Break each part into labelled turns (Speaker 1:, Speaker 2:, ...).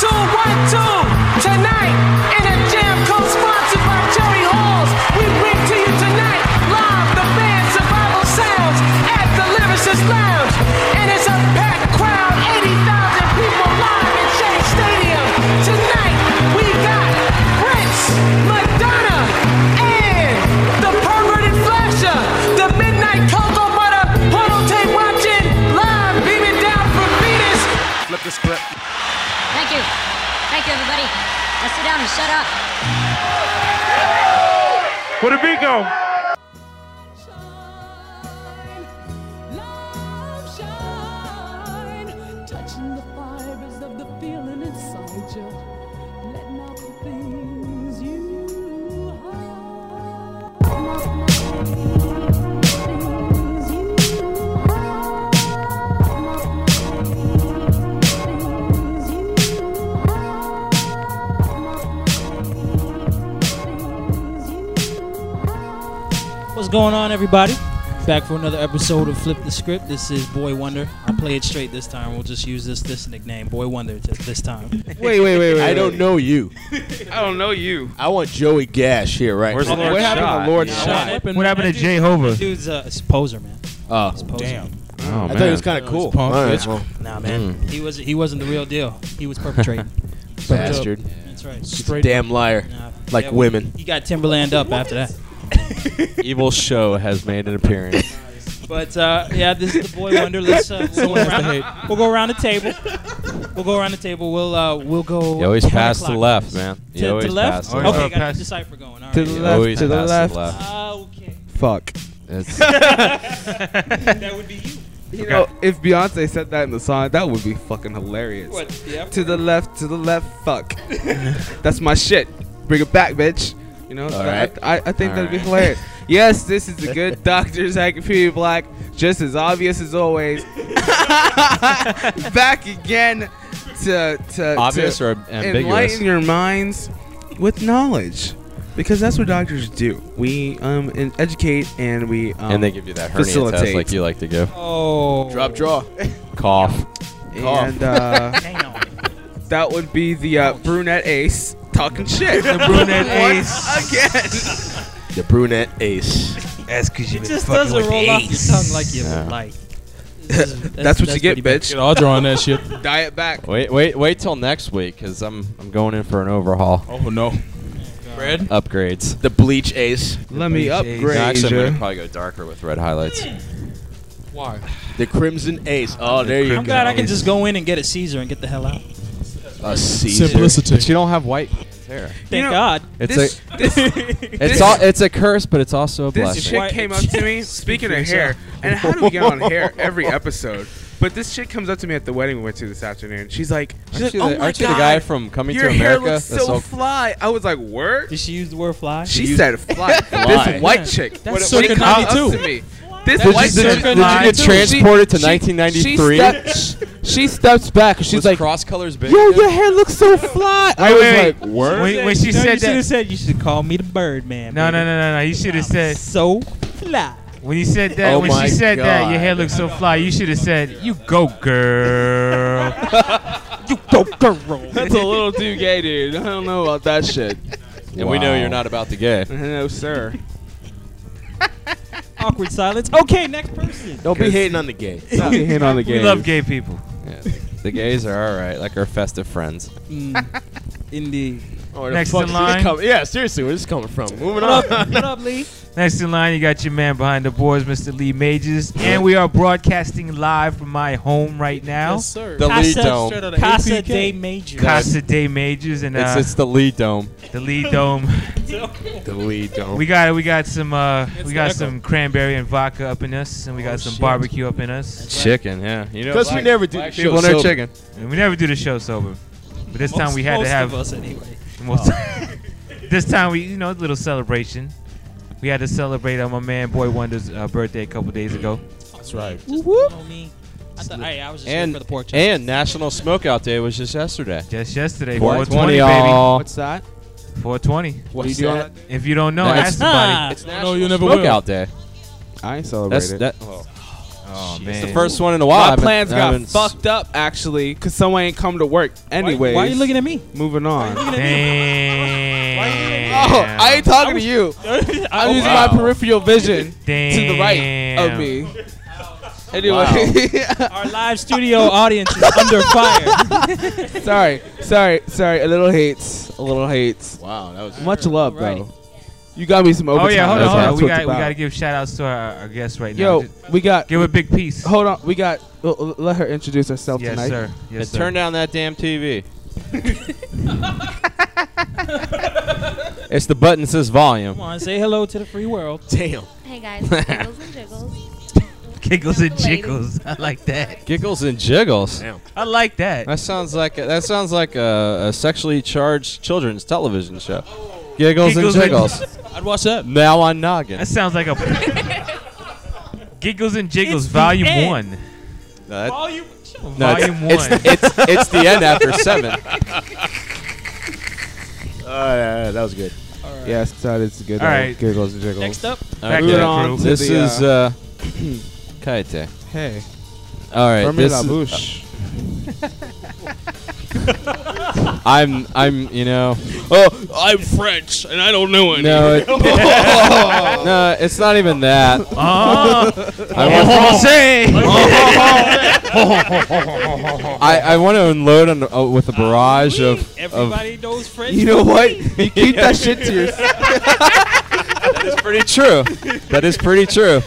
Speaker 1: two, one, two. Tonight in a jam co-sponsored by Jerry Halls, we bring to you tonight live the band Survival Sounds at the Lyricist Lounge, and it's a packed crowd, 80,000 people live in Shea Stadium. Tonight we got Prince, Madonna, and the perverted flasher, the midnight cocoa butter, puddle tape watching, live beaming down from Venus.
Speaker 2: Flip the script.
Speaker 3: Thank you. Thank you, everybody. Now sit down and shut up.
Speaker 2: Puerto Rico.
Speaker 4: Shine, love shine, touching the fibers of the feeling inside you, letting out the things you hide. Letting out the things you hide. Letting out the things you hide. Letting out the things you hide.
Speaker 5: What's going on, everybody? Back for another episode of Flip the Script. This is Boy Wonder. I play it straight this time. We'll just use this this nickname, Boy Wonder, t- this time.
Speaker 6: Wait, wait, wait, wait.
Speaker 7: I don't know you.
Speaker 8: I don't know you.
Speaker 7: I want Joey Gash here right
Speaker 2: Where's
Speaker 7: now.
Speaker 2: Lord
Speaker 7: what happened
Speaker 2: Shot?
Speaker 7: to Lord
Speaker 5: Yeah.
Speaker 7: Shot?
Speaker 5: happened-
Speaker 2: What happened to
Speaker 5: that dude-
Speaker 2: Jehovah?
Speaker 5: that Dude's uh, a s- poser, man.
Speaker 7: Oh,
Speaker 5: He's a poser.
Speaker 2: Oh,
Speaker 7: I thought it was kind of cool. All right, well,
Speaker 5: Nah, man.
Speaker 6: Mm.
Speaker 5: He was he wasn't the real deal. He was perpetrating.
Speaker 7: bastard.
Speaker 5: That's right.
Speaker 6: Straight
Speaker 7: Damn liar.
Speaker 5: Nah,
Speaker 7: Like
Speaker 5: that-
Speaker 7: women.
Speaker 5: He got Timberland up after that.
Speaker 6: evil show has made an appearance.
Speaker 5: But uh, yeah, this is the boy wonder. Let's uh, we'll, go around, we'll go around the table. We'll go around the table. We'll uh, we'll go.
Speaker 6: You always
Speaker 5: 10
Speaker 6: pass to the
Speaker 5: o'clock.
Speaker 6: left, man.
Speaker 5: To,
Speaker 6: You always
Speaker 5: to the left. Oh,
Speaker 6: pass to the
Speaker 2: Always
Speaker 5: okay,
Speaker 2: gotta
Speaker 5: got
Speaker 2: pass.
Speaker 5: the cipher going. All right.
Speaker 9: To the
Speaker 6: You
Speaker 9: left,
Speaker 6: always
Speaker 9: to the
Speaker 6: pass
Speaker 9: left.
Speaker 5: Ah, okay.
Speaker 9: Fuck.
Speaker 6: It's-
Speaker 5: That would be you.
Speaker 9: You know, if Beyonce said that in the song, that would be fucking hilarious.
Speaker 5: What? Yeah.
Speaker 9: To the left, to the left, fuck. That's my shit. Bring it back, bitch. You know, so
Speaker 7: right.
Speaker 9: I, I, I think
Speaker 6: All
Speaker 9: that'd be
Speaker 6: right.
Speaker 9: hilarious. yes, this is the good Dr. Zachary Black, just as obvious as always. back again to, to,
Speaker 6: obvious
Speaker 9: to
Speaker 6: or
Speaker 9: enlighten
Speaker 6: ambiguous?
Speaker 9: your minds with knowledge. Because that's what doctors do. We um en- educate and we um,
Speaker 6: And they give you that hernia test
Speaker 9: facilitate.
Speaker 6: like you like to give.
Speaker 5: Oh.
Speaker 7: Drop draw.
Speaker 6: Cough.
Speaker 9: and uh,
Speaker 5: Hang on.
Speaker 9: That would be the uh, brunette ace talking shit. The brunette ace again.
Speaker 7: The brunette ace.
Speaker 8: That's because
Speaker 5: It just doesn't roll off your tongue like you would like. This is-
Speaker 9: That's what you get,
Speaker 5: pretty bad.
Speaker 9: bitch.
Speaker 6: I'll draw on that shit.
Speaker 9: Diet back.
Speaker 6: Wait, wait, wait till next week, cause I'm I'm going in for an overhaul.
Speaker 2: Oh no.
Speaker 6: Upgrades.
Speaker 7: The bleach ace.
Speaker 9: Let me
Speaker 6: No,
Speaker 9: upgrade.
Speaker 6: actually, I'm
Speaker 9: ya.
Speaker 6: gonna probably go darker with red highlights.
Speaker 7: The crimson ace. Oh, there you
Speaker 5: I'm
Speaker 7: go.
Speaker 5: glad I can just go in and get a Caesar and get the hell out.
Speaker 7: A Caesar.
Speaker 6: But you don't have white hair.
Speaker 5: Thank
Speaker 9: know,
Speaker 5: God.
Speaker 6: It's
Speaker 9: This,
Speaker 6: a
Speaker 9: this,
Speaker 6: it's
Speaker 9: this-
Speaker 6: all it's a curse, but it's also a
Speaker 9: this
Speaker 6: blessing.
Speaker 9: chick came up to me. Speaking of hair, and how do we get on hair every episode? But this chick comes up to me at the wedding we went to this afternoon. She's like, she's
Speaker 6: Aren't
Speaker 9: like,
Speaker 6: you,
Speaker 9: oh
Speaker 6: the,
Speaker 9: my
Speaker 6: aren't you
Speaker 9: god,
Speaker 6: the guy from Coming
Speaker 9: your
Speaker 6: to
Speaker 9: hair
Speaker 6: America?
Speaker 9: looks so
Speaker 6: all-
Speaker 9: fly. I was like, word.
Speaker 5: Did she use the word fly?
Speaker 9: She said fly.
Speaker 7: Fly.
Speaker 9: This white chick.
Speaker 5: That's
Speaker 9: when
Speaker 5: Circa
Speaker 9: it comes up
Speaker 5: 92.
Speaker 9: to me. This
Speaker 6: Did you,
Speaker 9: white
Speaker 6: did you-
Speaker 5: Circa
Speaker 9: chick.
Speaker 6: did you
Speaker 5: line
Speaker 6: get
Speaker 5: too.
Speaker 6: transported to 1993?
Speaker 7: she steps back. She's
Speaker 6: was
Speaker 7: like,
Speaker 6: cross colors big.
Speaker 7: yo, your hair looks so fly. I
Speaker 8: Wait,
Speaker 7: was
Speaker 8: wait,
Speaker 7: like, word?
Speaker 8: When, when she
Speaker 5: no, you
Speaker 8: said
Speaker 5: should have
Speaker 8: that,
Speaker 5: said you should call me the Birdman.
Speaker 8: no, no, no,
Speaker 5: baby.
Speaker 8: no, no. You should have said
Speaker 5: So fly.
Speaker 8: when you said that.
Speaker 7: Oh
Speaker 8: when
Speaker 7: my
Speaker 8: she said that, your
Speaker 7: God.
Speaker 8: hair looks so fly. You should have said, "You go, girl."
Speaker 5: You go girl.
Speaker 9: That's a little too gay, dude. I don't know about that shit.
Speaker 6: And we know you're not about the gay.
Speaker 9: No, sir.
Speaker 5: Awkward silence. Okay, next person.
Speaker 7: Don't be hating on the gay.
Speaker 9: hit on the
Speaker 8: we love gay people.
Speaker 6: Yeah, the gays are all right, like our festive friends.
Speaker 5: Mm, indeed.
Speaker 7: Where the
Speaker 8: Next
Speaker 7: fuck
Speaker 8: in
Speaker 7: is this
Speaker 8: line.
Speaker 7: coming- Yeah, seriously, where's this coming from? Moving on.
Speaker 5: What up, what up, Lee?
Speaker 8: Next in line, you got your man behind the boards, Mr. Lee Majors, and we are broadcasting live from my home right now,
Speaker 6: The lead dome.
Speaker 5: Casa de Major.
Speaker 8: Casa de Majors, and uh,
Speaker 6: It's, it's the lead dome.
Speaker 8: the lead dome.
Speaker 7: The lead don't.
Speaker 8: We got we got some uh, we got
Speaker 5: echo. Oh,
Speaker 8: some cranberry and vodka up in us, and we got some
Speaker 5: shit.
Speaker 8: barbecue up in us.
Speaker 6: Chicken, yeah. You know,
Speaker 7: Because we never do
Speaker 6: black
Speaker 7: the
Speaker 6: people
Speaker 7: show
Speaker 6: and their
Speaker 7: sober.
Speaker 6: chicken.
Speaker 8: And we never do the show sober, but this
Speaker 5: Most-
Speaker 8: time we had to
Speaker 5: most
Speaker 8: have
Speaker 5: of us anyway.
Speaker 8: most- this time we you know a little celebration. We had to celebrate uh, my man Boy Wonder's uh, birthday a couple days ago.
Speaker 6: That's right.
Speaker 5: Just know me. I thought, hey, I was just
Speaker 6: And
Speaker 5: here for the pork chop.
Speaker 6: and National Smokeout Day was just yesterday.
Speaker 8: Just yesterday,
Speaker 6: 420,
Speaker 8: 420, baby.
Speaker 6: y'all.
Speaker 9: What's that?
Speaker 8: 420.
Speaker 7: What you doing? on that?
Speaker 8: If you don't know,
Speaker 6: That's-
Speaker 8: ask somebody.
Speaker 5: Ah,
Speaker 6: It's National Smokeout Day.
Speaker 9: I ain't
Speaker 6: That's
Speaker 9: celebrated.
Speaker 6: that.
Speaker 8: Oh man,
Speaker 6: It's the first one in a while. I
Speaker 9: My
Speaker 6: haven't-
Speaker 9: plans
Speaker 6: I
Speaker 9: got
Speaker 6: haven't-
Speaker 9: fucked up actually, cause someone ain't come to work anyway.
Speaker 5: Why are you looking at me?
Speaker 10: Moving on.
Speaker 8: Damn.
Speaker 9: Oh, I ain't talking to you. I'm using
Speaker 8: wow.
Speaker 9: my peripheral vision
Speaker 8: Damn.
Speaker 9: to the right of me. Anyway,
Speaker 5: Our live studio audience is under fire.
Speaker 9: sorry, sorry, sorry. A little hates, a little hates.
Speaker 2: Wow, that was
Speaker 9: Much love,
Speaker 5: Alrighty.
Speaker 9: though. You got me some
Speaker 8: Oh
Speaker 9: overtime.
Speaker 8: yeah, hold on,
Speaker 9: That's
Speaker 8: hold
Speaker 9: what I
Speaker 8: on. We
Speaker 9: talked
Speaker 8: got we
Speaker 9: about.
Speaker 8: got to give shout outs to our, our guests right now.
Speaker 9: Yo,
Speaker 8: Just
Speaker 9: we got.
Speaker 8: give a big piece.
Speaker 9: Hold on, we got. l- l- Let her introduce herself
Speaker 8: yes,
Speaker 9: tonight.
Speaker 8: sir.
Speaker 6: And
Speaker 8: Yes, sir.
Speaker 6: turn down that damn TV. it's the button that says
Speaker 5: Come
Speaker 6: volume.
Speaker 5: on, say hello to the free world.
Speaker 2: damn.
Speaker 3: Hey guys, giggles and jiggles.
Speaker 8: Giggles and
Speaker 3: Lady.
Speaker 8: jiggles. I like that.
Speaker 6: Giggles and jiggles.
Speaker 8: I like that.
Speaker 6: That sounds like a, that sounds like a, a sexually charged children's television show. Giggles,
Speaker 8: Giggles
Speaker 6: and
Speaker 8: and-
Speaker 6: jiggles.
Speaker 5: I'd watch that.
Speaker 6: now on noggin.
Speaker 8: That sounds like a. Giggles and Jiggles,
Speaker 5: It's the
Speaker 8: Volume
Speaker 5: end.
Speaker 8: One.
Speaker 6: No, that-
Speaker 5: Volume.
Speaker 6: no, it's-
Speaker 8: volume
Speaker 6: it's,
Speaker 8: one.
Speaker 6: It's, it's, the end after seven.
Speaker 2: Uh, that was good.
Speaker 9: Yes, so it's good.
Speaker 8: All
Speaker 9: old
Speaker 8: right.
Speaker 9: giggles and jiggles.
Speaker 5: Next up,
Speaker 8: Back
Speaker 9: Moving
Speaker 8: to
Speaker 9: on
Speaker 8: the
Speaker 9: to
Speaker 8: crew.
Speaker 6: This
Speaker 9: the,
Speaker 6: is uh, Kaite.
Speaker 9: Hey,
Speaker 6: All right,
Speaker 9: Fermi
Speaker 6: this
Speaker 9: La
Speaker 6: is-
Speaker 9: Bouche.
Speaker 6: I'm I'm you know
Speaker 9: Oh, I'm French and I don't know
Speaker 6: no it, no it's not even that.
Speaker 8: Oh,
Speaker 6: I want-
Speaker 8: Oh.
Speaker 6: I, I want to unload on, uh, with a barrage of, of
Speaker 5: everybody knows French.
Speaker 9: You know what? You keep that shit to yourself.
Speaker 6: That's pretty true. That is pretty true.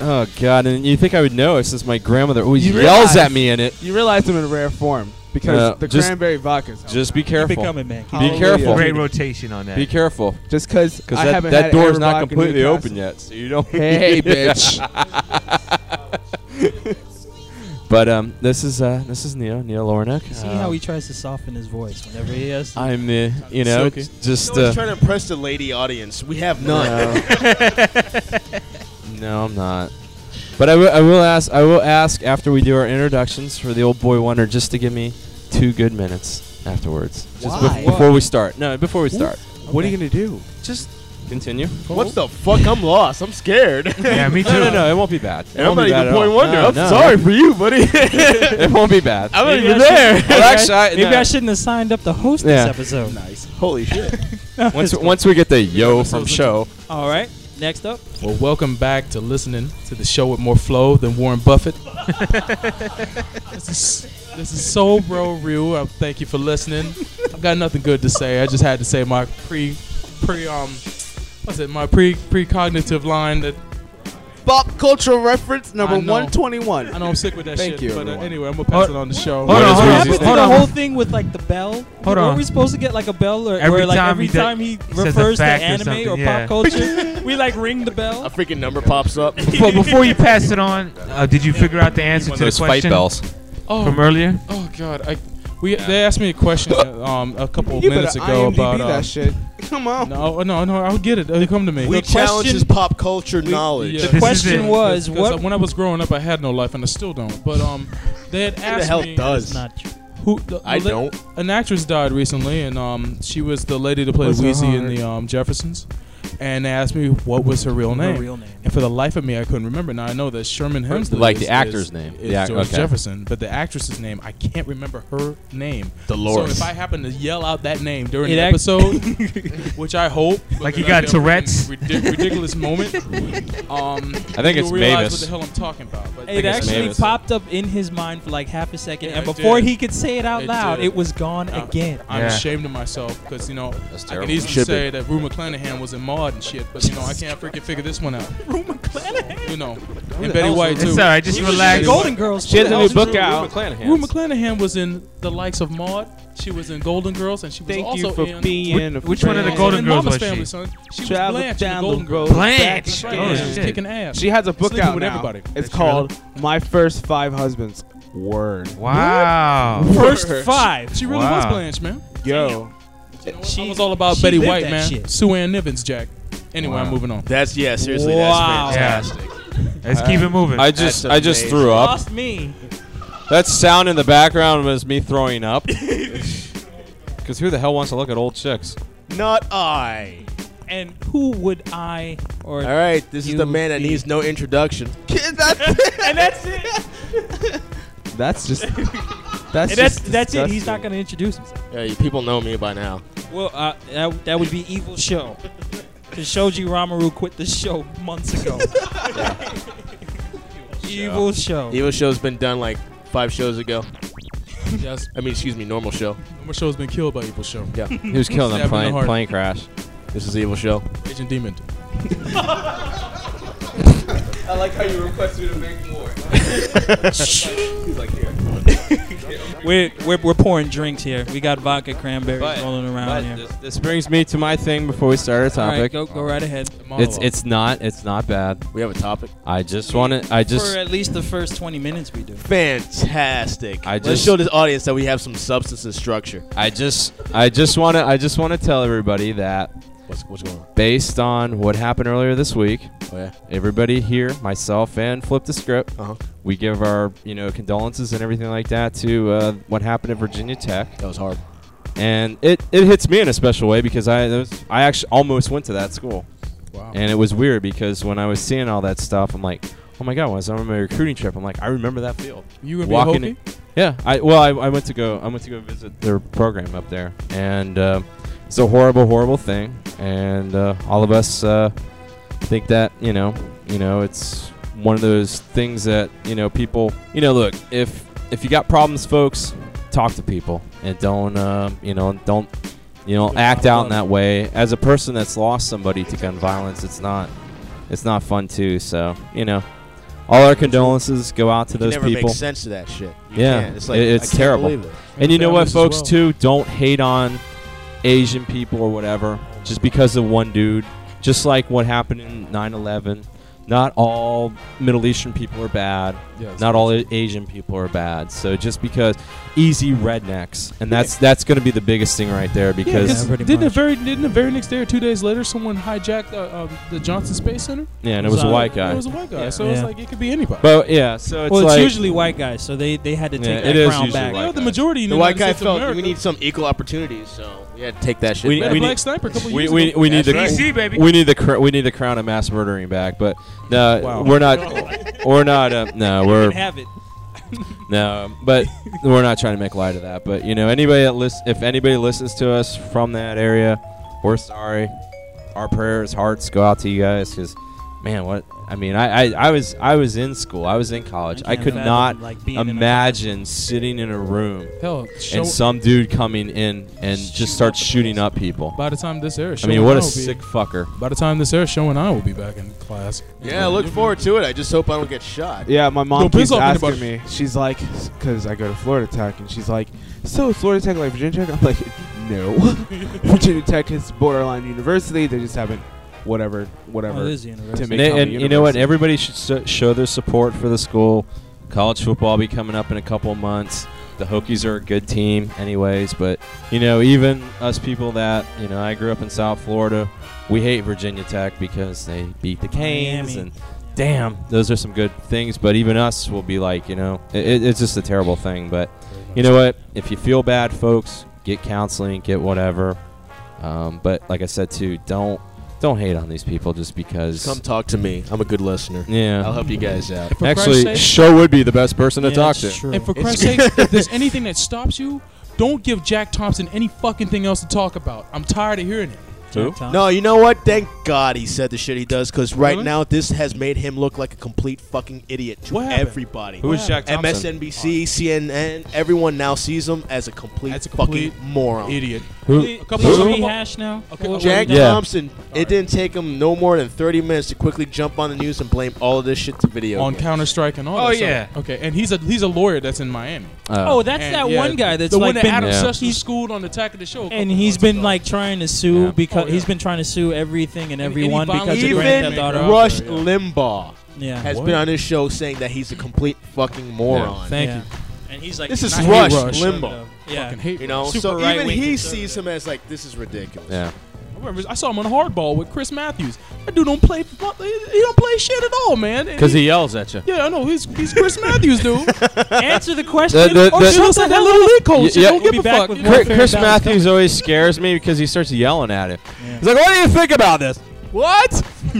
Speaker 6: Oh God! And you think I would know it since my grandmother always
Speaker 9: You
Speaker 6: yells
Speaker 9: realize-
Speaker 6: at me in it.
Speaker 9: You realize them in rare form because
Speaker 6: Uh,
Speaker 9: the
Speaker 6: just-
Speaker 9: cranberry vodka's.
Speaker 6: Just be
Speaker 5: Keep it
Speaker 6: careful.
Speaker 5: coming, man. Keep
Speaker 9: Hallelujah.
Speaker 6: Be careful.
Speaker 8: great rotation on that.
Speaker 6: Be careful,
Speaker 9: Just because
Speaker 6: because
Speaker 9: I
Speaker 6: that,
Speaker 9: haven't
Speaker 6: that
Speaker 9: had
Speaker 6: door is
Speaker 9: Aaron
Speaker 6: not
Speaker 9: Rock in
Speaker 6: completely
Speaker 9: Newcastle.
Speaker 6: open yet, so you don't.
Speaker 9: Hey, bitch.
Speaker 6: But um, this is uh, this is Neil Neil Lornick.
Speaker 5: See
Speaker 6: Um,
Speaker 5: how he tries to soften his voice whenever he has. to.
Speaker 6: I'm the you know
Speaker 9: Silky.
Speaker 6: just
Speaker 2: Still
Speaker 6: uh,
Speaker 2: trying to impress the lady audience. We have none.
Speaker 6: no, I'm not. But I will I will ask I will ask after we do our introductions for the old boy wonder just to give me two good minutes afterwards. Just bef-
Speaker 9: Why?
Speaker 6: before we start. No, before we start.
Speaker 9: What are you gonna do?
Speaker 6: Just continue.
Speaker 2: What the fuck? I'm lost. I'm scared.
Speaker 8: yeah, me too.
Speaker 6: No, no, no, it won't be bad. It
Speaker 2: And I'm
Speaker 6: won't
Speaker 2: not
Speaker 6: be bad
Speaker 2: even
Speaker 6: at all.
Speaker 2: point wonder.
Speaker 6: No,
Speaker 2: I'm
Speaker 6: no,
Speaker 2: sorry for you, buddy.
Speaker 6: It won't be bad.
Speaker 2: I'm not
Speaker 5: Maybe
Speaker 2: even
Speaker 5: Oh, I should-
Speaker 2: there.
Speaker 6: Well, actually, I-
Speaker 5: Maybe
Speaker 6: no.
Speaker 5: I shouldn't have signed up to host
Speaker 6: Yeah.
Speaker 5: this episode. Nice.
Speaker 2: Holy shit.
Speaker 6: once, once we get the yo from show.
Speaker 5: All right. Next up,
Speaker 4: Well, welcome back to listening to the show with more flow than Warren Buffett. this is this is Soul Bro Real. I thank you for listening. I've got nothing good to say. I just had to say my pre pre um what's it my pre precognitive line that
Speaker 9: Pop cultural reference
Speaker 4: I know.
Speaker 9: 121.
Speaker 4: I know I'm sick with that
Speaker 9: Thank
Speaker 4: shit.
Speaker 9: you,
Speaker 4: But uh,
Speaker 9: everyone.
Speaker 4: anyway, I'm gonna pass it on the show.
Speaker 8: Hold on,
Speaker 6: is
Speaker 8: hold
Speaker 5: what
Speaker 8: on,
Speaker 5: happened
Speaker 6: Reese's
Speaker 5: to
Speaker 8: hold
Speaker 5: the
Speaker 8: on.
Speaker 5: whole thing with like the bell?
Speaker 8: Hold
Speaker 5: Were
Speaker 8: on.
Speaker 5: we supposed to get like a bell, or
Speaker 8: Every
Speaker 5: where, like
Speaker 8: time
Speaker 5: every
Speaker 8: he does-
Speaker 5: time he
Speaker 8: says a
Speaker 5: refers to
Speaker 8: fact or
Speaker 5: anime or,
Speaker 8: something, yeah.
Speaker 5: pop culture, we like ring the
Speaker 2: A
Speaker 5: bell?
Speaker 2: freaking number pops up.
Speaker 8: Before, before you pass it on, uh, did you figure out the answer to the
Speaker 6: Those fight
Speaker 8: question
Speaker 6: bells.
Speaker 4: Oh,
Speaker 8: from earlier?
Speaker 4: oh God, I we they asked me a question uh, um a couple
Speaker 9: You
Speaker 4: minutes
Speaker 9: better
Speaker 4: ago
Speaker 9: IMDb
Speaker 4: about um,
Speaker 9: that shit. Come on.
Speaker 4: no no no I'll get it. It'll come to me.
Speaker 2: We
Speaker 5: The
Speaker 2: challenge
Speaker 5: question-
Speaker 2: his pop culture knowledge.
Speaker 4: yeah.
Speaker 5: The
Speaker 8: This is
Speaker 5: question
Speaker 8: it.
Speaker 4: Because,
Speaker 5: was,
Speaker 4: uh,
Speaker 5: what?
Speaker 4: when I was growing up, I had no life, and I still don't. But um, they had
Speaker 2: Who the
Speaker 4: asked
Speaker 2: hell
Speaker 4: me
Speaker 2: does?
Speaker 5: Not true.
Speaker 4: who the,
Speaker 2: I
Speaker 4: the-
Speaker 2: don't.
Speaker 4: An actress died recently, and um, she was the lady that played
Speaker 9: Bless her
Speaker 4: Weezy in
Speaker 9: heart.
Speaker 4: the um Jeffersons. And they asked me what was her real name.
Speaker 5: Her real name.
Speaker 4: And for the life of me, I couldn't remember. Now I know that Sherman Hemsley,
Speaker 6: Like the
Speaker 4: is-
Speaker 6: actor's
Speaker 4: is-
Speaker 6: name.
Speaker 4: is
Speaker 6: Yeah,
Speaker 4: George
Speaker 6: okay.
Speaker 4: Jefferson, but the actress's name, I can't remember her name.
Speaker 2: Dolores.
Speaker 4: So if I happen to yell out that name during
Speaker 5: It
Speaker 4: the
Speaker 5: act-
Speaker 4: episode, which I hope, but
Speaker 8: Like you
Speaker 4: then I
Speaker 8: got
Speaker 4: get a freaking
Speaker 8: Tourette's?
Speaker 4: ridic- ridiculous moment. Um,
Speaker 6: I think it's
Speaker 4: you'll realize
Speaker 6: Mavis.
Speaker 4: What the hell I'm talking about? But
Speaker 5: It
Speaker 4: it's
Speaker 5: actually
Speaker 6: Mavis.
Speaker 5: popped up in his mind for like half a second,
Speaker 4: Yeah,
Speaker 5: and
Speaker 4: it
Speaker 5: before
Speaker 4: did.
Speaker 5: he could say it out
Speaker 4: It
Speaker 5: loud,
Speaker 4: did.
Speaker 5: it was gone
Speaker 4: Uh,
Speaker 5: again.
Speaker 4: I'm
Speaker 8: Yeah.
Speaker 4: ashamed of myself because you know
Speaker 6: That's
Speaker 4: I can
Speaker 6: terrible.
Speaker 4: easily
Speaker 2: Should be.
Speaker 4: say that Rue McClanahan was in Maud and shit, but you know I can't freaking figure this one out. Rue McClanahan, you know, and Betty White too.
Speaker 8: It's alright, just relax.
Speaker 4: She was
Speaker 5: Golden Girls.
Speaker 9: She has a new
Speaker 5: too.
Speaker 9: book out.
Speaker 4: Rue McClanahan was in the likes of Maud. She was in Golden Girls, and she was
Speaker 9: Thank
Speaker 4: also
Speaker 9: you for
Speaker 4: in.
Speaker 9: being a
Speaker 8: which one of the
Speaker 9: friend.
Speaker 4: also
Speaker 8: Golden
Speaker 4: in
Speaker 8: Girls
Speaker 4: Mama's
Speaker 8: was she?
Speaker 4: family, son. She was
Speaker 9: Travel
Speaker 4: Blanche in
Speaker 9: down
Speaker 4: Golden
Speaker 9: the
Speaker 4: Girls.
Speaker 9: road.
Speaker 8: Blanche.
Speaker 4: Right,
Speaker 8: Oh,
Speaker 4: yeah, she was
Speaker 8: shit.
Speaker 4: kicking ass.
Speaker 9: She has a book
Speaker 4: Sleeping
Speaker 9: out
Speaker 4: with
Speaker 9: now.
Speaker 4: everybody.
Speaker 9: It's
Speaker 8: That's
Speaker 9: called My First Five Husbands. Word.
Speaker 8: Wow.
Speaker 5: First five.
Speaker 4: She really was
Speaker 8: Wow.
Speaker 4: Blanche, man.
Speaker 9: Yo.
Speaker 4: She
Speaker 5: She-
Speaker 4: was all about
Speaker 5: she
Speaker 4: Betty
Speaker 5: lived
Speaker 4: White,
Speaker 5: that
Speaker 4: man.
Speaker 5: shit.
Speaker 4: Sue Ann Nivens, Jack. Anyway, I'm
Speaker 8: Wow.
Speaker 4: moving on.
Speaker 2: That's yeah, seriously,
Speaker 5: Wow.
Speaker 2: that's fantastic.
Speaker 8: Let's keep it moving.
Speaker 6: I just
Speaker 2: That's
Speaker 6: I just
Speaker 2: amazing.
Speaker 6: threw up.
Speaker 5: Lost me.
Speaker 6: That sound in the background was me throwing up. Because who the hell wants to look at old chicks?
Speaker 2: Not I.
Speaker 5: and who would I or
Speaker 2: All right, this is the man that needs no introduction.
Speaker 5: and that's it.
Speaker 6: That's just.
Speaker 5: That's And that's- just that's it. He's not disgusting. gonna introduce
Speaker 2: himself. Yeah, you people know me by now.
Speaker 5: Well, uh, that, that would be evil show. Shoji Ramaru quit the show months ago. Evil show.
Speaker 2: Evil show's been done like five shows ago.
Speaker 4: Yes.
Speaker 2: I mean, excuse me, normal show.
Speaker 4: Normal show's been killed by Evil Show.
Speaker 2: Yeah.
Speaker 4: He
Speaker 6: was killed on plane- plane crash.
Speaker 2: This is Evil Show.
Speaker 4: Agent Demon.
Speaker 9: I like how you request me to make more.
Speaker 11: He's like, here.
Speaker 5: We're, we're, we're pouring drinks here. We got vodka cranberries
Speaker 6: But-
Speaker 5: rolling around
Speaker 6: but
Speaker 5: here.
Speaker 6: This brings me to my thing before we start our
Speaker 5: All right,
Speaker 6: topic.
Speaker 5: go- go right ahead.
Speaker 6: It's it's not it's not bad.
Speaker 2: We have a topic.
Speaker 6: I just want to. I just
Speaker 5: For at least the first 20 minutes we do.
Speaker 2: Fantastic.
Speaker 6: I
Speaker 2: Let's
Speaker 6: just-
Speaker 2: show this audience that we have some substance and structure.
Speaker 6: I just I just want to I just want to tell everybody that
Speaker 2: What's- what's going on?
Speaker 6: based on what happened earlier this week.
Speaker 2: Oh, yeah.
Speaker 6: Everybody here, myself and Flip the Script,
Speaker 2: Uh-huh.
Speaker 6: we give our you know condolences and everything like that to uh, what happened at Virginia Tech.
Speaker 2: That was horrible.
Speaker 6: And it, it hits me in a special way because I that was, I actually almost went to that school.
Speaker 2: Wow.
Speaker 6: And it was weird because when I was seeing all that stuff, I'm like, oh my god, when I was on my recruiting trip, I'm like, I remember that field.
Speaker 4: You gonna be a
Speaker 6: walking?
Speaker 4: Hokie?
Speaker 6: in- yeah. I well, I, I went to go I went to go visit their program up there, and um it's a horrible, horrible thing. And uh, all of us uh, think that you know, you know, it's one of those things that you know people. You know, look if if you got problems, folks, talk to people and don't um, you know don't you know act out in that way. As a person that's lost somebody to gun violence, it's not it's not fun too. So you know. All our condolences go out to
Speaker 2: You can
Speaker 6: those
Speaker 2: never make
Speaker 6: people.
Speaker 2: sense of that shit. You
Speaker 6: yeah,
Speaker 2: can't. It's like,
Speaker 6: it-
Speaker 2: I
Speaker 6: it's
Speaker 2: can't
Speaker 6: terrible.
Speaker 2: believe it.
Speaker 6: And you know what,
Speaker 2: Families as
Speaker 6: folks?
Speaker 2: well.
Speaker 6: Too don't hate on Asian people or whatever just because of one dude. Just like what happened in 9/11. Not all Middle Eastern people are bad.
Speaker 4: Yes.
Speaker 6: Not all A- Asian people are bad. So just because easy rednecks, and that's that's going to be the biggest thing right there because
Speaker 4: Yeah, 'cause didn't the very didn't the very next day or two days later someone hijacked uh, um, the Johnson Space Center?
Speaker 6: Yeah, and it was a white guy.
Speaker 4: It was a white guy,
Speaker 6: Yeah.
Speaker 4: so it's
Speaker 5: Yeah.
Speaker 4: like it could be anybody.
Speaker 6: But yeah, so it's
Speaker 5: well, it's
Speaker 6: like-
Speaker 5: usually white guys, so they, they had to take
Speaker 6: Yeah,
Speaker 5: that
Speaker 6: it is
Speaker 5: crown
Speaker 6: usually
Speaker 5: back.
Speaker 6: white
Speaker 4: Well, the majority in the
Speaker 2: The white
Speaker 4: United
Speaker 2: guy
Speaker 4: States of
Speaker 2: felt
Speaker 4: America-
Speaker 2: we need some equal opportunities, so we had to take that shit.
Speaker 6: We,
Speaker 2: back.
Speaker 6: we need, we, we, we need the
Speaker 2: That's right.
Speaker 6: we need the cr- we need the crown of mass murdering back, but no,
Speaker 2: Wow.
Speaker 6: we're not we're not uh, no we're
Speaker 5: have it.
Speaker 6: no, but we're not trying to make light of that. But you know, anybody that lis- if anybody listens to us from that area, we're sorry. Our prayers, hearts go out to you guys because, man, what I mean, I, I I was I was in school, I was in college, I,
Speaker 5: can't
Speaker 6: could
Speaker 5: fathom,
Speaker 6: not
Speaker 5: like, being in a-
Speaker 6: imagine sitting in a room
Speaker 4: Hell, show-
Speaker 6: and some dude coming in and just starts shooting up people.
Speaker 4: By the time this airs,
Speaker 6: I mean,
Speaker 4: Sean
Speaker 6: what a
Speaker 4: Connery will be-
Speaker 6: sick fucker.
Speaker 4: By the time this airs, Show and I will be back in class.
Speaker 2: Yeah, I look forward to it. I just hope I don't get shot.
Speaker 9: Yeah, my mom
Speaker 4: Don't piss
Speaker 9: keeps
Speaker 4: off
Speaker 9: asking
Speaker 4: anybody.
Speaker 9: me. She's like, because I go to Florida Tech, and she's like, so is Florida Tech like Virginia Tech? I'm like, no. Virginia Tech is borderline university. They just haven't, whatever, whatever.
Speaker 5: Oh, it is a university.
Speaker 9: to
Speaker 6: And,
Speaker 9: make
Speaker 6: they-
Speaker 9: out the
Speaker 6: and you know what?
Speaker 9: university.
Speaker 6: Everybody should so- show their support for the school. College football will be coming up in a couple of months. The Hokies are a good team, anyways. But you know, even us people that you know, I grew up in South Florida. We hate Virginia Tech because they beat the Canes,
Speaker 5: Miami.
Speaker 6: and damn, those are some good things. But even us will be like, you know, it- it, it's just a terrible thing. But you know what? If you feel bad, folks, get counseling, get whatever. Um, but like I said too, don't don't hate on these people just because.
Speaker 2: Come talk to me. I'm a good listener.
Speaker 6: Yeah.
Speaker 2: I'll help you guys out.
Speaker 4: For Christ's
Speaker 6: Actually,
Speaker 4: sake-
Speaker 6: Show would be the best person to
Speaker 5: Yeah,
Speaker 6: talk to.
Speaker 5: that's true.
Speaker 4: And for
Speaker 5: It's-
Speaker 4: Christ's sake, if there's anything that stops you, don't give Jack Thompson any fucking thing else to talk about. I'm tired of hearing it.
Speaker 5: Who?
Speaker 2: No, you know what? Thank God he said the shit he does because right
Speaker 4: Really?
Speaker 2: now this has made him look like a complete fucking idiot to
Speaker 4: happened?
Speaker 2: everybody.
Speaker 6: Who is Jack Thompson?
Speaker 2: MSNBC, CNN, everyone now sees him as a complete,
Speaker 4: complete
Speaker 2: fucking moron.
Speaker 4: idiot.
Speaker 6: Who?
Speaker 4: A couple
Speaker 5: Who?
Speaker 4: of-
Speaker 5: Rehash now?
Speaker 4: Okay,
Speaker 5: What-
Speaker 2: Jack
Speaker 5: what-
Speaker 2: Thompson. It didn't take him no more than 30 minutes to quickly jump on the news and blame all of this shit to video.
Speaker 4: on
Speaker 2: games.
Speaker 4: Counter Strike and all.
Speaker 8: Oh,
Speaker 4: that stuff.
Speaker 8: yeah.
Speaker 4: Okay, and he's a he's a lawyer that's in Miami.
Speaker 5: Oh, that's
Speaker 4: And,
Speaker 5: that
Speaker 4: yeah,
Speaker 5: one guy that's
Speaker 4: the
Speaker 5: like
Speaker 4: one that
Speaker 5: been
Speaker 4: Adam
Speaker 6: Yeah.
Speaker 4: Sussman schooled on the attack of the show. a
Speaker 5: and
Speaker 4: couple
Speaker 5: he's
Speaker 4: months
Speaker 5: been
Speaker 4: ago.
Speaker 5: like trying to sue
Speaker 6: Yeah.
Speaker 5: because
Speaker 4: Oh, yeah.
Speaker 5: he's been trying to sue everything and
Speaker 4: any
Speaker 5: everyone
Speaker 4: violent-
Speaker 5: because of Grand
Speaker 2: Even
Speaker 5: Theft Auto.
Speaker 2: Rush Limbaugh
Speaker 5: Yeah.
Speaker 2: has
Speaker 5: What?
Speaker 2: been on his show saying that he's a complete fucking moron.
Speaker 4: Thank
Speaker 5: Yeah.
Speaker 4: you.
Speaker 5: And he's like,
Speaker 2: This is
Speaker 5: I hate
Speaker 2: Rush,
Speaker 4: Rush.
Speaker 2: Limbaugh.
Speaker 5: Yeah.
Speaker 4: Fucking hate
Speaker 2: You know,
Speaker 5: Super
Speaker 2: so even
Speaker 5: right-wing
Speaker 2: he
Speaker 5: conservative.
Speaker 2: sees him as like this is ridiculous.
Speaker 6: Yeah.
Speaker 4: I remember I saw him on Hardball with Chris Matthews. That dude don't play. fu- He he don't play shit at all, man. And
Speaker 9: Because he yells at you.
Speaker 4: Yeah, I know. He's he's Chris Matthews, dude.
Speaker 5: Answer
Speaker 4: The,
Speaker 5: the
Speaker 4: the, the, he looks like that little league coach.
Speaker 6: Yeah,
Speaker 4: Don't give a fuck.
Speaker 6: Chris- Chris Matthews always scares me because he starts yelling at him. He's like, "What do you think about this?" What?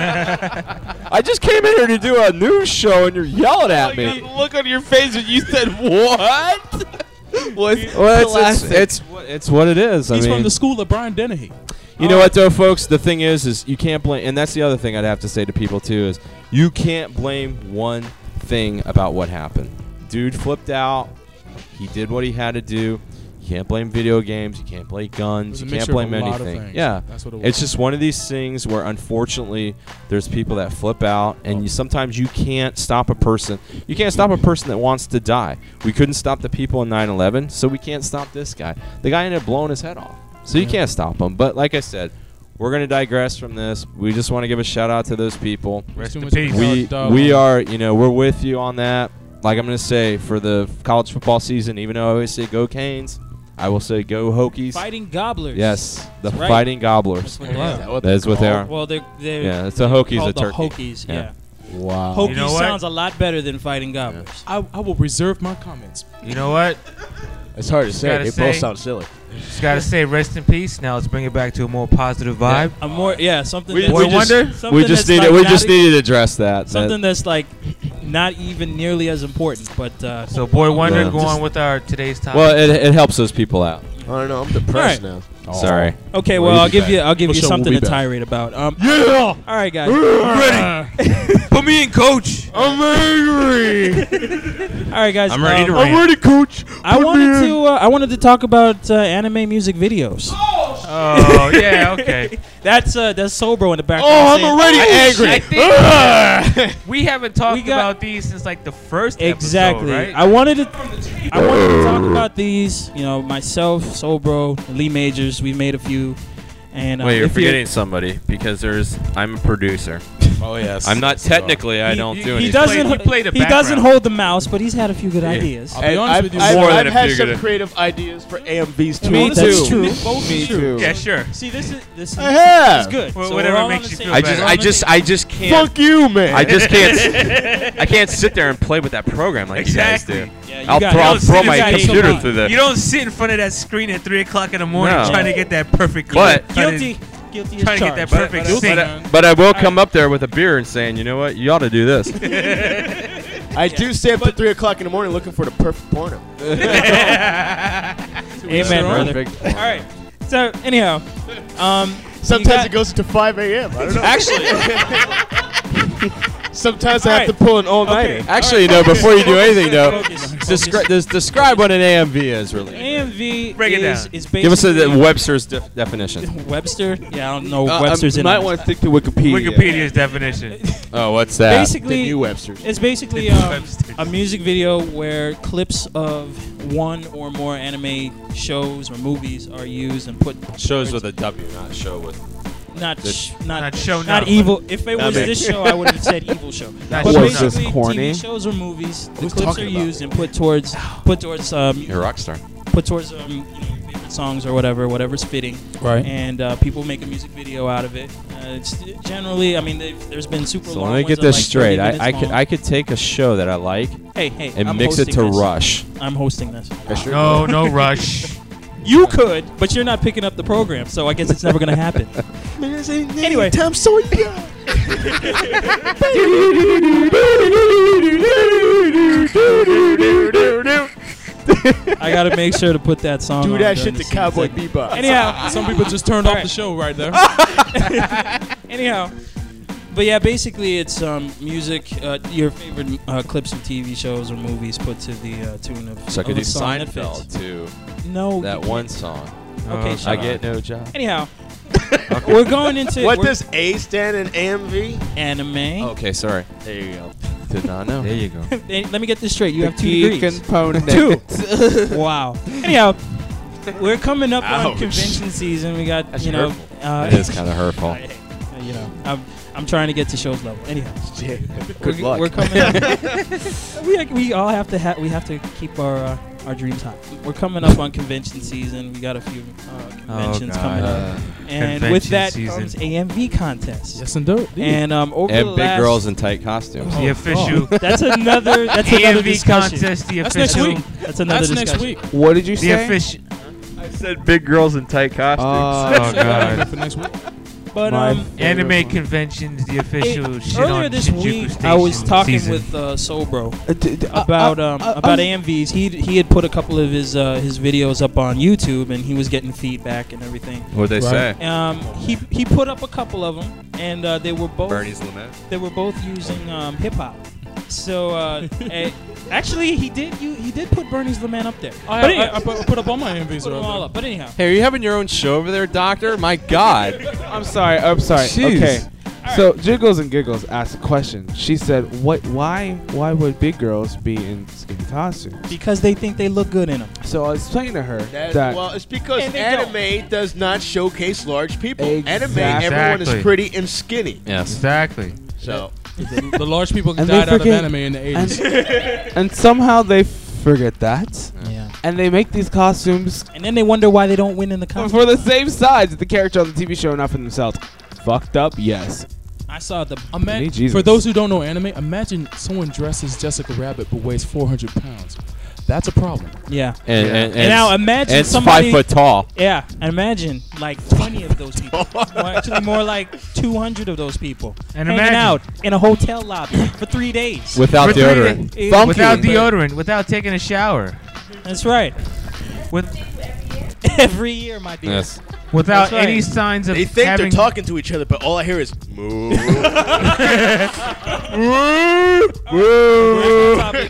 Speaker 6: I just came in here to do a news show, and you're yelling at me.
Speaker 9: Look on your face when you said what?
Speaker 12: was
Speaker 6: Well, it's, it's, it's, what- it's what it is. I
Speaker 4: He's
Speaker 6: mean-
Speaker 4: from the school of Brian Dennehy.
Speaker 6: You know what though, folks? The thing is, is you can't blame, and that's the other thing I'd have to say to people too is you can't blame one thing about what happened. Dude flipped out. He did what he had to do. You can't blame video games. You can't blame guns.
Speaker 4: was a
Speaker 6: You can't
Speaker 4: mixture of
Speaker 6: blame
Speaker 4: a lot of
Speaker 6: anything.
Speaker 4: things.
Speaker 6: Yeah,
Speaker 4: That's what it
Speaker 6: it's
Speaker 4: was.
Speaker 6: just one of these things where unfortunately there's people that flip out, and you, sometimes you can't stop a person. You can't stop a person that wants to die. We couldn't stop the people in 9/11, so we can't stop this guy. The guy ended up blowing his head off. So you
Speaker 4: Yeah.
Speaker 6: can't stop them. But like I said, we're going to digress from this. We just want to give a shout out to those people.
Speaker 8: Rest
Speaker 4: Too
Speaker 8: in
Speaker 4: much of a
Speaker 8: peace.
Speaker 6: We
Speaker 4: Dog, dog.
Speaker 6: we are, you know, we're with you on that. Like I'm going to say for the college football season, even though I always say go Canes, I will say go Hokies.
Speaker 5: Fighting Gobblers.
Speaker 6: Yes, the
Speaker 5: That's right.
Speaker 6: Fighting Gobblers.
Speaker 5: That's what they are. Is that what
Speaker 6: That
Speaker 5: they're
Speaker 6: is what they are.
Speaker 5: called? Well, they're- they're-
Speaker 6: yeah, it's a
Speaker 5: they're
Speaker 6: Hokies a
Speaker 5: called the
Speaker 6: turkey.
Speaker 5: Hokies, yeah.
Speaker 6: Wow.
Speaker 5: Hokies
Speaker 4: You know what?
Speaker 5: sounds a lot better than fighting goblins.
Speaker 4: I, I will reserve my comments.
Speaker 8: You know what?
Speaker 2: It's hard to
Speaker 8: Just
Speaker 2: say.
Speaker 8: gotta
Speaker 2: They both sound silly.
Speaker 8: Just gotta say, rest in peace. Now let's bring it back to a more positive vibe.
Speaker 5: A more yeah, something.
Speaker 8: We-
Speaker 5: that's-
Speaker 8: we just-
Speaker 5: something
Speaker 6: we just
Speaker 5: that's
Speaker 6: needed
Speaker 5: like
Speaker 6: we
Speaker 5: not
Speaker 6: just
Speaker 5: e-
Speaker 6: needed to address that.
Speaker 5: something that's like not even nearly as important. But uh,
Speaker 8: So, boy wonder
Speaker 6: Yeah.
Speaker 8: go on with our today's
Speaker 6: that,
Speaker 8: topic.
Speaker 6: well, it, it helps those people out.
Speaker 2: I don't know. I'm depressed
Speaker 5: All
Speaker 2: now.
Speaker 6: Sorry.
Speaker 5: Okay,
Speaker 6: We'll
Speaker 5: well, I'll
Speaker 6: be
Speaker 5: give
Speaker 6: back.
Speaker 5: you I'll give
Speaker 6: For
Speaker 5: you
Speaker 6: sure, we'll
Speaker 5: something
Speaker 6: be
Speaker 5: to
Speaker 6: back.
Speaker 5: tirade about. Um,
Speaker 6: Yeah!
Speaker 5: All right, guys.
Speaker 6: I'm
Speaker 5: ready.
Speaker 8: Put me in, coach.
Speaker 6: I'm angry.
Speaker 5: All right, guys.
Speaker 6: I'm ready
Speaker 5: um,
Speaker 6: to rant. I'm ready, coach.
Speaker 5: I
Speaker 6: Put me
Speaker 5: wanted
Speaker 6: in.
Speaker 5: to uh, I wanted to talk about uh, anime music videos. Oh,
Speaker 8: Oh, yeah, okay.
Speaker 5: that's uh, that's Sobro in the background.
Speaker 8: Oh, I'm
Speaker 5: saying,
Speaker 8: already
Speaker 5: "Oh,
Speaker 8: angry."
Speaker 5: shit."
Speaker 8: I think- We haven't talked about these since like the first
Speaker 5: Exactly.
Speaker 8: episode, right?
Speaker 5: I wanted to I wanted to talk about these. You know, myself, Sobro, Lee Majors. We made a few. And uh,
Speaker 6: Wait, you're
Speaker 5: if you're-
Speaker 6: forgetting somebody because there's I'm a producer.
Speaker 4: Oh yes.
Speaker 6: I'm not technically. I don't do anything.
Speaker 5: he doesn't he doesn't hold the mouse, but he's had a few good ideas.
Speaker 6: I'll be And honest I've- with you, I've- more than I've a had few some good-
Speaker 2: creative ideas for AMVs
Speaker 5: too. Me
Speaker 2: That's
Speaker 5: too.
Speaker 2: true.
Speaker 5: Me
Speaker 2: too.
Speaker 8: Yeah, sure.
Speaker 5: See, this is this is,
Speaker 2: I have.
Speaker 5: this is good.
Speaker 2: Wh-
Speaker 5: So we're
Speaker 8: whatever
Speaker 5: all on
Speaker 8: makes
Speaker 5: the
Speaker 8: you
Speaker 5: same
Speaker 8: feel
Speaker 5: page.
Speaker 6: I just, I just, I just can't.
Speaker 2: Fuck you, man.
Speaker 6: I just can't. s- I can't sit there and play with that program like you guys do.
Speaker 8: Yeah, you
Speaker 6: I'll
Speaker 8: got-
Speaker 6: throw,
Speaker 8: you
Speaker 6: I'll
Speaker 8: don't
Speaker 6: throw
Speaker 8: sit in
Speaker 6: my
Speaker 8: front of-
Speaker 6: computer through the.
Speaker 8: You don't sit in front of that screen at three o'clock in the morning
Speaker 6: No.
Speaker 8: trying to get that perfect.
Speaker 6: But-
Speaker 8: trying to-
Speaker 5: Guilty. Guilty as
Speaker 8: Trying to get that
Speaker 5: charged.
Speaker 8: perfect
Speaker 5: But- but-
Speaker 8: scene.
Speaker 5: but-
Speaker 6: But I will come up there with a beer and saying, you know what, you ought to do this.
Speaker 2: I do stay up to three o'clock in the morning looking for the perfect porno.
Speaker 5: Amen, brother. All right. So anyhow, um,
Speaker 2: Sometimes it goes to 5 a.m. I don't know. Sometimes I have to pull an all-nighter.
Speaker 6: Actually, you know, before you do anything, though, descri- des- describe what an AMV is, really.
Speaker 5: AMV
Speaker 8: Break it
Speaker 5: is,
Speaker 8: down.
Speaker 5: is
Speaker 6: Give us a,
Speaker 5: basically-
Speaker 6: the Webster's de- definition.
Speaker 5: Webster. Yeah, I don't know
Speaker 2: Uh,
Speaker 5: Webster's
Speaker 2: I
Speaker 5: in
Speaker 2: might
Speaker 5: it.
Speaker 2: want to stick to Wikipedia.
Speaker 8: Wikipedia's definition.
Speaker 6: Oh, what's that?
Speaker 5: Basically,
Speaker 2: The new Webster's.
Speaker 5: It's basically
Speaker 8: The new
Speaker 5: um,
Speaker 8: Webster's.
Speaker 5: a music video where clips of one or more anime shows or movies are used and put
Speaker 6: Shows with a W, not show with.
Speaker 5: not
Speaker 6: The-
Speaker 5: sh- not
Speaker 8: Not show
Speaker 5: not
Speaker 8: enough.
Speaker 5: evil. If it
Speaker 6: That
Speaker 5: was
Speaker 6: makes-
Speaker 5: this show, I would have said evil show.
Speaker 8: Not
Speaker 5: but
Speaker 8: show enough.
Speaker 5: basically,
Speaker 12: This corny.
Speaker 5: TV shows or movies, the
Speaker 6: Who's
Speaker 5: clips are
Speaker 6: talking about
Speaker 5: used and put towards put towards um,
Speaker 6: You're a rock star.
Speaker 5: put towards um, you know, your favorite songs or whatever, whatever's fitting.
Speaker 4: Right.
Speaker 5: And uh, people make a music video out of it. Uh, it's generally, I mean, they've- there's been super
Speaker 6: So
Speaker 5: long.
Speaker 6: let me
Speaker 5: ones
Speaker 6: get
Speaker 5: that are,
Speaker 6: this
Speaker 5: like, 30
Speaker 6: straight.
Speaker 5: minutes
Speaker 6: I, I could
Speaker 5: long.
Speaker 6: I could take a show that I like
Speaker 5: Hey, hey,
Speaker 6: and
Speaker 5: I'm
Speaker 6: mix it to
Speaker 5: hosting this.
Speaker 6: Rush.
Speaker 5: I'm hosting this.
Speaker 8: No, no rush.
Speaker 5: You could, but you're not picking up the program, so I guess it's never gonna happen. anyway,
Speaker 2: Tom Sawyer.
Speaker 5: I gotta make sure to put that song.
Speaker 2: Do
Speaker 5: on
Speaker 2: that
Speaker 5: during
Speaker 2: shit to
Speaker 5: this
Speaker 2: Cowboy
Speaker 5: segment.
Speaker 2: Bebop.
Speaker 5: Anyhow,
Speaker 4: Some people just turned off
Speaker 5: Alright.
Speaker 4: the show right there.
Speaker 5: anyhow. But yeah, basically it's um, music, uh, your favorite uh, clips of TV shows or movies put to the uh, tune of,
Speaker 6: So I
Speaker 5: of
Speaker 6: could do
Speaker 5: a song that fits.
Speaker 6: Seinfeld too.
Speaker 5: No, you
Speaker 6: that
Speaker 5: can't.
Speaker 6: one song.
Speaker 5: Okay,
Speaker 6: I
Speaker 5: shut
Speaker 6: get
Speaker 5: up.
Speaker 6: no job.
Speaker 5: Anyhow, we're going into
Speaker 2: What
Speaker 5: we're-
Speaker 2: does A stand in AMV?
Speaker 5: anime.
Speaker 6: Okay, sorry.
Speaker 2: There you go.
Speaker 6: Did not know.
Speaker 8: There you go.
Speaker 5: Hey, Let me get this straight. You
Speaker 12: The
Speaker 5: have two
Speaker 12: key
Speaker 5: degrees.
Speaker 12: component.
Speaker 5: Two. wow. Anyhow, we're coming up on
Speaker 2: Ouch.
Speaker 5: convention season. We got
Speaker 2: That's
Speaker 5: you know,
Speaker 2: hurtful.
Speaker 5: uh,
Speaker 6: It is kind of hurtful.
Speaker 5: Uh, you know, I'm I'm trying to get to shows level. Anyhow,
Speaker 2: Yeah.
Speaker 5: we're,
Speaker 2: Good luck.
Speaker 5: We're coming. up. we we all have to ha- we have to keep our uh, our dreams high. We're coming up on convention season. We got a few uh, conventions
Speaker 8: Oh,
Speaker 4: God.
Speaker 5: coming
Speaker 4: Uh,
Speaker 5: up, and
Speaker 4: convention
Speaker 5: with that
Speaker 4: season.
Speaker 5: comes AMV contest.
Speaker 4: Yes, indeed.
Speaker 5: And um, over
Speaker 6: and
Speaker 5: the
Speaker 6: big
Speaker 5: last-
Speaker 6: girls in tight costumes.
Speaker 5: Oh, God. That's another. That's another
Speaker 8: AMV
Speaker 5: discussion.
Speaker 8: contest, the
Speaker 5: That's
Speaker 8: official-
Speaker 5: next week.
Speaker 8: That's
Speaker 5: That's another
Speaker 8: next
Speaker 5: discussion.
Speaker 8: week. What did you The say? offici-
Speaker 13: I said big girls in tight costumes.
Speaker 8: Oh, God. For next
Speaker 5: week. But
Speaker 8: My
Speaker 5: um,
Speaker 8: Anime favorite one. conventions, the official
Speaker 5: Hey,
Speaker 8: shit
Speaker 5: Earlier
Speaker 8: on
Speaker 5: this
Speaker 8: Shinjuku
Speaker 5: week, I was
Speaker 8: Station
Speaker 5: talking
Speaker 8: season.
Speaker 5: with uh, Soul Bro
Speaker 9: Uh,
Speaker 4: Uh,
Speaker 5: about um, about AMVs. He he had put a couple of his uh, his videos up on YouTube, and he was getting feedback and everything.
Speaker 6: What'd they Right. say?
Speaker 5: Um, he he put up a couple of them, and uh, they were both
Speaker 6: Bernie's Lament?
Speaker 5: They were both using um, hip hop. So uh, eh, actually, he did you he did put Bernie's Lament up there.
Speaker 4: I,
Speaker 5: but
Speaker 4: I-
Speaker 5: anyhow,
Speaker 4: I put, I put up all my MVs.
Speaker 5: put them all up. But anyhow,
Speaker 6: Hey, are you having your own show over there, Doctor? My God.
Speaker 9: I'm sorry. I'm sorry.
Speaker 6: Jeez.
Speaker 9: Okay. So Jiggles and Giggles asked a question. She said, "What? Why? Why would big girls be in skinny costumes?"
Speaker 5: because they think they look good in them.
Speaker 9: So I was explaining to her
Speaker 2: That-
Speaker 9: that,
Speaker 2: well, it's because
Speaker 5: And they
Speaker 2: anime does not showcase large people.
Speaker 9: Exactly.
Speaker 2: Anime, everyone
Speaker 9: Exactly.
Speaker 2: is pretty and skinny.
Speaker 6: Yes.
Speaker 8: Exactly.
Speaker 2: So
Speaker 4: the large people
Speaker 9: And
Speaker 4: died
Speaker 9: they
Speaker 4: out of
Speaker 9: forget-
Speaker 4: anime in the 80s.
Speaker 9: and, and somehow they forget that.
Speaker 5: Yeah.
Speaker 9: And they make these costumes
Speaker 5: And then they wonder why they don't win in the contest.
Speaker 9: for the same size as the character on the TV show, not for themselves. Fucked up, yes.
Speaker 5: I saw the
Speaker 4: Ima-
Speaker 9: Hey, Jesus.
Speaker 4: for those who don't know anime, imagine someone dresses Jessica Rabbit but weighs 400 pounds. That's a problem.
Speaker 5: Yeah.
Speaker 6: And, and, and
Speaker 5: now
Speaker 6: it's-
Speaker 5: imagine
Speaker 6: and it's
Speaker 5: somebody
Speaker 6: five foot tall.
Speaker 5: Yeah, and imagine like twenty of those people. Well, actually, more like two hundred of those people
Speaker 8: And
Speaker 5: hanging
Speaker 8: imagine-
Speaker 5: out in a hotel lobby for three days
Speaker 6: Without
Speaker 8: For three
Speaker 6: deodorant.
Speaker 8: days.
Speaker 5: Funky.
Speaker 8: Without deodorant. Without taking a shower.
Speaker 5: That's right.
Speaker 8: With
Speaker 5: every year, my dear.
Speaker 6: Yes.
Speaker 8: Without any signs of
Speaker 2: They think they're
Speaker 8: having-
Speaker 2: talking to each other, but all I hear is moo.
Speaker 6: Is
Speaker 5: Back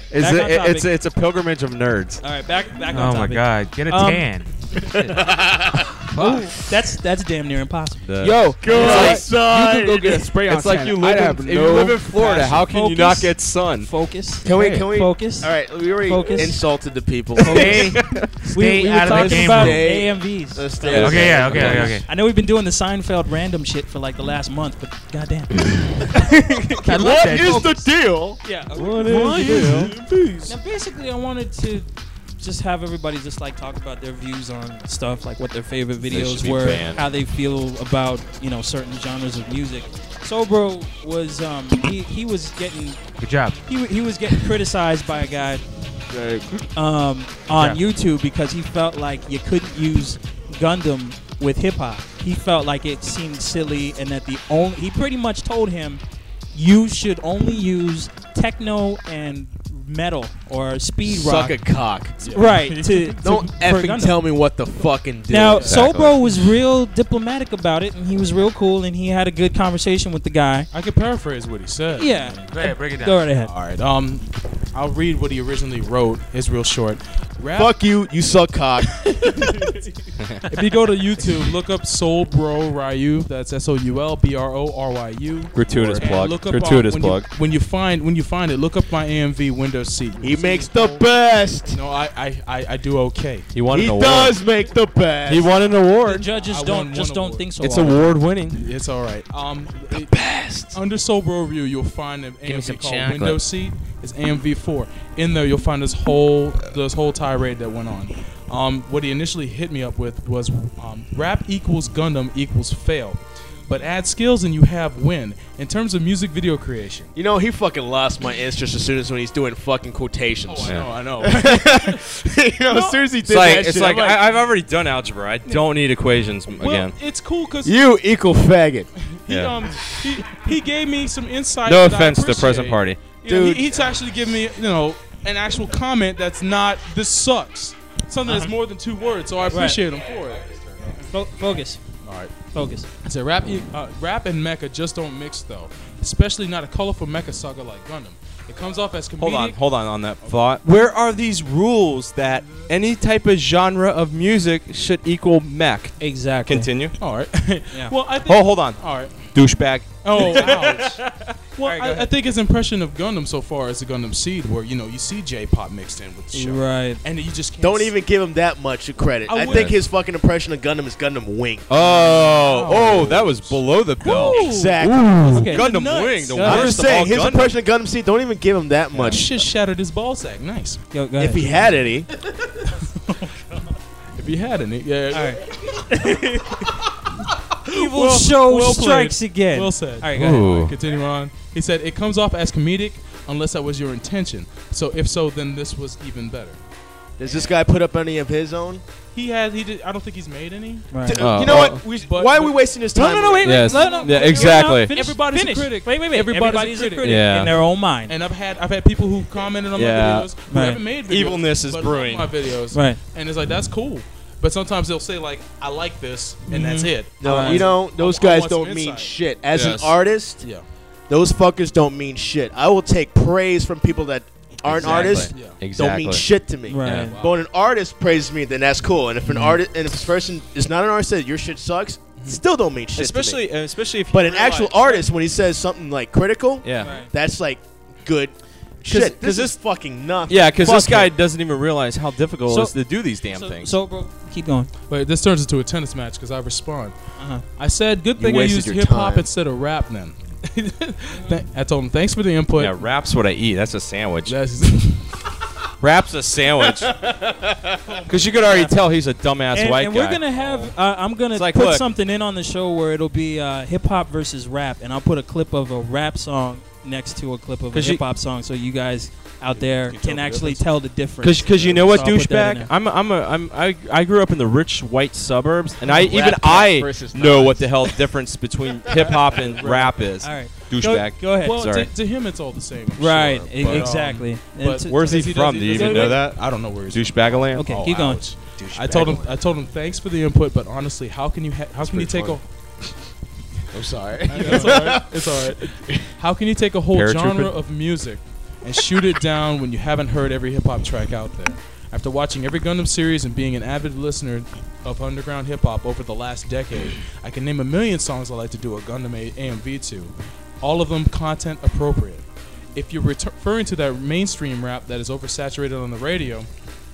Speaker 6: it,
Speaker 5: on
Speaker 6: it's,
Speaker 5: topic.
Speaker 6: it's a pilgrimage of nerds.
Speaker 5: All right, back back
Speaker 8: Oh
Speaker 5: on
Speaker 8: my
Speaker 5: topic.
Speaker 8: God, get a tan.
Speaker 5: Ooh, that's that's damn near impossible.
Speaker 6: The-
Speaker 9: Yo,
Speaker 6: It's like-
Speaker 9: you can go get a spray on
Speaker 6: It's like
Speaker 9: tan.
Speaker 6: you
Speaker 9: I'd
Speaker 6: live,
Speaker 9: have
Speaker 6: in, if you
Speaker 9: no
Speaker 6: live in Florida. How can you
Speaker 9: Focus.
Speaker 6: not get sun?
Speaker 5: Focus.
Speaker 2: Can we? Can we?
Speaker 5: Focus.
Speaker 2: All right, we already
Speaker 5: Focus.
Speaker 2: insulted the people.
Speaker 5: Stay- we, we were talking about
Speaker 2: Stay-
Speaker 5: AMVs.
Speaker 2: Let's stay-
Speaker 5: I know we've been doing the Seinfeld random shit for like the last month, but goddamn.
Speaker 2: What is the deal?
Speaker 5: Yeah.
Speaker 2: What is What the is deal?
Speaker 5: Now, basically, I wanted to just have everybody just like talk about their views on stuff, like what their favorite
Speaker 6: They should
Speaker 5: videos
Speaker 6: be
Speaker 5: were,
Speaker 6: banned.
Speaker 5: how they feel about you know certain genres of music. Sobro was um, he he was getting
Speaker 8: Good job.
Speaker 5: he wa- he was getting criticized by a guy um, on
Speaker 8: Yeah.
Speaker 5: YouTube because he felt like you couldn't use Gundam with hip hop. He felt like it seemed silly, and that the only he pretty much told him you should only use techno and metal or speed rock.
Speaker 2: Suck a cock.
Speaker 5: Right. To,
Speaker 2: Don't
Speaker 5: to, for
Speaker 2: effing
Speaker 5: Gundam.
Speaker 2: tell me what the fucking deal.
Speaker 5: Now,
Speaker 2: is.
Speaker 5: Sobro was real diplomatic about it, and he was real cool, and he had a good conversation with the guy.
Speaker 4: I could paraphrase what he said.
Speaker 5: Yeah. Go ahead, break it down. Go right ahead.
Speaker 4: All right. Um, I'll read what he originally wrote. It's real short. Rap-
Speaker 2: Fuck you. You suck cock.
Speaker 4: if you go to YouTube, look up Soul Bro Ryu. That's S O U L B R O R Y U.
Speaker 6: Gratuitous
Speaker 4: And
Speaker 6: plug.
Speaker 4: Look up
Speaker 6: Gratuitous
Speaker 4: on, when
Speaker 6: plug.
Speaker 4: You, when you find when you find it, look up my AMV window seat.
Speaker 2: He makes the best.
Speaker 4: No, I I, I, I do okay.
Speaker 6: He won
Speaker 2: He
Speaker 6: an award.
Speaker 2: does make the best.
Speaker 6: He won an award.
Speaker 5: The judges
Speaker 4: I
Speaker 5: don't
Speaker 4: won
Speaker 5: just
Speaker 4: one
Speaker 5: don't
Speaker 4: award.
Speaker 5: think so.
Speaker 6: It's
Speaker 5: hard.
Speaker 6: award winning.
Speaker 4: It's all right. Um, the best. Under Soul Bro Ryu, you'll find an
Speaker 6: me some
Speaker 4: AMV called
Speaker 6: chocolate.
Speaker 4: Window Seat. It's AMV four. In there, you'll find this whole this whole tirade that went on. Um, what he initially hit me up with was um, rap equals Gundam equals fail, but add skills and you have win. In terms of music video creation,
Speaker 2: You know, he fucking lost my interest as soon as when he's doing fucking
Speaker 6: Oh,
Speaker 2: quotations.
Speaker 4: I know, I know.
Speaker 2: you know, as soon as he
Speaker 6: It's
Speaker 2: did
Speaker 6: like,
Speaker 2: that
Speaker 6: it's
Speaker 2: shit,
Speaker 6: like,
Speaker 2: I'm
Speaker 6: I, I've already done algebra. I don't need equations m-
Speaker 4: Well,
Speaker 6: again.
Speaker 4: it's cool because
Speaker 2: you equal faggot.
Speaker 4: He,
Speaker 6: Yeah.
Speaker 4: um, he, he gave me some insight.
Speaker 6: No
Speaker 4: that I
Speaker 6: offense to present
Speaker 4: appreciate.
Speaker 6: party.
Speaker 4: You know, he-
Speaker 6: Dude.
Speaker 4: he's actually giving me, you know, an actual comment that's not, this sucks. Something
Speaker 9: Uh-huh.
Speaker 4: that's more than two words, so I appreciate him for it.
Speaker 5: Fo- focus.
Speaker 4: All right.
Speaker 5: Focus.
Speaker 4: I said rap, e- uh, rap and mecha just don't mix, though. Especially not a colorful mecha saga like Gundam. It comes off as comedic.
Speaker 6: Hold on, hold on on that thought. Where are these rules that any type of genre of music should equal mech?
Speaker 5: Exactly.
Speaker 6: Continue.
Speaker 4: All right.
Speaker 5: Yeah.
Speaker 4: Well, I think-
Speaker 6: Oh, hold on.
Speaker 4: All right.
Speaker 6: Douchebag.
Speaker 4: Oh, ouch. Well,
Speaker 5: right, go
Speaker 4: I, I
Speaker 5: ahead.
Speaker 4: think his impression of Gundam so far is the Gundam Seed, where you know you see J-pop mixed in with the show,
Speaker 5: Right.
Speaker 4: And you just can't
Speaker 2: Don't
Speaker 4: s-
Speaker 2: even give him that much credit.
Speaker 4: I
Speaker 2: I,
Speaker 4: would-
Speaker 2: think his fucking impression of Gundam is Gundam Wing.
Speaker 6: Oh, oh, that was below the belt.
Speaker 2: Exactly.
Speaker 6: Okay. Gundam
Speaker 4: Nuts.
Speaker 6: Wing, the
Speaker 2: I'm just
Speaker 6: worst of all
Speaker 2: saying, his
Speaker 6: Gundam.
Speaker 2: impression of Gundam Seed, don't even give him that much.
Speaker 4: Shit shattered his ball sack. Nice.
Speaker 5: Yo, go
Speaker 2: If he had any.
Speaker 6: if you had any. Yeah.
Speaker 5: All
Speaker 6: right.
Speaker 5: Evil show strikes again.
Speaker 6: Well said.
Speaker 5: All right,
Speaker 6: go
Speaker 5: go
Speaker 6: ahead.
Speaker 5: ahead.
Speaker 6: Mike. Continue on. He said it comes off as comedic unless that was your intention. So if so, then this was even better.
Speaker 7: Does this guy put up any of his own?
Speaker 6: He has. He did. I don't think he's made any.
Speaker 7: Right. D- you know what?
Speaker 6: Uh,
Speaker 7: We sh- why are we wasting his
Speaker 6: No,
Speaker 7: time
Speaker 6: no, no.
Speaker 7: on
Speaker 6: Wait.
Speaker 7: it?
Speaker 6: wait,
Speaker 2: Oh. Yes.
Speaker 6: No, no,
Speaker 2: Yeah,
Speaker 6: no, no,
Speaker 2: exactly.
Speaker 6: no, Everybody's
Speaker 5: Finish.
Speaker 6: a critic.
Speaker 5: Wait, wait, wait.
Speaker 6: Everybody's,
Speaker 5: Everybody's
Speaker 6: a
Speaker 5: a
Speaker 6: critic,
Speaker 5: critic Yeah. in their own mind.
Speaker 6: And I've had I've had people who commented on
Speaker 2: Yeah.
Speaker 6: my videos who
Speaker 2: Right.
Speaker 6: haven't made videos,
Speaker 2: Evilness is
Speaker 6: but
Speaker 2: brewing.
Speaker 6: Love my videos,
Speaker 5: Right.
Speaker 6: And it's like that's cool, but sometimes they'll say like I like this, and that's
Speaker 7: Mhm.
Speaker 6: it.
Speaker 7: No,
Speaker 6: I
Speaker 7: you
Speaker 6: want-
Speaker 7: don't. Those
Speaker 6: I
Speaker 7: guys
Speaker 6: want some
Speaker 7: don't mean
Speaker 6: insight.
Speaker 7: shit. As
Speaker 6: Yes.
Speaker 7: an artist,
Speaker 6: yeah.
Speaker 7: those fuckers don't mean shit. I will take praise from people that aren't
Speaker 2: Exactly.
Speaker 7: artists.
Speaker 2: Yeah.
Speaker 7: Don't
Speaker 2: Exactly.
Speaker 7: mean shit to me.
Speaker 2: Right. Yeah.
Speaker 7: But when an artist praises me, then that's cool. And if an
Speaker 2: Mhm.
Speaker 7: artist and if this person is not an artist, said your shit sucks. Still don't mean shit.
Speaker 2: Especially-
Speaker 7: to me.
Speaker 2: uh, especially if
Speaker 7: But
Speaker 2: you
Speaker 7: an actual
Speaker 2: realize-
Speaker 7: artist, when he says something like critical,
Speaker 2: Yeah. Right.
Speaker 7: that's like good shit. This is fucking nothing.
Speaker 2: Yeah, because
Speaker 7: Fuck
Speaker 2: this guy
Speaker 7: him.
Speaker 2: doesn't even realize how difficult
Speaker 6: So-
Speaker 2: it is to do these damn things.
Speaker 5: So, bro, keep going.
Speaker 6: Wait, this turns into a tennis match because I respond. I said, "Good
Speaker 2: You
Speaker 6: thing I
Speaker 2: wasted
Speaker 6: used
Speaker 2: your
Speaker 6: hip hop
Speaker 2: time.
Speaker 6: instead of rap." Then Th- I told him, "Thanks for the input."
Speaker 2: yeah, wraps what I eat. That's a sandwich. wraps a sandwich. Because you could already tell he's a dumbass
Speaker 5: and,
Speaker 2: white
Speaker 5: and
Speaker 2: guy.
Speaker 5: we're gonna have. Uh, I'm gonna
Speaker 2: It's like,
Speaker 5: put
Speaker 2: look.
Speaker 5: something in on the show where it'll be uh, hip hop versus rap, and I'll put a clip of a rap song next to a clip of a
Speaker 2: 'Cause you-
Speaker 5: hip hop song, so you guys out there
Speaker 2: tell
Speaker 5: can
Speaker 2: the
Speaker 5: actually
Speaker 2: difference.
Speaker 5: tell the difference.
Speaker 2: Because because you know
Speaker 5: So
Speaker 2: what,
Speaker 5: I'll put that in
Speaker 2: douchebag?
Speaker 5: there.
Speaker 2: I'm a, I'm a, I'm I I grew up in the rich white suburbs, and I
Speaker 5: Rap
Speaker 2: even
Speaker 5: cap
Speaker 2: I
Speaker 5: versus
Speaker 2: know
Speaker 5: knives.
Speaker 2: what the hell difference between hip hop and rap is.
Speaker 6: All right.
Speaker 2: douchebag.
Speaker 6: Go, go ahead. Well,
Speaker 2: Sorry.
Speaker 6: To, to him, it's all the same. I'm
Speaker 5: Right,
Speaker 6: sure,
Speaker 5: e-
Speaker 6: but, um,
Speaker 5: exactly. And
Speaker 6: but
Speaker 5: to-
Speaker 2: Where's he
Speaker 6: does does
Speaker 2: from? Do you
Speaker 6: does
Speaker 2: even
Speaker 6: he-
Speaker 2: know that?
Speaker 6: I don't know where he's
Speaker 2: Douchebagaland?
Speaker 6: from.
Speaker 2: Okay,
Speaker 6: Oh,
Speaker 2: keep going.
Speaker 6: ouch. I told him. I told him. Thanks for the input, but honestly, how can you? Ha- how can you
Speaker 2: pretty
Speaker 6: take
Speaker 2: funny.
Speaker 6: a? I'm sorry. it's all right. It's all right. How can you take a whole
Speaker 2: Paratrooping?
Speaker 6: genre of music and shoot it down when you haven't heard every hip hop track out there? After watching every Gundam series and being an avid listener of underground hip hop over the last decade, I can name a million songs I like to do a Gundam a- AMV to, all of them content appropriate. If you're retur- referring to that mainstream rap that is oversaturated on the radio,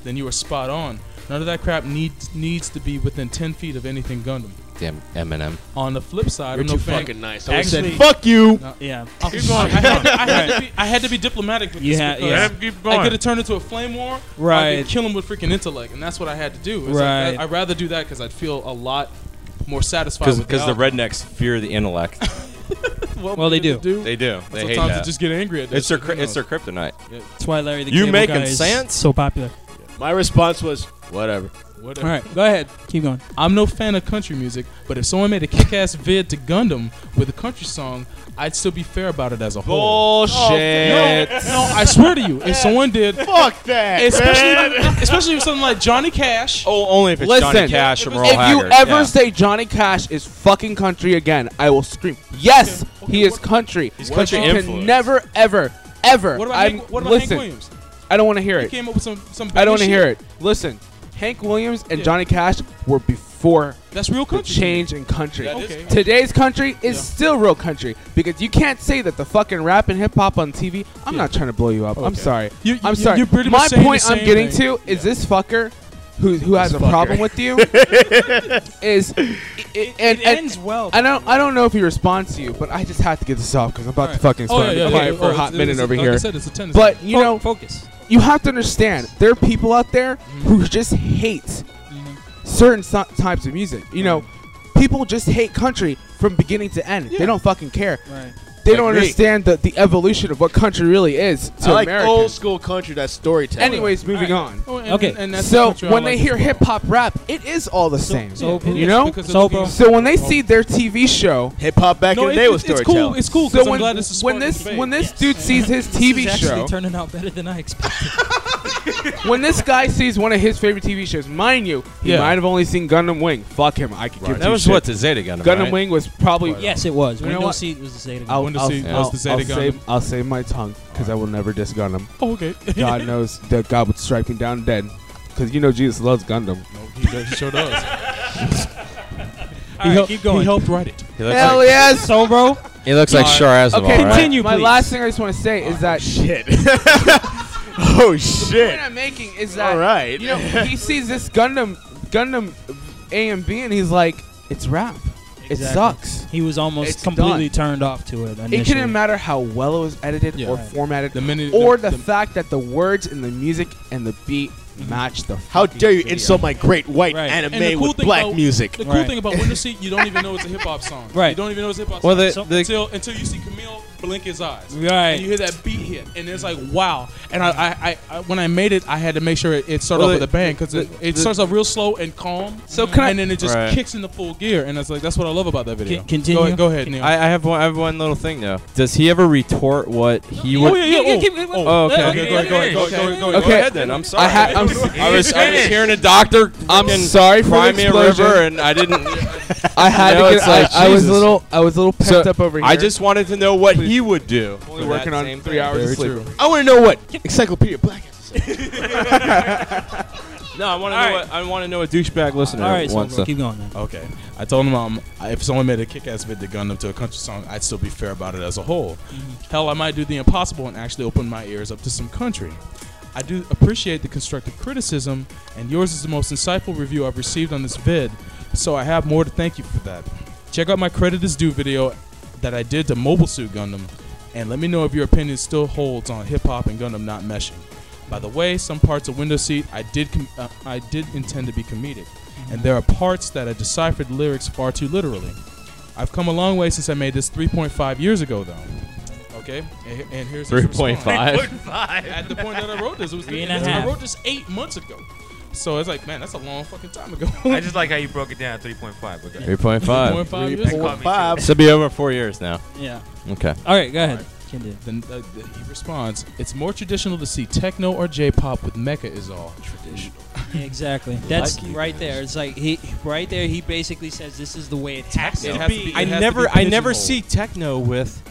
Speaker 6: then you are spot on. None of that crap needs needs to be within 10 feet of anything Gundam.
Speaker 2: Damn Eminem.
Speaker 6: On the flip side,
Speaker 7: You're
Speaker 6: I'm no
Speaker 7: too
Speaker 6: fan-
Speaker 7: fucking nice. I would've said, "Fuck you." Yeah.
Speaker 6: I'll keep going. I had, to, I, had to be, I had to be diplomatic with
Speaker 5: You
Speaker 6: this
Speaker 5: had-
Speaker 6: because
Speaker 5: yeah.
Speaker 6: keep
Speaker 5: Keep
Speaker 6: going.
Speaker 5: going.
Speaker 6: I could have turned into a flame war. or I
Speaker 5: Right.
Speaker 6: could kill him with freaking intellect, and that's what I had to do. It's like,
Speaker 5: Right.
Speaker 6: I, would rather do that because I'd feel a lot more satisfied.
Speaker 2: Because
Speaker 6: with
Speaker 2: the
Speaker 6: outcome.
Speaker 2: rednecks fear the intellect.
Speaker 6: What
Speaker 5: Well, they do.
Speaker 2: They do. They hate
Speaker 6: Sometimes
Speaker 2: that.
Speaker 6: they just get angry at
Speaker 2: It's
Speaker 6: this.
Speaker 2: their
Speaker 6: Who
Speaker 2: cri- it's
Speaker 6: knows?
Speaker 2: their kryptonite.
Speaker 5: That's why Larry the
Speaker 2: You
Speaker 5: Cable
Speaker 2: making
Speaker 5: Guy is
Speaker 2: sense?
Speaker 5: So popular.
Speaker 7: My response was whatever.
Speaker 6: Whatever.
Speaker 5: All right, go ahead. Keep going.
Speaker 6: I'm no fan of country music, but if someone made a kick-ass vid to Gundam with a country song, I'd still be fair about it as a whole.
Speaker 2: Bullshit.
Speaker 6: Oh, No, no,
Speaker 9: Oh,
Speaker 6: I swear to you, if someone did,
Speaker 7: fuck that.
Speaker 6: Especially, especially with something like Johnny Cash.
Speaker 2: Oh, only if
Speaker 9: Listen, if you ever say Johnny Cash is fucking country again, I will scream. Yes, he is country.
Speaker 6: He's
Speaker 9: But
Speaker 6: country
Speaker 9: you can
Speaker 6: influence.
Speaker 9: never, ever, ever.
Speaker 6: What about
Speaker 9: I'm-
Speaker 6: Hank- what about Hank
Speaker 9: listen,
Speaker 6: Williams?
Speaker 9: I don't want to hear
Speaker 6: He
Speaker 9: it.
Speaker 6: came up with some- some
Speaker 9: I don't want to
Speaker 6: baby
Speaker 9: hear
Speaker 6: shit.
Speaker 9: it. Listen, Hank Williams and
Speaker 6: Yeah.
Speaker 9: Johnny Cash were before
Speaker 6: That's real
Speaker 9: the
Speaker 6: country to me.
Speaker 9: change in country.
Speaker 6: That is Okay. country.
Speaker 9: Today's country is still real country because you can't say that the fucking rap and hip hop on TV. I'm not trying to blow you up. I'm
Speaker 6: Okay.
Speaker 9: sorry.
Speaker 6: You-
Speaker 9: I'm
Speaker 6: you-
Speaker 9: sorry.
Speaker 6: you're pretty much
Speaker 9: My
Speaker 6: saying the
Speaker 9: point I'm
Speaker 6: same
Speaker 9: getting
Speaker 6: thing.
Speaker 9: to is this fucker who who has a
Speaker 6: fucker.
Speaker 9: problem with you is it, and, ends
Speaker 5: well.
Speaker 9: I don't I don't know if he responds to you, but I just have to get this off because I'm about to
Speaker 6: Alright.
Speaker 9: fucking
Speaker 6: Oh,
Speaker 9: start
Speaker 6: yeah,
Speaker 9: to
Speaker 6: yeah,
Speaker 9: be
Speaker 6: yeah.
Speaker 9: quiet for
Speaker 6: Oh,
Speaker 9: a hot
Speaker 6: it's-
Speaker 9: minute
Speaker 6: it's-
Speaker 9: over
Speaker 6: like I
Speaker 9: here.
Speaker 6: said, it's a tennis
Speaker 9: but
Speaker 6: match.
Speaker 9: you
Speaker 6: Fo-
Speaker 9: know,
Speaker 5: focus.
Speaker 9: You have to understand there are people out there who just hate certain so- types of music. You know, people just hate country from beginning to end. They don't fucking care.
Speaker 5: Right.
Speaker 9: They
Speaker 7: Like
Speaker 9: don't
Speaker 7: me.
Speaker 9: understand the, the evolution of what country really is to
Speaker 7: I like
Speaker 9: America.
Speaker 7: old school country that's storytelling.
Speaker 9: Anyways, moving on.
Speaker 5: Okay. Oh, and-
Speaker 6: and that's the
Speaker 9: so
Speaker 6: country I
Speaker 9: when
Speaker 6: like
Speaker 9: they
Speaker 6: as
Speaker 9: hear
Speaker 6: well.
Speaker 9: hip hop rap, it is all the same.
Speaker 6: so it
Speaker 9: you
Speaker 6: is,
Speaker 9: know.
Speaker 6: because it's So, bro.
Speaker 9: So when they see their TV show,
Speaker 7: hip hop back
Speaker 5: in the day was
Speaker 9: It's
Speaker 5: storytelling.
Speaker 9: cool.
Speaker 5: It's cool, 'cause
Speaker 9: So
Speaker 5: I'm
Speaker 9: when,
Speaker 5: glad this is
Speaker 9: when
Speaker 5: sparking
Speaker 9: this
Speaker 5: debate.
Speaker 9: when this
Speaker 5: Yes.
Speaker 9: dude sees his
Speaker 5: This
Speaker 9: TV
Speaker 5: is
Speaker 9: show,
Speaker 5: actually turning out better than I expected.
Speaker 9: when this guy sees one of his favorite TV shows, mind you, he
Speaker 2: Yeah.
Speaker 9: might have only seen Gundam Wing. Fuck him. I could
Speaker 2: Right.
Speaker 9: give
Speaker 2: That
Speaker 9: two
Speaker 2: was
Speaker 9: shits.
Speaker 2: what, the Zeta Gundam,
Speaker 9: Gundam
Speaker 2: right?
Speaker 9: Wing was probably
Speaker 5: Yes, it was.
Speaker 9: You know
Speaker 5: Window
Speaker 9: what?
Speaker 5: seat was the Zeta Gundam.
Speaker 9: I'll,
Speaker 5: Window
Speaker 9: I'll,
Speaker 5: seat
Speaker 9: I'll,
Speaker 5: was the Zeta
Speaker 9: I'll
Speaker 5: Gundam.
Speaker 9: save, I'll save my tongue because I will never diss Gundam.
Speaker 6: Oh, okay.
Speaker 9: God knows that God would strike me down dead because you know Jesus loves Gundam.
Speaker 6: He does- he sure does.
Speaker 5: All right,
Speaker 6: hel-
Speaker 5: keep going.
Speaker 6: He helped write it.
Speaker 2: He
Speaker 9: looks Hell like- yes.
Speaker 5: So, bro.
Speaker 2: He looks like Shar Aznavour,
Speaker 9: Okay,
Speaker 2: right?
Speaker 9: continue.
Speaker 2: Continue,
Speaker 9: My,
Speaker 2: please.
Speaker 9: last thing I just want to say is that shit.
Speaker 7: oh shit.
Speaker 9: The point I'm making is that
Speaker 7: All right.
Speaker 9: You know, he sees this Gundam, Gundam, A and B, and he's like, "It's rap. It
Speaker 5: Exactly.
Speaker 9: sucks."
Speaker 5: He was almost
Speaker 9: It's
Speaker 5: completely
Speaker 9: done.
Speaker 5: turned off to it. Initially.
Speaker 9: It couldn't matter how well it was edited
Speaker 6: Yeah.
Speaker 9: or
Speaker 6: Right.
Speaker 9: formatted,
Speaker 6: minute-
Speaker 9: or
Speaker 6: the-
Speaker 9: the, fact that the words and the music and the beat match the.
Speaker 7: How
Speaker 9: fucking
Speaker 7: dare you
Speaker 9: video.
Speaker 7: insult my great white
Speaker 6: Right.
Speaker 7: anime
Speaker 6: And the cool
Speaker 7: with
Speaker 6: thing
Speaker 7: black
Speaker 6: about-
Speaker 7: music?
Speaker 6: The cool thing about Winter Seat, you don't even know it's a hip hop song.
Speaker 7: Right.
Speaker 6: You don't even know it's a hip hop
Speaker 2: Well,
Speaker 6: song
Speaker 2: the- the-
Speaker 6: until until you see Camille blink his eyes.
Speaker 5: Right.
Speaker 6: And you hear that beat hit, and it's like wow. And I, I, I, I when I made it, I had to make sure it, it started
Speaker 2: Well,
Speaker 6: off
Speaker 2: the-
Speaker 6: with a bang because
Speaker 2: the-
Speaker 6: it, it
Speaker 2: the-
Speaker 6: starts off real slow and calm.
Speaker 2: So can I-
Speaker 6: and then it just
Speaker 2: Right.
Speaker 6: kicks into full gear, and it's like that's what I love about that video.
Speaker 2: Con- continue.
Speaker 6: Go, ahead- go ahead, Neil.
Speaker 2: I, I have one. I have one little thing though. Does he ever retort what he would?
Speaker 6: yeah, yeah, Yeah, oh, keep- keep-
Speaker 2: oh,
Speaker 6: oh,
Speaker 2: okay.
Speaker 6: yeah,
Speaker 2: okay,
Speaker 6: yeah,
Speaker 2: go ahead, go ahead,
Speaker 6: yeah,
Speaker 2: go ahead,
Speaker 6: yeah,
Speaker 2: go ahead,
Speaker 6: yeah,
Speaker 2: go
Speaker 6: yeah.
Speaker 2: ahead. Go ahead then. I'm sorry.
Speaker 6: I ha- I'm-
Speaker 2: I was, I was hearing a doctor.
Speaker 6: I'm
Speaker 2: fucking
Speaker 6: sorry for
Speaker 2: Cry
Speaker 6: the
Speaker 2: me a
Speaker 6: explosion.
Speaker 2: river, and I didn't.
Speaker 9: I
Speaker 2: You
Speaker 9: had
Speaker 2: know,
Speaker 9: to
Speaker 2: it's
Speaker 9: get. I-
Speaker 2: like,
Speaker 9: I, was a
Speaker 2: Jesus.
Speaker 9: little. I was a little pepped
Speaker 2: So,
Speaker 9: up over here.
Speaker 2: I just wanted to know what he would do.
Speaker 9: Only working on three hours of sleep.
Speaker 7: I want to know what Encyclopedia Black. has to say.
Speaker 2: No, I want to know. What, I want to know a douchebag listener.
Speaker 6: All right, so
Speaker 2: wants
Speaker 6: bro,
Speaker 2: to-
Speaker 6: keep going then.
Speaker 2: Okay.
Speaker 6: I told him um, if someone made a kick-ass vid to Gundam to a country song, I'd still be fair about it as a whole. Hell, I might do the impossible and actually open my ears up to some country. I do appreciate the constructive criticism, and yours is the most insightful review I've received on this vid, so I have more to thank you for that. Check out my Credit is Due video that I did to Mobile Suit Gundam, and let me know if your opinion still holds on hip-hop and Gundam not meshing. By the way, some parts of Window Seat I did com- uh, I did intend to be comedic, and there are parts that I deciphered lyrics far too literally. I've come a long way since I made this 3.5 years ago, though. Okay, and, he- and here's his
Speaker 2: 3.5.
Speaker 6: response. At the point that I wrote this, it was
Speaker 5: Three and
Speaker 6: three-
Speaker 5: a half.
Speaker 6: I wrote this eight months ago, so it's like, man, that's a long fucking time ago.
Speaker 8: I just like how you broke it down. Three point five.
Speaker 2: Three point five.
Speaker 6: 3.5 years ago.
Speaker 2: This will be over four years now.
Speaker 6: Yeah.
Speaker 2: Okay.
Speaker 5: All right, go ahead.
Speaker 6: Then uh, th- he responds, "It's more traditional to see techno or J-pop with mecha is all traditional."
Speaker 5: Yeah, exactly. That's right there. It's like he right there. He basically says this is the way it has
Speaker 2: It
Speaker 5: to
Speaker 2: has to
Speaker 5: be.
Speaker 2: be- I never, I never see techno with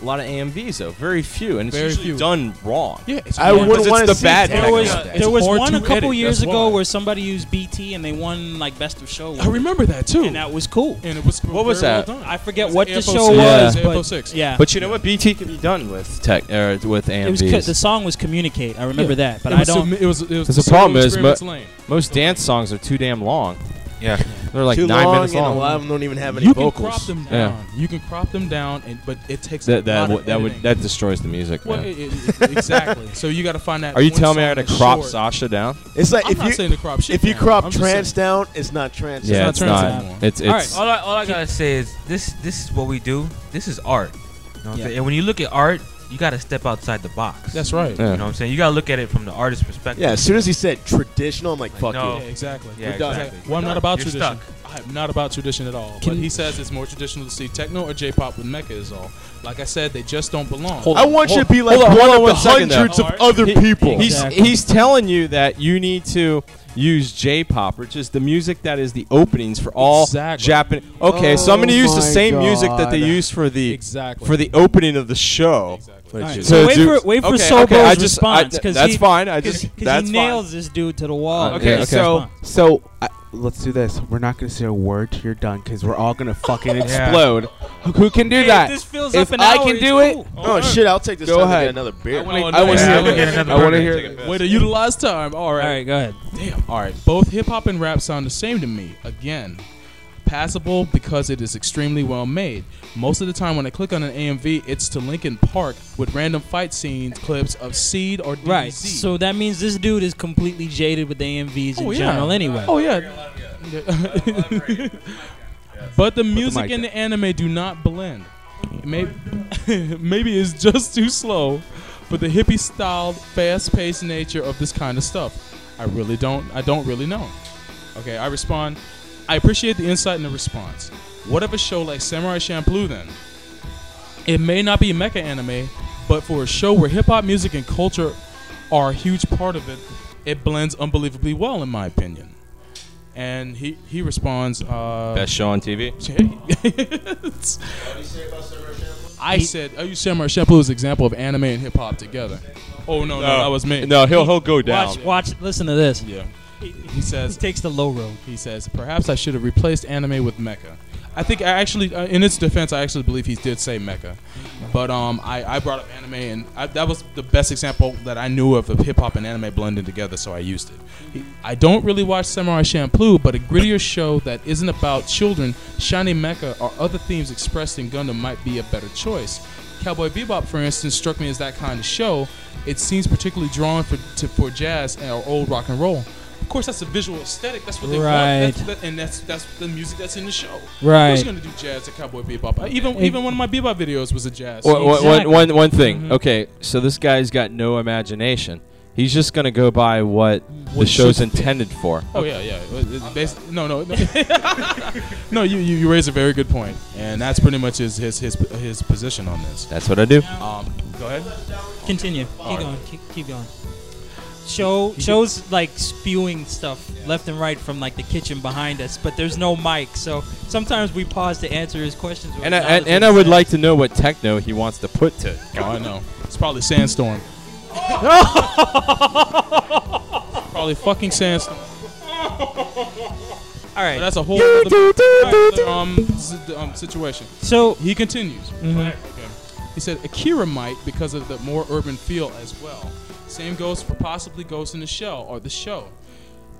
Speaker 2: a lot of AMVs though. Very few, and it's
Speaker 5: Very
Speaker 2: usually
Speaker 5: few.
Speaker 2: done wrong.
Speaker 5: Yeah, it's
Speaker 7: I wouldn't
Speaker 2: Because it's
Speaker 7: wanna
Speaker 2: the
Speaker 7: see
Speaker 2: bad.
Speaker 7: techno.
Speaker 5: There was
Speaker 2: techno.
Speaker 5: there was
Speaker 6: hard
Speaker 5: one
Speaker 6: to
Speaker 5: a couple
Speaker 6: edit,
Speaker 5: years
Speaker 6: that's
Speaker 5: ago
Speaker 6: why.
Speaker 5: where somebody used BT and they won like best of show.
Speaker 6: I remember that too. And
Speaker 5: that was cool.
Speaker 6: And it was
Speaker 2: What was
Speaker 6: very well
Speaker 2: that?
Speaker 6: done.
Speaker 5: I forget
Speaker 6: It was
Speaker 5: what
Speaker 6: the
Speaker 5: the
Speaker 6: AFO6.
Speaker 5: show
Speaker 6: Yeah.
Speaker 5: was,
Speaker 6: It was the
Speaker 5: but
Speaker 6: AFO6.
Speaker 5: yeah.
Speaker 2: But you know what? BT can be done with tech or with AMVs.
Speaker 5: it was co- the song was communicate. I remember
Speaker 6: Yeah.
Speaker 5: that, but
Speaker 6: It
Speaker 5: I
Speaker 6: was
Speaker 5: don't.
Speaker 6: submi- it was- it was
Speaker 2: Because the problem is, mo-
Speaker 6: Experiments Lane.
Speaker 2: most dance songs are too damn long.
Speaker 8: Yeah,
Speaker 2: they're like
Speaker 7: Too
Speaker 2: nine
Speaker 7: long
Speaker 2: minutes
Speaker 7: and a
Speaker 2: long.
Speaker 7: lot of them don't even have any
Speaker 6: you
Speaker 7: vocals.
Speaker 6: can crop them
Speaker 2: Yeah.
Speaker 6: down. You can crop them down, and but it takes
Speaker 2: That
Speaker 6: a
Speaker 2: that
Speaker 6: lot
Speaker 2: w-
Speaker 6: of
Speaker 2: that would
Speaker 6: editing.
Speaker 2: that destroys the music.
Speaker 6: Well,
Speaker 2: man.
Speaker 6: it- it- it- exactly. So you got to find that.
Speaker 2: Are you
Speaker 6: one
Speaker 2: telling me I
Speaker 6: song
Speaker 2: had to
Speaker 6: that's
Speaker 2: crop
Speaker 6: short.
Speaker 2: Sasha down?
Speaker 7: It's like
Speaker 6: I'm
Speaker 7: if
Speaker 6: not
Speaker 7: you
Speaker 6: saying to crop shit
Speaker 7: if you
Speaker 6: down.
Speaker 7: crop
Speaker 6: I'm just
Speaker 7: trance
Speaker 6: saying-
Speaker 7: down, it's not trance.
Speaker 2: Yeah,
Speaker 7: it's
Speaker 2: it's
Speaker 7: trans
Speaker 2: not.
Speaker 7: anymore.
Speaker 2: It's
Speaker 8: all
Speaker 2: it's
Speaker 8: right. All I, all I gotta say is this: this is what we do. This is art. You know what I'm
Speaker 6: Yeah.
Speaker 8: saying? And when you look at art, you gotta step outside the box.
Speaker 6: That's right. Yeah.
Speaker 8: You know what I'm saying? You gotta look at it from the artist's perspective.
Speaker 7: Yeah, as soon as he said traditional, I'm like, fuck
Speaker 8: no.
Speaker 7: you.
Speaker 6: Yeah, exactly.
Speaker 8: Yeah,
Speaker 6: We're done.
Speaker 8: exactly.
Speaker 6: Well, I'm not about
Speaker 8: You're
Speaker 6: tradition.
Speaker 8: stuck.
Speaker 6: I'm not about tradition at all. but he says it's more traditional to see techno or J-pop with mecha is all. Like I said, they just don't belong.
Speaker 2: Hold
Speaker 7: I
Speaker 2: on,
Speaker 7: want you
Speaker 2: hold-
Speaker 7: to be like
Speaker 2: hold on,
Speaker 7: one
Speaker 2: hold
Speaker 7: of
Speaker 2: on
Speaker 7: the
Speaker 2: one second, though.
Speaker 7: hundreds of other
Speaker 2: He-
Speaker 7: people.
Speaker 2: He's he's telling you that you need to use J-pop, which is the music that is the openings for all
Speaker 6: Exactly.
Speaker 2: Japanese. Okay, so I'm going to
Speaker 6: Oh
Speaker 2: use the
Speaker 6: my
Speaker 2: same music that they
Speaker 6: God.
Speaker 2: use for the
Speaker 6: Exactly.
Speaker 2: for the opening of the show. Exactly.
Speaker 5: Alright, so wait for wait for Sobo's response because
Speaker 2: that's fine. I just
Speaker 5: because
Speaker 2: that's
Speaker 5: he
Speaker 2: fine.
Speaker 5: nails this dude to the wall.
Speaker 9: Okay, so so I, let's do this. We're not gonna say a word till you're done because we're all gonna fucking explode. Who- Who can do
Speaker 5: Hey, if
Speaker 9: that?
Speaker 5: this fills
Speaker 9: if
Speaker 5: up an
Speaker 9: I
Speaker 5: hour,
Speaker 9: can
Speaker 5: it's
Speaker 9: do it,
Speaker 5: cool.
Speaker 7: Oh, shit, I'll take this
Speaker 9: Go
Speaker 7: time to
Speaker 9: ahead.
Speaker 7: get another beer.
Speaker 9: I wanna- I wanna
Speaker 6: Yeah,
Speaker 9: hear
Speaker 6: I'm gonna
Speaker 9: this.
Speaker 6: get another
Speaker 9: I wanna
Speaker 6: burger.
Speaker 9: hear
Speaker 6: Take a
Speaker 9: this.
Speaker 6: piss. Way to utilize time. All right. All
Speaker 5: right, go ahead.
Speaker 6: Damn. All right. Both hip hop and rap sound the same to me. Again, passable because it is extremely well made. Most of the time when I click on an AMV, it's to Linkin Park with random fight scenes, clips of Seed or DZ.
Speaker 5: Right. So that means this dude is completely jaded with AMVs in
Speaker 6: Oh, yeah.
Speaker 5: general anyway.
Speaker 6: Oh yeah. but the music
Speaker 5: mic
Speaker 6: and the anime do not blend. Maybe, maybe it's just too slow, but the hippie style, fast-paced nature of this kind of stuff, I really don't. I don't really know. Okay, I respond. I appreciate the insight and the response. What of a show like Samurai Champloo then? It may not be mecha anime, but for a show where hip hop music and culture are a huge part of it, it blends unbelievably well, in my opinion. And he, he responds, uh,
Speaker 2: Best show on TV.
Speaker 6: I said, "Are you Samurai Champloo as an example of anime and hip hop together?" Oh no, no,
Speaker 2: No.
Speaker 6: that was me.
Speaker 2: No, he'll- he'll go down.
Speaker 5: Watch, watch, listen to this.
Speaker 6: Yeah. He says he takes the low road. He says perhaps I should have replaced anime with mecha. I think I actually, uh, in its defense, I actually believe he did say mecha, but um, I, I brought up anime and I, that was the best example that I knew of of hip hop and anime blending together, so I used it. He- I don't really watch Samurai Champloo, but a grittier show that isn't about children, shiny mecha, or other themes expressed in Gundam might be a better choice. Cowboy Bebop, for instance, struck me as that kind of show. It seems particularly drawn for to, for jazz and or old rock and roll. Of course, that's a visual aesthetic. That's what they
Speaker 5: Right.
Speaker 6: want, that's, that, and that's that's the music that's in the show.
Speaker 5: Right.
Speaker 6: Who's gonna do jazz at Cowboy Bebop? I, even
Speaker 5: Ex-
Speaker 6: even one of my Bebop videos was a jazz.
Speaker 2: One- one- one- one- one thing.
Speaker 5: Mm-hmm.
Speaker 2: Okay, so this guy's got no imagination. He's just gonna go by what the
Speaker 6: What
Speaker 2: show's
Speaker 6: should-
Speaker 2: intended for.
Speaker 6: Oh yeah, yeah. It- it- basi- no, no, no. no, you, you you raise a very good point, and that's pretty much his his his, his position on this.
Speaker 2: That's what I do.
Speaker 6: Um, go ahead.
Speaker 5: Continue. Keep
Speaker 6: All right.
Speaker 5: going. Keep, keep going. Show shows like spewing stuff left and right from like the kitchen behind us, but there's no mic, so sometimes we pause to answer his questions.
Speaker 2: And I, and, and I would like to know what techno he wants to put to. it.
Speaker 6: Oh, I know. It's probably Sandstorm. probably fucking Sandstorm.
Speaker 5: All right,
Speaker 6: that's a whole other, Alright, so, um, s- um, situation.
Speaker 5: So
Speaker 6: he continues.
Speaker 8: Mm-hmm.
Speaker 5: Mhm.
Speaker 6: Right, okay. He said Akira might because of the more urban feel as well. Same goes for possibly Ghost in the Shell or the show.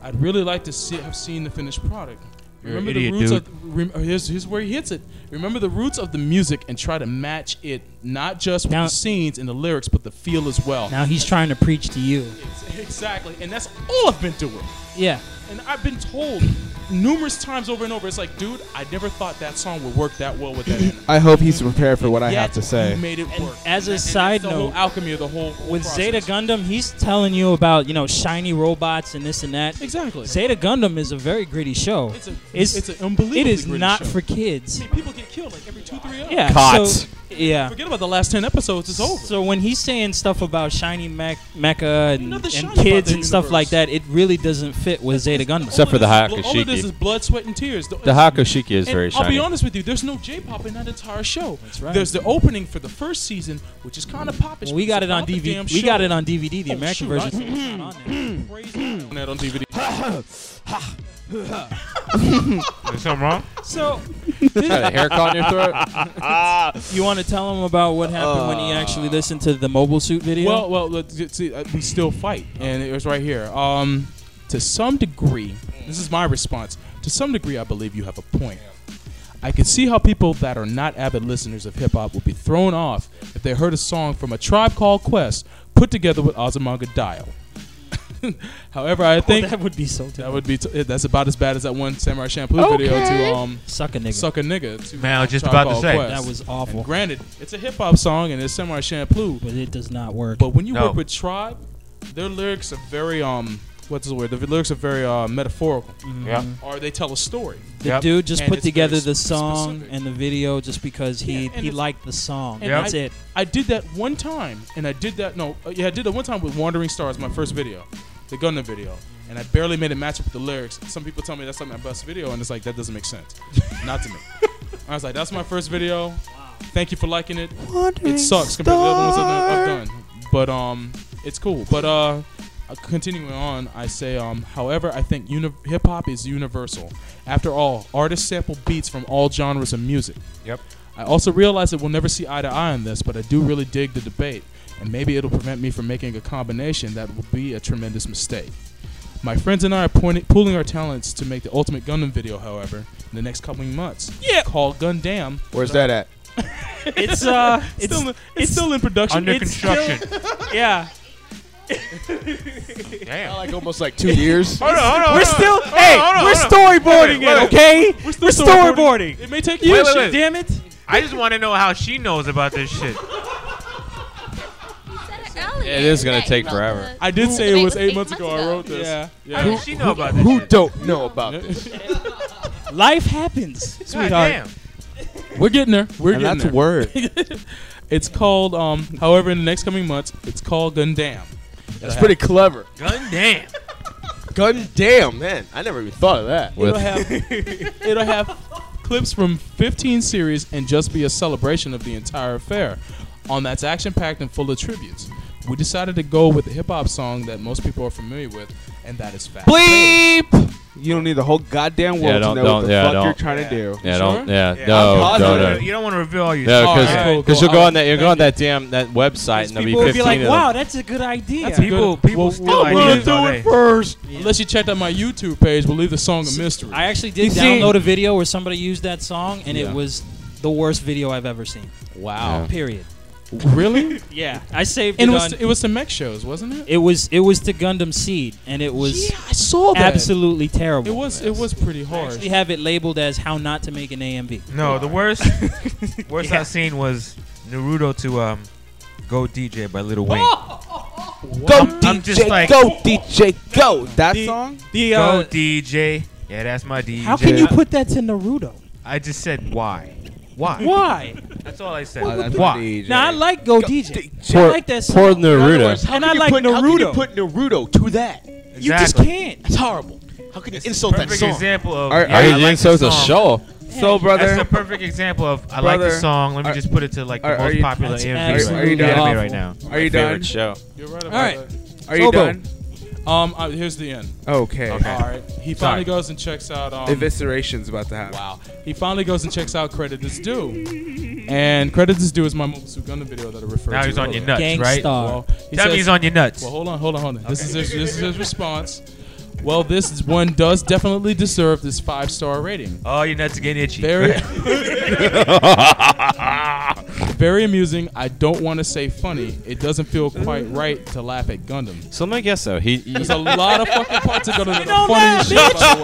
Speaker 6: I'd really like to see, have seen the finished product.
Speaker 8: You're an
Speaker 6: Remember
Speaker 8: idiot,
Speaker 6: the roots
Speaker 8: dude.
Speaker 6: of rem, uh, here's, here's where he hits it. Remember the roots of the music and try to match it not just with
Speaker 5: Now-
Speaker 6: the scenes and the lyrics, but the feel as well.
Speaker 5: Now he's trying to preach to you.
Speaker 6: Exactly, and that's all I've been doing.
Speaker 5: Yeah.
Speaker 6: And I've been told numerous times over and over, it's like, dude, I never thought that song would work that well with that. anime.
Speaker 9: I hope he's prepared for what I
Speaker 6: Yet
Speaker 9: have to say.
Speaker 6: you made it work.
Speaker 5: As a
Speaker 6: And that's
Speaker 5: side
Speaker 6: the
Speaker 5: note,
Speaker 6: whole alchemy of the whole, whole
Speaker 5: with
Speaker 6: process.
Speaker 5: Zeta Gundam, he's telling you about you know shiny robots and this and that.
Speaker 6: Exactly.
Speaker 5: Zeta Gundam is a very gritty show. It's
Speaker 6: a- it's an unbelievably
Speaker 5: It is
Speaker 6: gritty
Speaker 5: not
Speaker 6: show.
Speaker 5: for kids.
Speaker 6: I mean, people get killed like every two, three hours.
Speaker 5: Yeah.
Speaker 2: Cots.
Speaker 5: So, yeah.
Speaker 6: Forget about the last ten episodes. It's over.
Speaker 5: So when he's saying stuff about shiny mech- mecha and,
Speaker 6: nothing
Speaker 5: and
Speaker 6: shiny about
Speaker 5: kids
Speaker 6: that
Speaker 5: and stuff
Speaker 6: universe.
Speaker 5: like that, it really doesn't fit with Zeta Gundam.
Speaker 2: Except for the
Speaker 6: Well, all of this
Speaker 2: Hakushiki.
Speaker 6: is blood, sweat, and tears. The,
Speaker 2: Hakushiki is
Speaker 6: and
Speaker 2: very
Speaker 6: I'll
Speaker 2: shiny.
Speaker 6: be honest with you. There's no J-pop in that entire show. That's
Speaker 5: right.
Speaker 6: There's the opening for the first season, which is kind of popish.
Speaker 5: Well, we got it on DVD. We got it on DVD. The
Speaker 6: Oh,
Speaker 5: American
Speaker 6: shoot, I-
Speaker 5: version. so it's not on there.
Speaker 6: on that on DVD.
Speaker 8: Is something wrong?
Speaker 5: So,
Speaker 8: Got a hair caught in your
Speaker 5: throat. you want to tell him about what happened when he actually listened to the mobile suit video?
Speaker 6: Uh, Well, well, let's get- see, uh, we still fight, and it was right here. Um, to some degree, this is my response. To some degree, I believe you have a point. I can see how people that are not avid listeners of hip hop would be thrown off if they heard a song from a tribe called Quest put together with Ozamanga Dial. However, I think
Speaker 5: that would be so.
Speaker 6: That would be t- yeah, that's about as bad as that one Samurai Champloo video to um
Speaker 5: suck a nigga.
Speaker 6: Suck a nigga. To,
Speaker 8: Man, I was just
Speaker 6: Tribe
Speaker 8: about to
Speaker 6: Called
Speaker 8: say.
Speaker 6: Quest.
Speaker 5: That was awful.
Speaker 6: And granted, it's a hip hop song and it's Samurai Champloo,
Speaker 5: but it does not work.
Speaker 6: But when you
Speaker 5: No.
Speaker 6: work with Tribe, their lyrics are very um what's the word? The lyrics are very uh, metaphorical.
Speaker 5: Yeah.
Speaker 6: Or they tell a story.
Speaker 5: The dude just
Speaker 6: And
Speaker 5: put
Speaker 6: it's very
Speaker 5: together
Speaker 6: s-
Speaker 5: the song and the video just because he
Speaker 6: and
Speaker 5: he
Speaker 6: it's-
Speaker 5: liked the song.
Speaker 6: And
Speaker 5: That's
Speaker 6: I,
Speaker 5: it.
Speaker 6: I did that one time, and I did that. No, uh, yeah, I did that one time with Wandering Stars, my first video, the Gundam video, and I barely made it match up with the lyrics. Some people tell me that's like my best video, and it's like that doesn't make sense, not to me. I was like, that's my first video. Thank you for liking it.
Speaker 9: Wandering
Speaker 6: it sucks compared to the other ones I've done- I've done, but um, it's cool. But uh. uh, Continuing on, I say, um, however, I think uni- hip hop is universal. After all, artists sample beats from all genres of music.
Speaker 8: Yep.
Speaker 6: I also realize that we'll never see eye to eye on this, but I do really dig the debate, and maybe it'll prevent me from making a combination that will be a tremendous mistake. My friends and I are pointing, pooling our talents to make the Ultimate Gundam video, however, in the next couple of months. Yeah. Called Gundam.
Speaker 9: Where's that at?
Speaker 5: It's uh, it's
Speaker 6: still, in- it's still in production.
Speaker 9: Under
Speaker 6: It's still-
Speaker 9: construction.
Speaker 5: yeah.
Speaker 8: Damn.
Speaker 9: Like almost like two years.
Speaker 6: Hold on, hold on,
Speaker 9: We're
Speaker 6: hold on.
Speaker 9: still.
Speaker 6: Hold on,
Speaker 9: hey,
Speaker 6: hold on,
Speaker 9: we're
Speaker 6: hold on.
Speaker 9: storyboarding
Speaker 6: Wait, wait.
Speaker 9: it, okay?
Speaker 6: We're still
Speaker 9: storyboarding.
Speaker 6: It may take
Speaker 8: Wait,
Speaker 6: years.
Speaker 8: wait, wait.
Speaker 5: Damn it.
Speaker 8: I just want to know how she knows about this shit.
Speaker 2: It is gonna take forever.
Speaker 6: I did say it was eight months ago. I wrote this.
Speaker 8: Yeah.
Speaker 6: Yeah.
Speaker 8: How does she know about this?
Speaker 9: Who
Speaker 8: shit?
Speaker 9: don't know about this?
Speaker 5: Life happens,
Speaker 8: damn.
Speaker 5: sweetheart.
Speaker 6: We're getting there. We're
Speaker 9: And
Speaker 6: getting
Speaker 9: that's
Speaker 6: there.
Speaker 9: a word.
Speaker 6: it's called. Um, however, in the next coming months, it's called Gundam.
Speaker 9: That's pretty clever.
Speaker 8: Gundam.
Speaker 9: Gundam, man. I never even thought of that.
Speaker 6: It'll have, it'll have clips from 15 series and just be a celebration of the entire affair. On that's action packed and full of tributes. We decided to go with the hip hop song that most people are familiar with, and that is fact.
Speaker 9: Bleep! You don't need the whole goddamn world
Speaker 2: Yeah,
Speaker 9: to
Speaker 2: don't,
Speaker 9: know
Speaker 2: don't,
Speaker 9: what the
Speaker 2: yeah,
Speaker 9: fuck
Speaker 2: don't.
Speaker 9: you're trying to do.
Speaker 2: Yeah, don't, yeah, no, no, no.
Speaker 8: You don't wanna reveal all your
Speaker 2: No,
Speaker 8: shit.
Speaker 2: because
Speaker 8: All right,
Speaker 2: because
Speaker 8: cool.
Speaker 2: you'll go on that you'll go on that damn that website and there'll be
Speaker 5: People would
Speaker 2: fifteen
Speaker 5: be like,
Speaker 2: of them.
Speaker 5: wow, that's a good idea.
Speaker 6: people, people
Speaker 5: still
Speaker 6: I'm
Speaker 5: ideas all
Speaker 6: gonna do
Speaker 5: day.
Speaker 6: it first. Unless you checked out my YouTube page, we'll leave the song a mystery.
Speaker 5: I actually did
Speaker 6: You see-
Speaker 5: download a video where somebody used that song, and
Speaker 6: Yeah.
Speaker 5: it was the worst video I've ever seen.
Speaker 6: Wow. Yeah.
Speaker 5: Period.
Speaker 6: Really?
Speaker 5: yeah, I saved
Speaker 6: And
Speaker 5: it.
Speaker 6: it was
Speaker 5: on-
Speaker 6: it was to mech shows, wasn't it?
Speaker 5: It was it was to Gundam Seed, and it was
Speaker 6: I saw that.
Speaker 5: absolutely terrible.
Speaker 6: It was it was pretty
Speaker 5: I
Speaker 6: hard.
Speaker 5: actually have it labeled as how not to make an AMV.
Speaker 8: No, the worst worst I've seen was Naruto to um Go DJ by Little Wayne.
Speaker 9: Go
Speaker 8: I'm-
Speaker 9: DJ,
Speaker 8: I'm just like-
Speaker 9: go DJ, go. That song?
Speaker 5: The uh,
Speaker 8: Go DJ. Yeah, that's my DJ.
Speaker 5: How can you put that to Naruto?
Speaker 8: I just said why. Why?
Speaker 5: Why?
Speaker 8: That's all I said.
Speaker 5: What would
Speaker 8: why?
Speaker 5: be- Now I like Go, DJ. I like that song.
Speaker 2: poor
Speaker 5: In other
Speaker 2: Naruto.
Speaker 5: words,
Speaker 2: How
Speaker 5: and
Speaker 2: can
Speaker 5: I
Speaker 2: you
Speaker 5: like
Speaker 2: put-
Speaker 5: Naruto.
Speaker 2: how can you
Speaker 7: put Naruto to that?
Speaker 8: You just Exactly.
Speaker 5: can't.
Speaker 7: That's horrible. How can you insult that
Speaker 8: perfect
Speaker 7: song?
Speaker 8: example of-
Speaker 7: Are-
Speaker 8: yeah,
Speaker 7: are
Speaker 8: I
Speaker 7: you
Speaker 8: like
Speaker 7: insult
Speaker 8: the
Speaker 7: the
Speaker 8: song.
Speaker 7: show? So, brother-
Speaker 8: That's a perfect example of I like the
Speaker 7: Brother,
Speaker 8: song. Let me
Speaker 7: are-
Speaker 8: just put it to like the
Speaker 7: are- are
Speaker 8: most
Speaker 7: you-
Speaker 8: popular
Speaker 7: That's
Speaker 8: anime,
Speaker 7: absolutely
Speaker 8: anime right
Speaker 7: awful.
Speaker 8: now.
Speaker 7: Are you
Speaker 2: done? show.
Speaker 6: You're
Speaker 2: right
Speaker 6: about
Speaker 2: All right.
Speaker 6: that.
Speaker 2: Are you Sobo. done?
Speaker 6: Um, uh, here's the end.
Speaker 9: Oh,
Speaker 14: Okay.
Speaker 6: All right. He finally goes and checks out. Um,
Speaker 14: Evisceration's about to happen. Wow.
Speaker 6: He finally goes and checks out Credit is Due. And Credit is Due is my Mobile Suit Gundam video that I referred
Speaker 8: Now
Speaker 6: to.
Speaker 8: he's on your
Speaker 6: earlier.
Speaker 8: nuts, right? Gangstar. Tell me he's on your nuts.
Speaker 6: Well, hold on, hold on, hold on. This, is his, this is his response. Well, this is one does definitely deserve this five star rating.
Speaker 8: Oh, your nuts are getting itchy.
Speaker 6: Very, very amusing. I don't want to say funny. It doesn't feel quite right to laugh at Gundam.
Speaker 2: So let me guess though. He, he
Speaker 6: There's a lot of fucking parts that go to the
Speaker 2: don't
Speaker 6: funniest
Speaker 2: laugh,
Speaker 6: shit. By the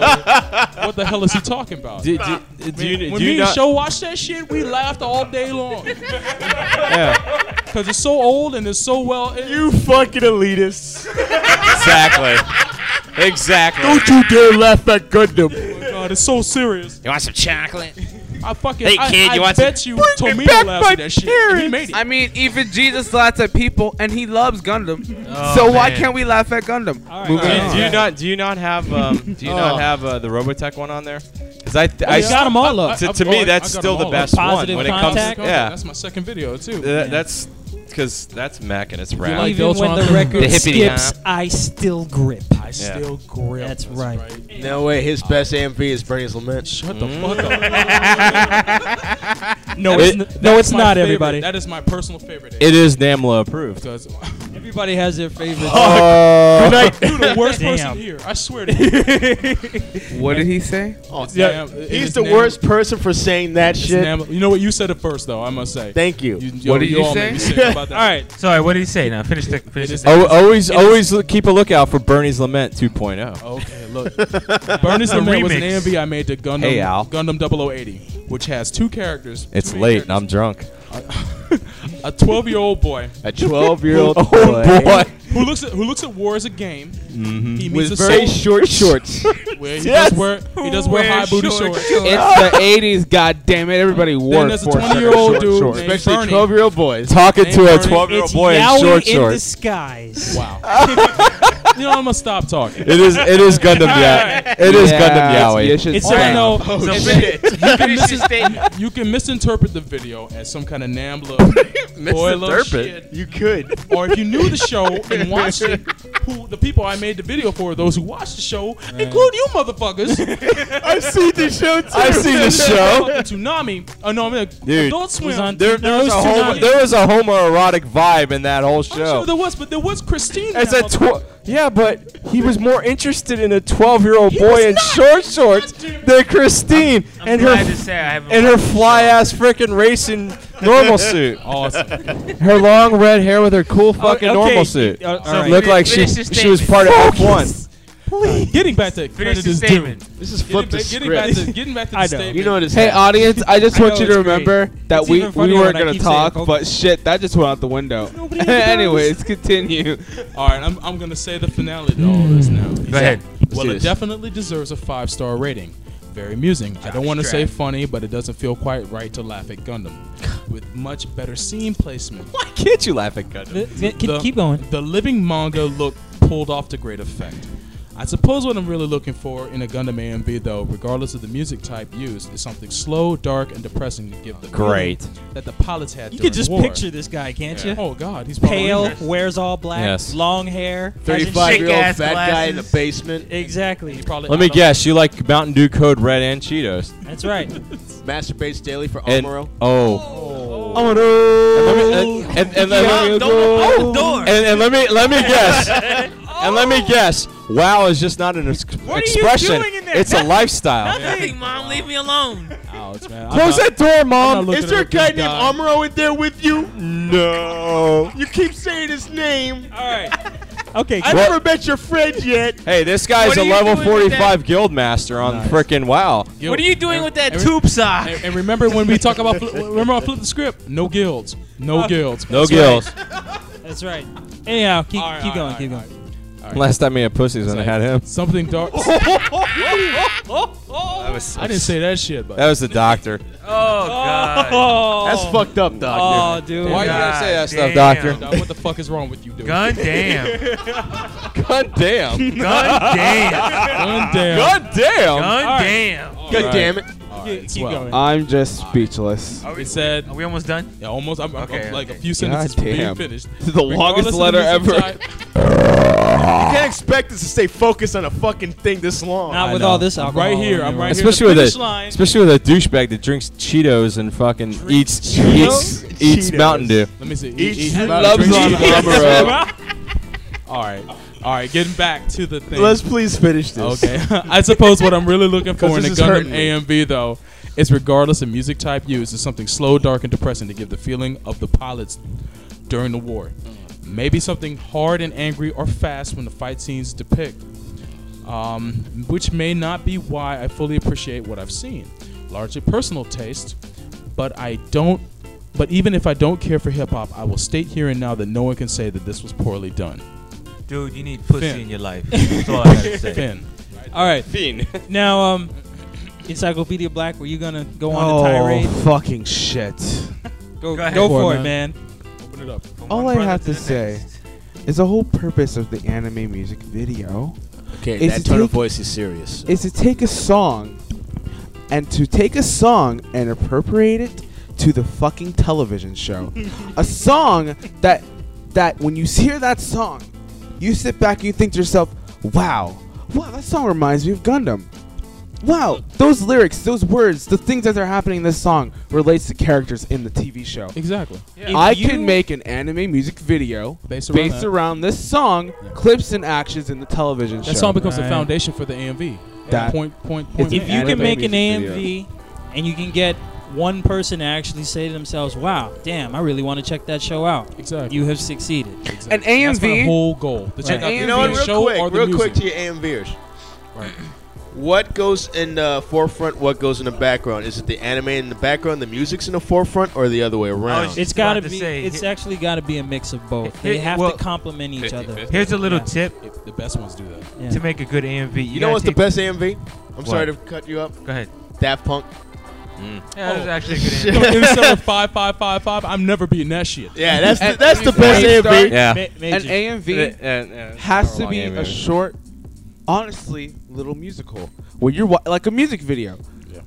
Speaker 6: way. What the hell is he talking about?
Speaker 2: Do- do- do you-
Speaker 6: when
Speaker 2: do you
Speaker 6: me and
Speaker 2: not-
Speaker 6: Show watched that shit, we laughed all day long. Because it's so old and it's so well. you fucking elitist.
Speaker 2: exactly. Exactly.
Speaker 6: you dare laugh at Gundam. Oh my god, it's so serious.
Speaker 2: You want some chocolate?
Speaker 6: I fucking.
Speaker 2: Hey,
Speaker 6: I-
Speaker 2: kid,
Speaker 6: I
Speaker 2: you want
Speaker 6: bet
Speaker 2: some-
Speaker 6: you
Speaker 2: Bring me
Speaker 6: Tomino
Speaker 2: back
Speaker 6: laughs
Speaker 2: my
Speaker 6: at that shit. and He made it.
Speaker 14: I mean, even Jesus laughs at people, and he loves Gundam.
Speaker 6: Oh,
Speaker 14: so why
Speaker 6: man.
Speaker 14: can't we laugh at Gundam?
Speaker 2: Do you, do you not? Do you not have? Um, do you
Speaker 14: Oh.
Speaker 2: not have uh, the Robotech one on there? Because I, th-
Speaker 6: Oh,
Speaker 2: I
Speaker 6: yeah.
Speaker 2: s-
Speaker 6: Got 'em all up.
Speaker 2: To,
Speaker 6: I've
Speaker 2: to
Speaker 6: got-
Speaker 2: me,
Speaker 6: I
Speaker 2: that's
Speaker 6: got
Speaker 2: still
Speaker 6: 'em
Speaker 2: the
Speaker 6: all up.
Speaker 2: best
Speaker 6: Positive
Speaker 2: one when it comes.
Speaker 6: contact.
Speaker 2: um, Yeah,
Speaker 6: That's my second video, too.
Speaker 2: Th-
Speaker 6: Yeah.
Speaker 2: That's because that's Mac and it's
Speaker 6: You
Speaker 2: rap.
Speaker 6: like
Speaker 5: Even when the record skips, I still grip. I
Speaker 2: still
Speaker 5: grip. That's, right.
Speaker 7: No way. His best AMV is Bernie's Lament. Shut
Speaker 6: the fuck
Speaker 7: up.
Speaker 5: No,
Speaker 2: It-
Speaker 5: it's n- no,
Speaker 6: that's
Speaker 5: it's
Speaker 6: my
Speaker 5: not
Speaker 6: favorite.
Speaker 5: everybody.
Speaker 6: That is my personal favorite.
Speaker 2: It is NAMLA approved.
Speaker 6: Because
Speaker 5: Everybody has their favorite.
Speaker 2: Oh. Good night.
Speaker 6: You're the worst
Speaker 5: Damn.
Speaker 6: person here. I swear to you.
Speaker 14: What did he say?
Speaker 7: Oh,
Speaker 6: It's
Speaker 7: yeah,
Speaker 6: Nam- it
Speaker 7: he's
Speaker 6: is
Speaker 7: the
Speaker 6: Nam-
Speaker 7: worst person for saying that
Speaker 6: it's
Speaker 7: shit.
Speaker 6: Nam- you know what? You said it first, though. I must say.
Speaker 7: Thank you.
Speaker 6: What did you all made me sick about that.
Speaker 5: All right.
Speaker 8: Sorry, what did he say? Now finish the finish. the
Speaker 2: Oh,
Speaker 8: sentence.
Speaker 2: always, always look, keep a lookout for Bernie's Lament oh. 2.0.
Speaker 6: Okay, look. Burner's
Speaker 2: A
Speaker 6: Lament was an
Speaker 2: remix.
Speaker 6: AMV I made to Gundam
Speaker 2: Hey, Al.
Speaker 6: Gundam 0080, which has two characters.
Speaker 2: It's
Speaker 6: two main
Speaker 2: late and I'm drunk.
Speaker 6: characters. A 12 year old boy.
Speaker 7: A 12-year-old
Speaker 2: Oh,
Speaker 6: Who-
Speaker 7: boy. boy.
Speaker 6: Who looks at who looks at war as a game.
Speaker 7: Mhm.
Speaker 6: He
Speaker 7: With
Speaker 6: meets a
Speaker 7: very
Speaker 6: sol-
Speaker 7: short shorts.
Speaker 6: Where he
Speaker 9: Yes.
Speaker 6: does wear he does wear, high booty shorts.
Speaker 9: It's the eighties, goddammit. Everybody wore
Speaker 6: there's a
Speaker 9: short
Speaker 6: 20-year-old
Speaker 9: shorts.
Speaker 6: dude
Speaker 9: Shorts.
Speaker 6: named
Speaker 9: especially
Speaker 6: Bernie.
Speaker 9: twelve year old boys.
Speaker 2: Talking
Speaker 6: to a 12-year-old
Speaker 5: It's Yowie in disguise.
Speaker 6: Wow. you know, I'm gonna stop talking.
Speaker 2: It is- it is Gundam Yow- it is Yeah, Gundam Yowie.
Speaker 6: It's,
Speaker 2: it's-
Speaker 6: it's
Speaker 2: it's
Speaker 6: like,
Speaker 2: like-
Speaker 6: no,
Speaker 2: Oh,
Speaker 6: it's like-
Speaker 2: shit.
Speaker 6: You can,
Speaker 2: Finish your
Speaker 6: misin- you can misinterpret the video as some kind of NAMBLA boiler
Speaker 2: Misinterpret?
Speaker 6: shit.
Speaker 7: You could.
Speaker 6: Or if you knew the show and watched it, who the people I made the video for, those who watched the show, include you motherfuckers.
Speaker 7: I've seen the show too.
Speaker 2: I've seen the show.
Speaker 6: Tsunami. Oh no, I mean
Speaker 2: Dude,
Speaker 6: Adult Swim.
Speaker 2: there, there was a homo, there was a homoerotic vibe in that whole show.
Speaker 6: Sure, there was, but there was Christine.
Speaker 2: As
Speaker 6: in
Speaker 2: a
Speaker 6: that
Speaker 2: tw- yeah, but he was more interested in a 12-year-old
Speaker 6: He was
Speaker 2: boy in
Speaker 6: not.
Speaker 2: short shorts than Christine
Speaker 8: I'm
Speaker 2: and
Speaker 8: glad
Speaker 2: her
Speaker 8: to say I haven't
Speaker 2: and her
Speaker 8: watched the
Speaker 2: fly-ass freaking racing normal suit.
Speaker 6: Awesome. Oh,
Speaker 2: Her long red hair with her cool fucking
Speaker 6: okay,
Speaker 2: normal suit.
Speaker 6: uh, alright.
Speaker 2: Looked like she
Speaker 6: Finish your
Speaker 2: she was part
Speaker 6: statement.
Speaker 2: of
Speaker 6: Focus.
Speaker 2: F1.
Speaker 6: Getting back to
Speaker 8: Finish
Speaker 6: credit
Speaker 8: the
Speaker 6: is due.
Speaker 8: statement.
Speaker 7: This is
Speaker 6: flip getting
Speaker 9: the
Speaker 6: back,
Speaker 9: script.
Speaker 6: Getting back to getting back to the
Speaker 9: I know.
Speaker 6: statement.
Speaker 9: You know what it's Hey, like. audience, I just want you to remember that we, we weren't gonna talk, but shit, that just went out the window. Anyways, continue.
Speaker 6: All right, I'm, I'm gonna say the finale to all this now. Go
Speaker 9: ahead. Let's
Speaker 6: Well,
Speaker 9: do
Speaker 6: it
Speaker 9: this.
Speaker 6: definitely deserves a five star rating. Very amusing. I don't want to say
Speaker 9: Trapp.
Speaker 6: funny, but it doesn't feel quite right to laugh at Gundam, with much better scene placement. Why
Speaker 2: can't you laugh at Gundam?
Speaker 6: keep going. The living manga look pulled off to great effect. I suppose what I'm really looking for in a Gundam AMV, though, regardless of the music type used, is something slow, dark, and depressing to give the feeling
Speaker 2: Great.
Speaker 6: that the pilots had.
Speaker 5: You
Speaker 6: during
Speaker 5: could just
Speaker 6: the war.
Speaker 5: picture this guy, can't
Speaker 6: Yeah.
Speaker 5: you?
Speaker 6: Oh God, he's probably-
Speaker 5: pale, wears all black,
Speaker 2: Yes.
Speaker 5: long hair, has his
Speaker 7: 35-year-old
Speaker 5: shake-ass
Speaker 7: fat guy in the
Speaker 5: glasses.
Speaker 7: basement.
Speaker 5: Exactly.
Speaker 2: Let me guess, you like Mountain Dew Code Red and Cheetos.
Speaker 5: That's right.
Speaker 7: Masturbates daily for
Speaker 2: And-
Speaker 7: Amaro.
Speaker 2: Oh. Amaro. And, and, and, let
Speaker 7: Don't-
Speaker 2: me-
Speaker 7: don't open the door. Oh.
Speaker 2: and, and let me let me guess. And let me guess. Wow is just not an ex-
Speaker 15: are you
Speaker 2: expression.
Speaker 15: doing in there?
Speaker 2: It's a lifestyle.
Speaker 15: Nothing, mom. Leave me alone.
Speaker 6: Ouch, man.
Speaker 2: Close that door, mom.
Speaker 15: looking
Speaker 7: Is there a
Speaker 15: at
Speaker 7: guy
Speaker 15: this
Speaker 7: named
Speaker 15: guy.
Speaker 7: Amaro in there with you? No. You keep saying his name.
Speaker 5: All right. Okay.
Speaker 7: I
Speaker 2: What-
Speaker 7: never met your friend yet.
Speaker 2: Hey, this guy's
Speaker 7: What
Speaker 2: a
Speaker 7: are you
Speaker 2: level
Speaker 7: doing with that?
Speaker 2: 45 guild master on frickin' Wow.
Speaker 6: What are you doing with that tube sock? And, and remember when we talk about fli- remember I flipped the script? No guilds, no
Speaker 5: Uh,
Speaker 6: guilds,
Speaker 2: No
Speaker 6: That's
Speaker 2: guilds.
Speaker 5: Right. That's right. Anyhow, keep, keep going, keep going.
Speaker 6: All
Speaker 2: Last time he had pussies and I had him.
Speaker 6: Something dark.
Speaker 2: That was,
Speaker 6: I didn't say that shit, but
Speaker 2: That was the doctor.
Speaker 6: Oh
Speaker 2: God. That's fucked up, doctor.
Speaker 6: Oh, dude.
Speaker 2: Why you gotta say that stuff, doctor?
Speaker 6: What the fuck is wrong with you, dude?
Speaker 2: God damn. God damn.
Speaker 6: God damn. God damn.
Speaker 2: God damn.
Speaker 6: God
Speaker 2: Um, All right.
Speaker 6: damn.
Speaker 2: All
Speaker 6: God
Speaker 2: right.
Speaker 6: damn it.
Speaker 2: All
Speaker 6: Yeah,
Speaker 2: right.
Speaker 6: keep
Speaker 2: Well,
Speaker 6: going.
Speaker 9: I'm just speechless.
Speaker 6: It said. Are we almost done? Yeah, almost. I'm, I'm- I'm like a few sentences from being
Speaker 9: damn.
Speaker 6: finished.
Speaker 9: This is the longest
Speaker 6: Regardless of
Speaker 9: letter
Speaker 6: music
Speaker 9: ever.
Speaker 6: type-
Speaker 7: You can't expect us to stay focused on a fucking thing this long.
Speaker 5: Not I with know. all this
Speaker 6: I'm right alcohol here, in I'm your right here.
Speaker 2: Especially with
Speaker 6: finish
Speaker 2: a
Speaker 6: line.
Speaker 2: especially with a douchebag that drinks Cheetos and fucking eats
Speaker 6: Cheetos?
Speaker 2: eats eats Mountain Dew.
Speaker 6: Let me see.
Speaker 2: Eats
Speaker 6: Eat- eat-
Speaker 2: loves
Speaker 6: drink
Speaker 2: on
Speaker 6: Cheetos.
Speaker 2: Marlboro.
Speaker 6: All right, all right. Getting back to the thing.
Speaker 9: Let's please finish this.
Speaker 6: Okay. I suppose what I'm really looking
Speaker 9: 'Cause
Speaker 6: for in a
Speaker 9: this is
Speaker 6: Gundam
Speaker 9: hurting me.
Speaker 6: AMV though is regardless of music type used, is something slow, dark, and depressing to give the feeling of the pilots during the war.
Speaker 9: Mm.
Speaker 6: Maybe something hard and angry or fast when the fight scenes depict. Um, which may not be why I fully appreciate what I've seen. Largely personal taste, but I don't but even if I don't care for hip hop, I will state here and now that no one can say that this was poorly done.
Speaker 8: Dude, you need pussy
Speaker 6: Finn.
Speaker 8: in your life. That's all I gotta say.
Speaker 6: Finn.
Speaker 5: All right.
Speaker 2: Fiend.
Speaker 5: Now, um, Encyclopedia Black, were you gonna go on
Speaker 9: oh,
Speaker 5: a tirade?
Speaker 9: fucking shit.
Speaker 5: Go, go, for it, man.
Speaker 6: Open it up.
Speaker 9: All I have to say is the whole purpose of the anime music video.
Speaker 7: Okay,
Speaker 9: is
Speaker 7: that
Speaker 9: to
Speaker 7: tone of
Speaker 9: take-
Speaker 7: voice is serious.
Speaker 9: Is to take a song, and to take a song and appropriate it to the fucking television show. a song that that when you hear that song, you sit back and you think to yourself, "Wow, wow, that song reminds me of Gundam." Wow, those lyrics, those words, the things that are happening in this song relates to characters in the TV show.
Speaker 6: Exactly.
Speaker 5: If
Speaker 9: I
Speaker 5: you-
Speaker 9: can make an anime music video
Speaker 6: Based around
Speaker 9: based around,
Speaker 6: that.
Speaker 9: this song, clips and actions in the television show.
Speaker 6: That song becomes the
Speaker 9: Right.
Speaker 6: foundation for the AMV.
Speaker 9: That-
Speaker 6: point, point, point.
Speaker 9: It's
Speaker 5: if
Speaker 9: an
Speaker 5: you can
Speaker 9: anime
Speaker 5: make an
Speaker 9: music
Speaker 5: AMV
Speaker 9: video.
Speaker 5: and you can get one person to actually say to themselves, "Wow, damn, I really want to check that show out."
Speaker 6: Exactly.
Speaker 5: You have succeeded. Exactly.
Speaker 9: An AMV.
Speaker 6: That's my whole goal. To check
Speaker 5: Right.
Speaker 6: out
Speaker 7: You
Speaker 6: the
Speaker 7: know what?
Speaker 6: video
Speaker 7: Real
Speaker 6: show or
Speaker 7: quick,
Speaker 6: the
Speaker 7: real
Speaker 6: music.
Speaker 7: quick to your AMVers. What goes in the forefront? What goes in the background? Is it the anime in the background, the music's in the forefront, or the other way around?
Speaker 5: It's got to be. it's actually got to be a mix of both. They
Speaker 8: Here-
Speaker 5: have
Speaker 8: well,
Speaker 5: to complement each other.
Speaker 8: Here's a little
Speaker 5: Yeah.
Speaker 8: tip.
Speaker 6: The best ones do that.
Speaker 5: Yeah.
Speaker 8: To make a good AMV, you,
Speaker 7: you, know
Speaker 8: gotta
Speaker 7: what's the
Speaker 8: take-
Speaker 7: best AMV? I'm
Speaker 8: What?
Speaker 7: sorry to cut you up.
Speaker 8: Go ahead. Mm.
Speaker 7: Daft Punk.
Speaker 8: Yeah, that was
Speaker 6: Oh.
Speaker 8: actually a good
Speaker 6: Don't
Speaker 8: AMV.
Speaker 6: give me something five, five, five, five. I'm never beating that shit.
Speaker 7: Yeah, that's the,
Speaker 9: And-
Speaker 7: that's the best
Speaker 9: Wave
Speaker 7: AMV.
Speaker 9: Start, An
Speaker 6: Major.
Speaker 9: AMV
Speaker 2: Yeah, yeah, it's
Speaker 9: has
Speaker 2: not
Speaker 9: to
Speaker 2: a
Speaker 9: be
Speaker 2: long
Speaker 9: a
Speaker 2: AMV.
Speaker 9: short, honestly, little musical. Where you're wa- like a music video.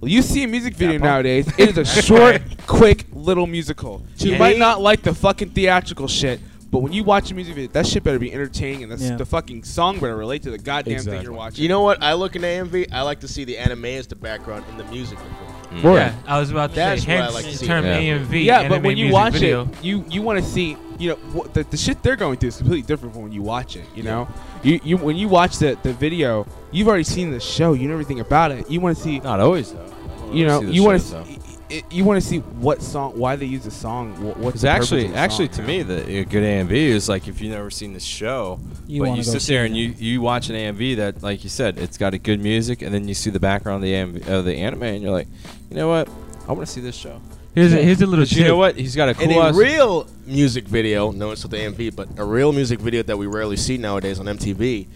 Speaker 9: You see a music video nowadays, it is a short, quick little musical. You
Speaker 6: Yeah.
Speaker 9: might not like the fucking theatrical shit, but when you watch a music video, that shit better be entertaining and that's
Speaker 5: Yeah.
Speaker 9: the fucking song better relate to the goddamn thing
Speaker 6: Exactly.
Speaker 9: you're watching.
Speaker 7: You know what? I look in the AMV. I like to see the anime as the background and the music. in the forefront.
Speaker 9: Mm.
Speaker 6: Word.
Speaker 8: Yeah, I was about to
Speaker 7: That's
Speaker 8: say,
Speaker 7: what I
Speaker 8: hence
Speaker 7: like
Speaker 8: the
Speaker 7: to see.
Speaker 8: term
Speaker 7: Yeah.
Speaker 8: AMV.
Speaker 9: yeah,
Speaker 8: anime
Speaker 9: but when you
Speaker 8: music
Speaker 9: watch
Speaker 8: video.
Speaker 9: it, you you want to see you know what, the, the shit they're going through is completely different from when you watch it. You know, you you when you watch the the video, you've already seen the show. You know everything about it. You want to see
Speaker 2: Not always though.
Speaker 9: you know
Speaker 2: See the
Speaker 9: you want
Speaker 2: shows, though.
Speaker 9: to you want to see what song why they use the song. What, what's
Speaker 2: Because
Speaker 9: the purpose
Speaker 2: actually,
Speaker 9: of the
Speaker 2: actually,
Speaker 9: song,
Speaker 2: to
Speaker 9: you
Speaker 2: me, the a good AMV is like if you've never seen the show,
Speaker 5: You
Speaker 2: but
Speaker 5: wanna
Speaker 2: you
Speaker 5: go
Speaker 2: sit
Speaker 5: see
Speaker 2: there
Speaker 5: it.
Speaker 2: and you, you watch an AMV that, like you said, it's got a good music, and then you see the background of the AMV, of the anime, and you're like, you know what, I want to see this show.
Speaker 8: Here's a- here's a little
Speaker 2: But You know
Speaker 8: tip.
Speaker 2: what? He's got a cool.
Speaker 7: In a
Speaker 2: ass-
Speaker 7: real music video, no, it's not the AMV, but a real music video that we rarely see nowadays on MTV,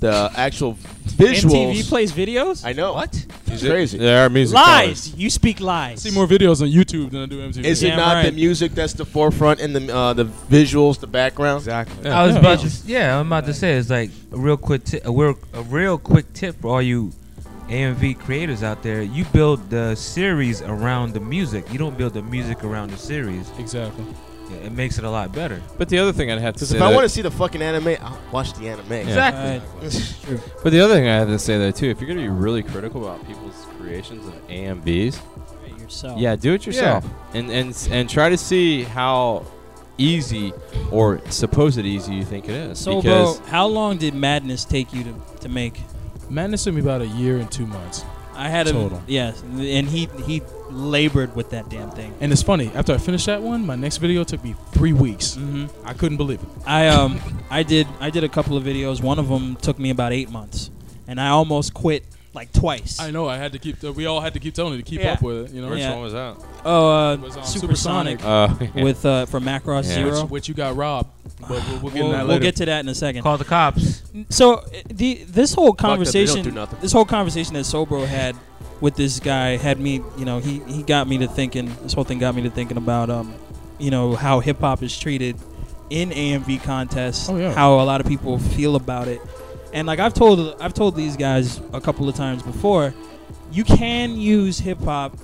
Speaker 7: the actual visuals.
Speaker 5: MTV plays videos.
Speaker 7: I know.
Speaker 5: What?
Speaker 7: Is it- Crazy.
Speaker 2: There are music
Speaker 5: lies. You speak lies.
Speaker 6: See more videos on YouTube than I do MTV.
Speaker 7: Is it not the music that's the forefront and the uh, the visuals, the background?
Speaker 14: Exactly.
Speaker 8: I was about to, yeah, I'm about to say it's like a real quick, ti- a real, a real quick tip for all you AMV creators out there. You build the series around the music. You don't build the music around the series.
Speaker 6: Exactly.
Speaker 8: Yeah, it makes it a lot better.
Speaker 2: But the other thing I'd have to
Speaker 7: Because
Speaker 2: say.
Speaker 7: if I
Speaker 2: that-
Speaker 7: want to see the fucking anime, I'll watch the anime.
Speaker 2: Exactly. But the other thing I have to say though too, if you're gonna be really critical about people's creations of AMVs,
Speaker 5: Do it yourself.
Speaker 2: yeah, do it yourself, and and s- and try to see how easy or supposed easy you think it is.
Speaker 5: So,
Speaker 2: because
Speaker 5: bro, how long did Madness take you to, to make?
Speaker 6: Madness took me about a year and two months.
Speaker 5: I had a
Speaker 6: total.
Speaker 5: yes, and he he labored with that damn thing.
Speaker 6: And it's funny. After I finished that one, my next video took me three weeks.
Speaker 5: Mm-hmm.
Speaker 6: I couldn't believe it.
Speaker 5: I um I did I did a couple of videos. One of them took me about eight months, and I almost quit like twice.
Speaker 6: I know. I had to keep. we all had to keep telling it to keep
Speaker 5: Yeah.
Speaker 6: up with it. You know.
Speaker 2: Which one was that?
Speaker 5: Oh, uh,
Speaker 6: It was on
Speaker 2: Supersonic.
Speaker 5: Supersonic,
Speaker 2: Oh, yeah.
Speaker 5: with uh, from Macross
Speaker 2: Yeah.
Speaker 5: Zero.
Speaker 6: Which, which you got robbed. But we'll, we'll get
Speaker 5: we'll,
Speaker 6: to that
Speaker 5: we'll
Speaker 6: later.
Speaker 5: get to that in a second.
Speaker 8: Call the cops.
Speaker 5: So uh, the this whole
Speaker 6: Fuck them, they don't
Speaker 5: conversation,
Speaker 6: do nothing.
Speaker 5: this whole conversation that Sobro had with this guy had me, you know, he he got me to thinking. This whole thing got me to thinking about, um, you know, how hip hop is treated in AMV contests,
Speaker 6: Oh, yeah.
Speaker 5: how a lot of people feel about it, and like I've told I've told these guys a couple of times before, you can use hip hop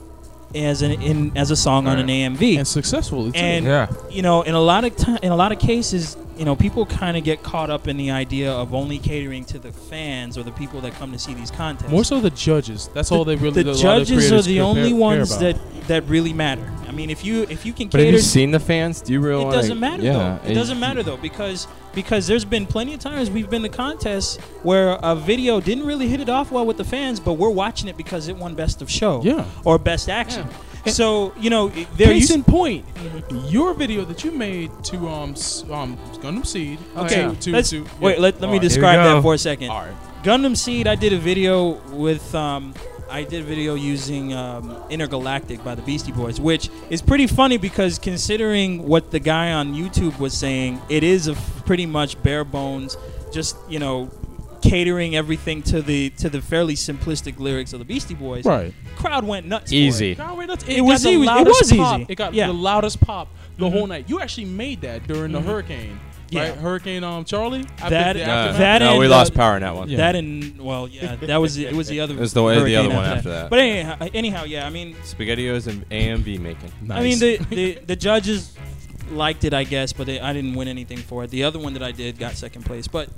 Speaker 5: as an in as a song on an AMV
Speaker 6: and successfully. Too.
Speaker 5: and
Speaker 8: Yeah.
Speaker 5: you know in a lot of ti in a lot of cases you know people kind of get caught up in the idea of only catering to the fans or the people that come to see these contests
Speaker 6: More so the judges. That's all they really.
Speaker 5: the
Speaker 6: a lot of
Speaker 5: judges are
Speaker 6: creators
Speaker 5: the
Speaker 6: care-
Speaker 5: only
Speaker 6: care
Speaker 5: ones
Speaker 6: about.
Speaker 5: that that really matter i mean if you if you can
Speaker 2: But have
Speaker 5: cater
Speaker 2: you seen the fans? Do you really?
Speaker 5: it
Speaker 2: wanna-
Speaker 5: doesn't matter
Speaker 2: Yeah,
Speaker 5: though. It, doesn't matter though because because there's been plenty of times we've been to contests where a video didn't really hit it off well with the fans, but we're watching it because it won best of show
Speaker 6: Yeah.
Speaker 5: or best action. So you know i- there
Speaker 6: Case
Speaker 5: used-
Speaker 6: in point, your video that you made to um s- um Gundam Seed.
Speaker 5: Okay,
Speaker 6: to, to,
Speaker 5: let's-
Speaker 6: to-
Speaker 5: wait.
Speaker 6: yeah.
Speaker 5: Let, let me
Speaker 6: All right.
Speaker 5: describe
Speaker 6: Here we
Speaker 5: that
Speaker 6: go.
Speaker 5: for a second.
Speaker 6: All right.
Speaker 5: Gundam Seed. I did a video with. Um, I did a video using um, Intergalactic by the Beastie Boys, which is pretty funny because considering what the guy on YouTube was saying, it is a f- pretty much bare bones, just you know, catering everything to the to the fairly simplistic lyrics of the Beastie Boys.
Speaker 6: Right.
Speaker 5: Crowd went nuts. for
Speaker 2: Easy.
Speaker 5: it.
Speaker 6: Conway, that's-
Speaker 5: It was
Speaker 6: got the
Speaker 5: easy. It
Speaker 6: loudest
Speaker 5: was
Speaker 6: pop.
Speaker 5: easy.
Speaker 6: It got
Speaker 5: Yeah.
Speaker 6: the loudest pop the whole
Speaker 5: Mhm.
Speaker 6: night. You actually made that during
Speaker 5: Mhm.
Speaker 6: the hurricane,
Speaker 5: Yeah.
Speaker 6: right? Hurricane um Charlie. I
Speaker 5: That-
Speaker 6: think the
Speaker 5: No,
Speaker 6: aftermath-
Speaker 5: that
Speaker 2: no,
Speaker 5: and
Speaker 2: we
Speaker 5: the-
Speaker 2: lost power in that one.
Speaker 5: That and well, yeah, that was it. Was the other?
Speaker 2: It was the way- the
Speaker 5: hurricane
Speaker 2: other one after that.
Speaker 5: But anyhow, anyhow, yeah. I mean,
Speaker 2: Spaghettios and AMV making.
Speaker 5: I mean, the, the the judges liked it, I guess, but they, I didn't win anything for it. The other one that I did got second place, but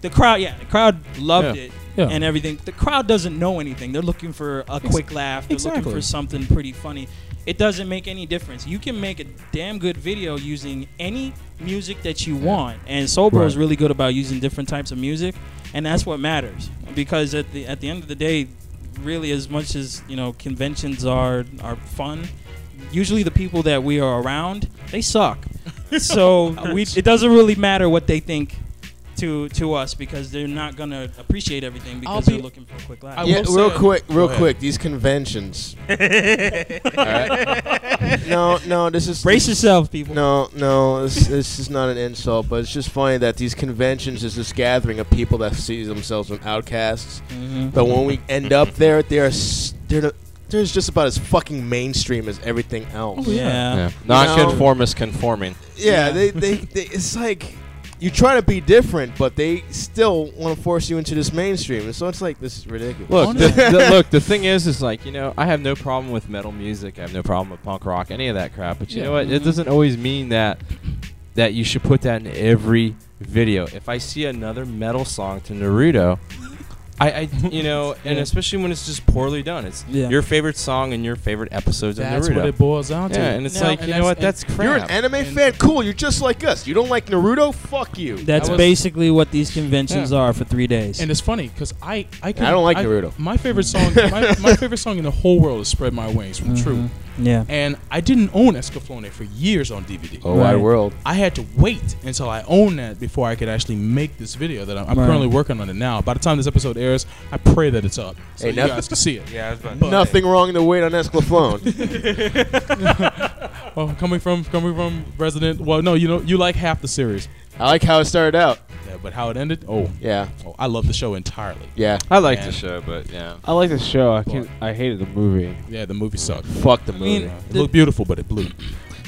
Speaker 5: the crowd, yeah, the crowd loved
Speaker 6: Yeah.
Speaker 5: it
Speaker 6: Yeah.
Speaker 5: and everything. The crowd doesn't know anything. They're looking for a quick laugh. They're looking
Speaker 6: exactly.
Speaker 5: for something pretty funny. It doesn't make any difference. You can make a damn good video using any music that you want, and Sobro is
Speaker 6: Right.
Speaker 5: really good about using different types of music, and that's what matters. Because at the at the end of the day, really, as much as you know, conventions are are fun. Usually, the people that we are around, they suck. So we, it doesn't really matter what they think to to us because they're not gonna appreciate everything
Speaker 6: I'll
Speaker 5: because
Speaker 6: be-
Speaker 5: they're looking for a quick laugh.
Speaker 7: yeah, real quick, real quick. These conventions. No, no, this is
Speaker 5: brace yourself, people.
Speaker 7: No, no, this, this is not an insult, but it's just funny that these conventions is this gathering of people that see themselves as outcasts.
Speaker 5: Mhm.
Speaker 7: But when we end up there, they are s- they're the- they're just about as fucking mainstream as everything else.
Speaker 5: Oh, yeah.
Speaker 2: Yeah.
Speaker 7: You know?
Speaker 2: Nonconformist conforming.
Speaker 7: Yeah, they, they, they it's like you try to be different, but they still want to force you into this mainstream, and so it's like this is ridiculous.
Speaker 2: Look, the, the, look. The thing is, is like you know, I have no problem with metal music. I have no problem with punk rock, any of that crap. But you
Speaker 7: Yeah.
Speaker 2: know what? It
Speaker 7: Mhm.
Speaker 2: doesn't always mean that that you should put that in every video. If I see another metal song to Naruto, I, I you know, and
Speaker 6: Yeah.
Speaker 2: especially when it's just poorly done, it's
Speaker 6: Yeah.
Speaker 2: your favorite song and your favorite episodes
Speaker 6: That's
Speaker 2: of Naruto.
Speaker 6: what it boils down to.
Speaker 2: Yeah, and it's
Speaker 6: Now-
Speaker 2: like
Speaker 6: and
Speaker 2: you know what? That's
Speaker 6: that's- and-
Speaker 2: crap.
Speaker 7: You're an anime fan, cool. You're just like us. You don't like Naruto? Fuck you.
Speaker 5: That's basically what these conventions
Speaker 6: Yeah.
Speaker 5: are for three days.
Speaker 6: And it's funny because I I, can,
Speaker 7: don't like Naruto.
Speaker 6: My favorite song, my, my favorite song in the whole world is "Spread My Wings"
Speaker 5: Mm-hmm.
Speaker 6: from True.
Speaker 5: Yeah.
Speaker 6: And I didn't own Escaflowne for years on DVD.
Speaker 7: Oh, wide Right. world.
Speaker 6: I had to wait until I owned that before I could actually make this video that I'm, I'm
Speaker 7: Right.
Speaker 6: currently working on it now. By the time this episode airs, I pray that it's up so
Speaker 7: Hey,
Speaker 6: you
Speaker 7: noth-
Speaker 6: guys can see it.
Speaker 8: Yeah, I was about
Speaker 6: But-
Speaker 7: Nothing wrong in the wait on Esclaflone.
Speaker 6: well, coming from coming from resident, well, no, you know you like half the series.
Speaker 7: I like how it started out.
Speaker 6: There but how it ended? Oh,
Speaker 7: yeah.
Speaker 6: Oh, I love the show entirely.
Speaker 7: Yeah.
Speaker 2: I like the
Speaker 6: And-
Speaker 2: show, but yeah.
Speaker 6: I like the show. I can't.
Speaker 2: I hated the movie.
Speaker 6: Yeah, the movie sucked.
Speaker 2: Fuck the
Speaker 6: I mean,
Speaker 2: movie.
Speaker 6: it looked beautiful, but it blew.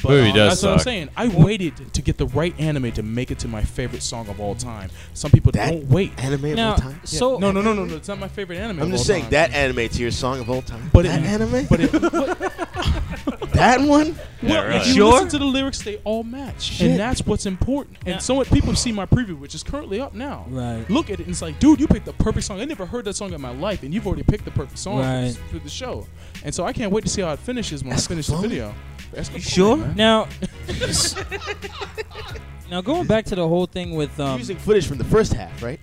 Speaker 6: But,
Speaker 2: Movie
Speaker 6: uh,
Speaker 2: does
Speaker 6: That's what I'm
Speaker 2: suck.
Speaker 6: saying. I waited to get the right anime to make it to my favorite song of all time. Some people don't wait.
Speaker 7: Anime
Speaker 6: of
Speaker 5: Now,
Speaker 6: all time.
Speaker 5: so-
Speaker 6: no, no, no, no, no. It's not my favorite anime.
Speaker 7: I'm
Speaker 6: of
Speaker 7: just
Speaker 6: all
Speaker 7: saying
Speaker 6: time.
Speaker 7: that anime to your song of all time.
Speaker 6: But
Speaker 7: that
Speaker 6: it-
Speaker 7: anime.
Speaker 6: But it,
Speaker 7: that one.
Speaker 6: well, if you listen to the lyrics, they all match,
Speaker 7: Shit.
Speaker 6: and that's what's important. And so when people see my preview, which is currently up now.
Speaker 5: Right.
Speaker 6: Look at it, and it's like, dude, you picked the perfect song. I never heard that song in my life, and you've already picked the perfect song for this-
Speaker 5: Right.
Speaker 6: for the show. And so I can't wait to see how it finishes when I finish the video. Escaflowne, man.
Speaker 5: Now, now going back to the whole thing with um,
Speaker 7: using footage from the first half, right?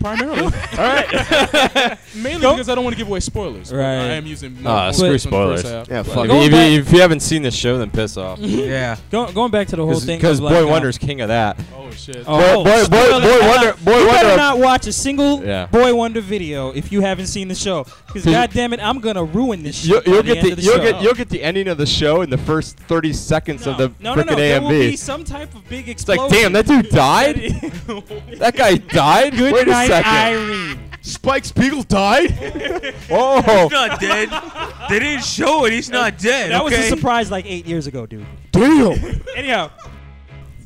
Speaker 6: primarily. All
Speaker 5: right.
Speaker 6: Mainly
Speaker 5: Go-
Speaker 6: because I don't want to give away spoilers. but
Speaker 5: Right.
Speaker 6: I am using. more
Speaker 2: Ah,
Speaker 6: points on
Speaker 2: screw
Speaker 6: the first
Speaker 2: spoilers.
Speaker 6: half.
Speaker 2: If, you- if you, if you haven't seen the show, then piss off.
Speaker 5: Yeah. Go- going back to the whole thing
Speaker 2: Because
Speaker 5: of like,
Speaker 2: Boy
Speaker 5: um,
Speaker 2: Wonder's king of that.
Speaker 6: Oh shit.
Speaker 5: Oh,
Speaker 2: Boy, boy, boy,
Speaker 5: you
Speaker 2: boy,
Speaker 5: better not-
Speaker 2: Wonder, boy,
Speaker 5: you
Speaker 2: Wonder.
Speaker 5: better not watch a single
Speaker 2: Yeah.
Speaker 5: Boy Wonder video if you haven't seen the show. Because
Speaker 2: Cause-
Speaker 5: goddamn it, I'm gonna ruin this.
Speaker 2: You'll,
Speaker 5: shit
Speaker 2: you'll
Speaker 5: by
Speaker 2: get
Speaker 5: end
Speaker 2: the,
Speaker 5: of the
Speaker 2: you'll
Speaker 5: show.
Speaker 2: get you'll get the ending of the show in the first thirty seconds of the
Speaker 5: No, no,
Speaker 2: frickin'
Speaker 5: no. There will be
Speaker 2: AMV.
Speaker 5: some type of big
Speaker 2: It's
Speaker 5: explosion.
Speaker 2: like, damn, that dude died. that guy died.
Speaker 5: Good
Speaker 2: Wait
Speaker 5: night,
Speaker 2: a second.
Speaker 5: Irene.
Speaker 2: Spike Spiegel died. oh,
Speaker 8: He's not dead. They didn't show it. He's not dead.
Speaker 5: That was a
Speaker 8: okay?
Speaker 5: surprise like eight years ago, dude.
Speaker 2: damn.
Speaker 5: Anyhow,